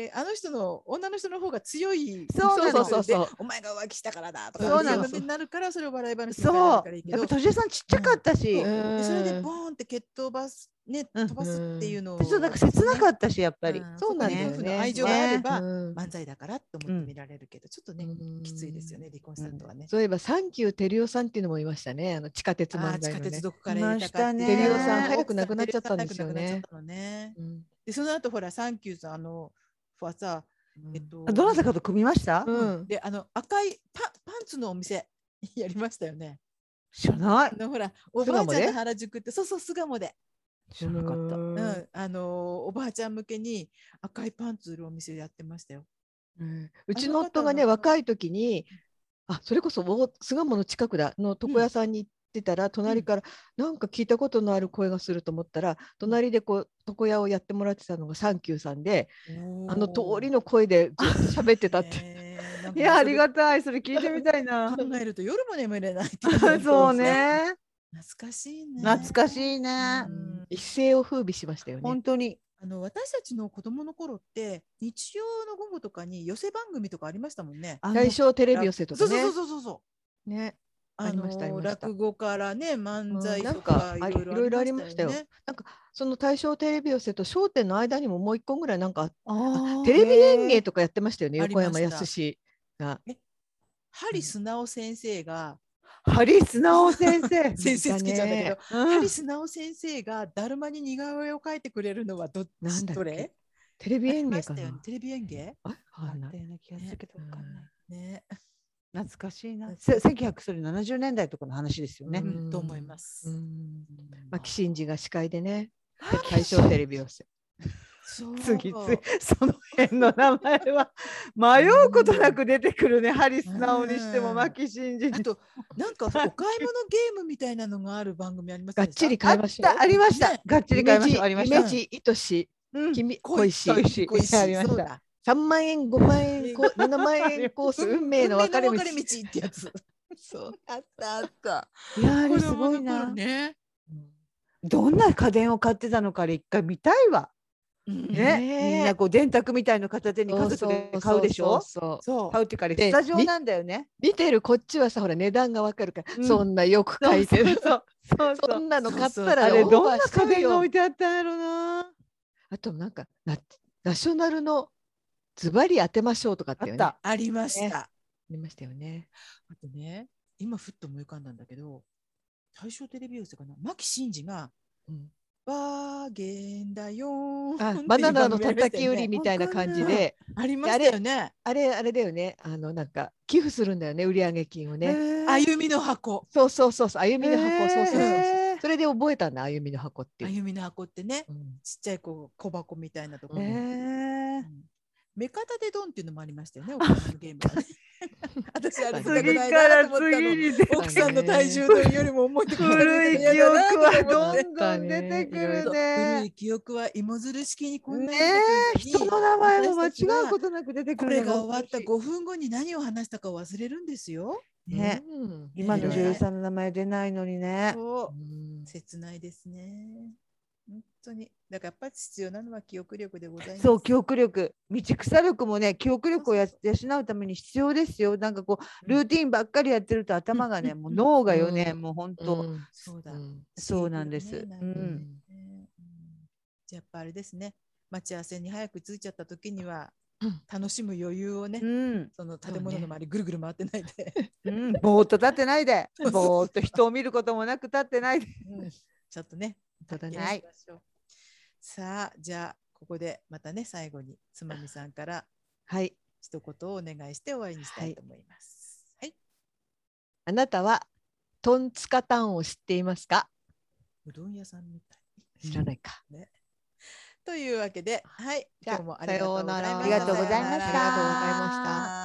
A: 腕。あの人の女の人の方が強い。
B: そうなの
C: そうそうそう
A: お前が浮気したからだとか。
B: そうなの
A: いことになるからそれを笑い話に変えられ
B: そ。
A: るからいいうけ
B: や
A: ど
B: っぱとしえさんちっちゃかったし
A: そ、うでそれで
C: うん
A: ボーンって蹴っ飛ばすね
B: うん
A: 飛ばすっていうのを。
B: そうなんか切なかったし、やっぱり。
A: うん
C: そうなんだよ
A: そこに夫婦
C: ね
A: の愛情があれば
C: うん
A: 漫才だからって思って見られるけど、ちょっとね、きついですよね、離婚したとはね。
C: そういえばサンキューテリオさんっていうのもいましたね。あの地下鉄
A: ああ
C: 漫
A: 地
C: 才
A: 下
C: のね
A: 鉄。どこから入れたかっていうテ
B: いましたね
A: リオ
B: 早
C: く亡くなっちゃったんです
A: 奥さん
C: よね
A: テリオさん早く亡くなっちゃったのね
C: うん
A: で、その後ほら、サンキューさん、あの、はさ、えっと、
B: どなたかと組みました
C: うん
A: で、あの、赤いパパンツのお店 (laughs) やりましたよね。
B: 知らない
A: あ。の、ほら、おばあちゃ
C: 巣
A: ん
C: 鴨
A: の
C: で
A: 原宿って、そうそう、巣鴨で。
B: 知らなかった。
A: うん、あのー、おばあちゃん向けに赤いパンツ売るお店やってましたよ。
C: うんうちの夫が
A: あ
C: ね
A: の方
C: 若い時にあそれこそお巣鴨の近くだの床屋さんに行ってたら、隣からなんか聞いたことのある声がすると思ったら隣でこう床屋をやってもらってたのがサンキューさんであの通りの声でずっと喋ってたって。
A: ねえ。なん
B: い
A: か
B: や、あり
A: それ
B: がたい。それ聞いてみたいな。
A: 考えると夜も眠れないっていのが
B: (laughs) そう。ね。
A: 懐かしいね。
B: 懐かし
A: い。
B: いね。
A: うん
C: 一世を風靡しましたよね。
B: 本当に。
A: あの私たちの子供の頃って日曜の午後とかに寄せ番組とかありましたもんね。
B: あの
C: 大正テレビ寄せと
A: そ
C: か
A: うそう
C: ね。
A: そうそうそう。
C: ね
A: あ
C: ありましたあり
A: の
C: ました
A: 落語からね漫才と
C: う
A: か
C: んなんかあ
A: いろいろ
C: いろいろありましたその大正テレビ寄せと商店の間にももう一個ぐらいなんかあっ
B: あー
C: テレビ演芸とかやってましたよね
A: ありま
C: 横
A: した
C: 山やすしが。
A: ハリスナオ先生が、
B: ハリスナオ先生。 (laughs)
A: 先生好きじゃんだけど、
B: うん
A: ハリスナオ先生がだるまに似顔絵を描いてくれるのはどっ
C: なんだっ
A: ち
C: け
A: どれ
C: テレビ演芸か
A: ありましたよね
C: な。
A: テレビ演芸
C: あ
B: あ
C: わかん
B: っ
C: な
B: た
C: い
B: ような気がするけどわかんない。
A: ね。
B: 懐かしいな。せ1970年代とかの話ですよね
A: う。
C: ん
A: ん、と思います。
C: うんま
A: ま
C: あ、
A: あ
C: キシンジが司会でね、で大正
B: (laughs)
C: テレビ寄せ。
A: そう
B: 次 (laughs) 々その辺の名前は迷うことなく出てくるね。ハリスナオにして
A: う
B: も
A: ん
B: 牧真治に
A: あと、なんかお買い物ゲームみたいなのがある番組ありました
C: がっちり買いましょう
B: あったありました
A: ね。
B: がっちり買いましょう。あり
C: イ
B: ま
C: メ
B: した
C: ー。ジ、愛し、
B: うん
C: 君、恋
A: 恋
C: し
A: し。。
B: 恋し
A: 恋し。
B: ありました
A: そうだ
C: 3万円、5万円
B: (laughs)
C: コース、7万円コース、運命の分かれ道
A: 運。命の分かれ道ってや
C: (laughs)
A: つ。そう。あったあった。
B: いやーあれ
A: 子
B: す
A: 供
B: ご
A: の
B: いな
A: 頃。ね。
B: どんな家電を買ってたのかあれ一回見たいわ。ね、
C: ねえ
B: みんなこう電卓みたいの片手に家族で買うでしょ
C: そうそうそうそう
A: そう。
B: 買うっていうかあれ
C: で
B: スタジオなんだよね。
C: 見てるこっちはさ、ほら、値段がわかるから、
B: うん
C: そんなよく書いてる。
B: そうそうそう
C: そんなの買った
B: あ
C: ら
B: れ
C: オー
B: どん
C: バ
B: な
C: ーしち
B: 家
C: ゃう
B: 電が
C: よ
B: 置いてあったんやろな。
C: あとなんかナナショナルのズバリ当てましょうとかって
B: あ
C: よ
B: っ
C: ねあ
B: た。
A: ありました。
C: りましたよね。
A: あとね、今ふっと思い浮かんだんだけど、大正テレビ寄せかな。牧真治が、
C: うん
A: バーゲンだよーんっていう番組ありました
C: あ
A: よね。
C: バナナの叩き売りみたいな感じで、
A: ありましたよね。
C: あれあれだよね。あのなんか寄付するんだよね売上金をね。
A: 歩みの箱。
C: そうそうそうそう歩みの箱、そうそうそうそう。
B: え
C: それで覚えたんだ歩みの箱ってい
A: 歩
C: う。
A: みの箱ってね、
C: うん
A: ちっちゃいこう小箱みたいなとこ
B: ー
A: ろ
C: え
A: に。
B: え
A: うん目方でドンっていうのもありましたよね、奥さんのゲームはね。私、あれ
B: ー
A: 見たこと
B: 次
A: な
B: か
A: いなと
B: ら
A: 思った
B: 次
A: の。
B: に出て
C: たね
A: 奥さんの体重とよりも重いってこと
B: 古い記憶はど
C: ね
B: んどん出てくる
A: 古
B: ね。
A: い記憶は芋づる式にこんな
B: ね
A: に
B: え
A: 出てく
B: 人
A: るのに
B: の名前も間
A: 私た
B: 違うこ
A: ちが
B: となく出てく
A: こ
B: る
A: れ
B: のが
A: が終わった5分後に何を話したか忘れるんですよ。
B: ね。
C: うん
B: 今の
A: ね
B: 女優さんの名前出ないのにね。
A: そう
C: うん
A: 切ないですね。本当に。だからやっぱり必要なのは記憶力でございます。
B: そう記憶力道草力もね記憶力をや
A: そう
B: 養うために必要ですよなんかこう
A: うん
B: ルーティンばっかりやってると頭がね
A: うん
B: もう脳がよね
C: うん
B: もう本当
C: うん
A: そうだ。
C: うん
B: そうなんです
A: ね
B: う
C: うんん
A: ねうんじゃあやっぱあれですね。待ち合わせに早く着いちゃった時には
C: うん
A: 楽しむ余裕をね、
B: うん
A: その建物の周りぐるぐる回ってないで、
B: うんぼーっと立ってないで
A: そうそう
B: ぼーっと人を見ることもなく立ってないで
A: (laughs) うんちょっとね、
C: そうだね
A: 発見しましょうさあ、じゃあここでまたね、最後につまみさんから
C: はい。
A: 一言をお願いして終わりにしたいと思います。はい。
C: あなたはトンツカタンを知っていますか
A: うどん屋さんみたい。。
C: 知らないいか。
A: というわけで、はい。
C: じゃあ
A: 今日もありがとうございました。
C: さようなら
B: ありがとうございました
C: ありがとうございました
A: は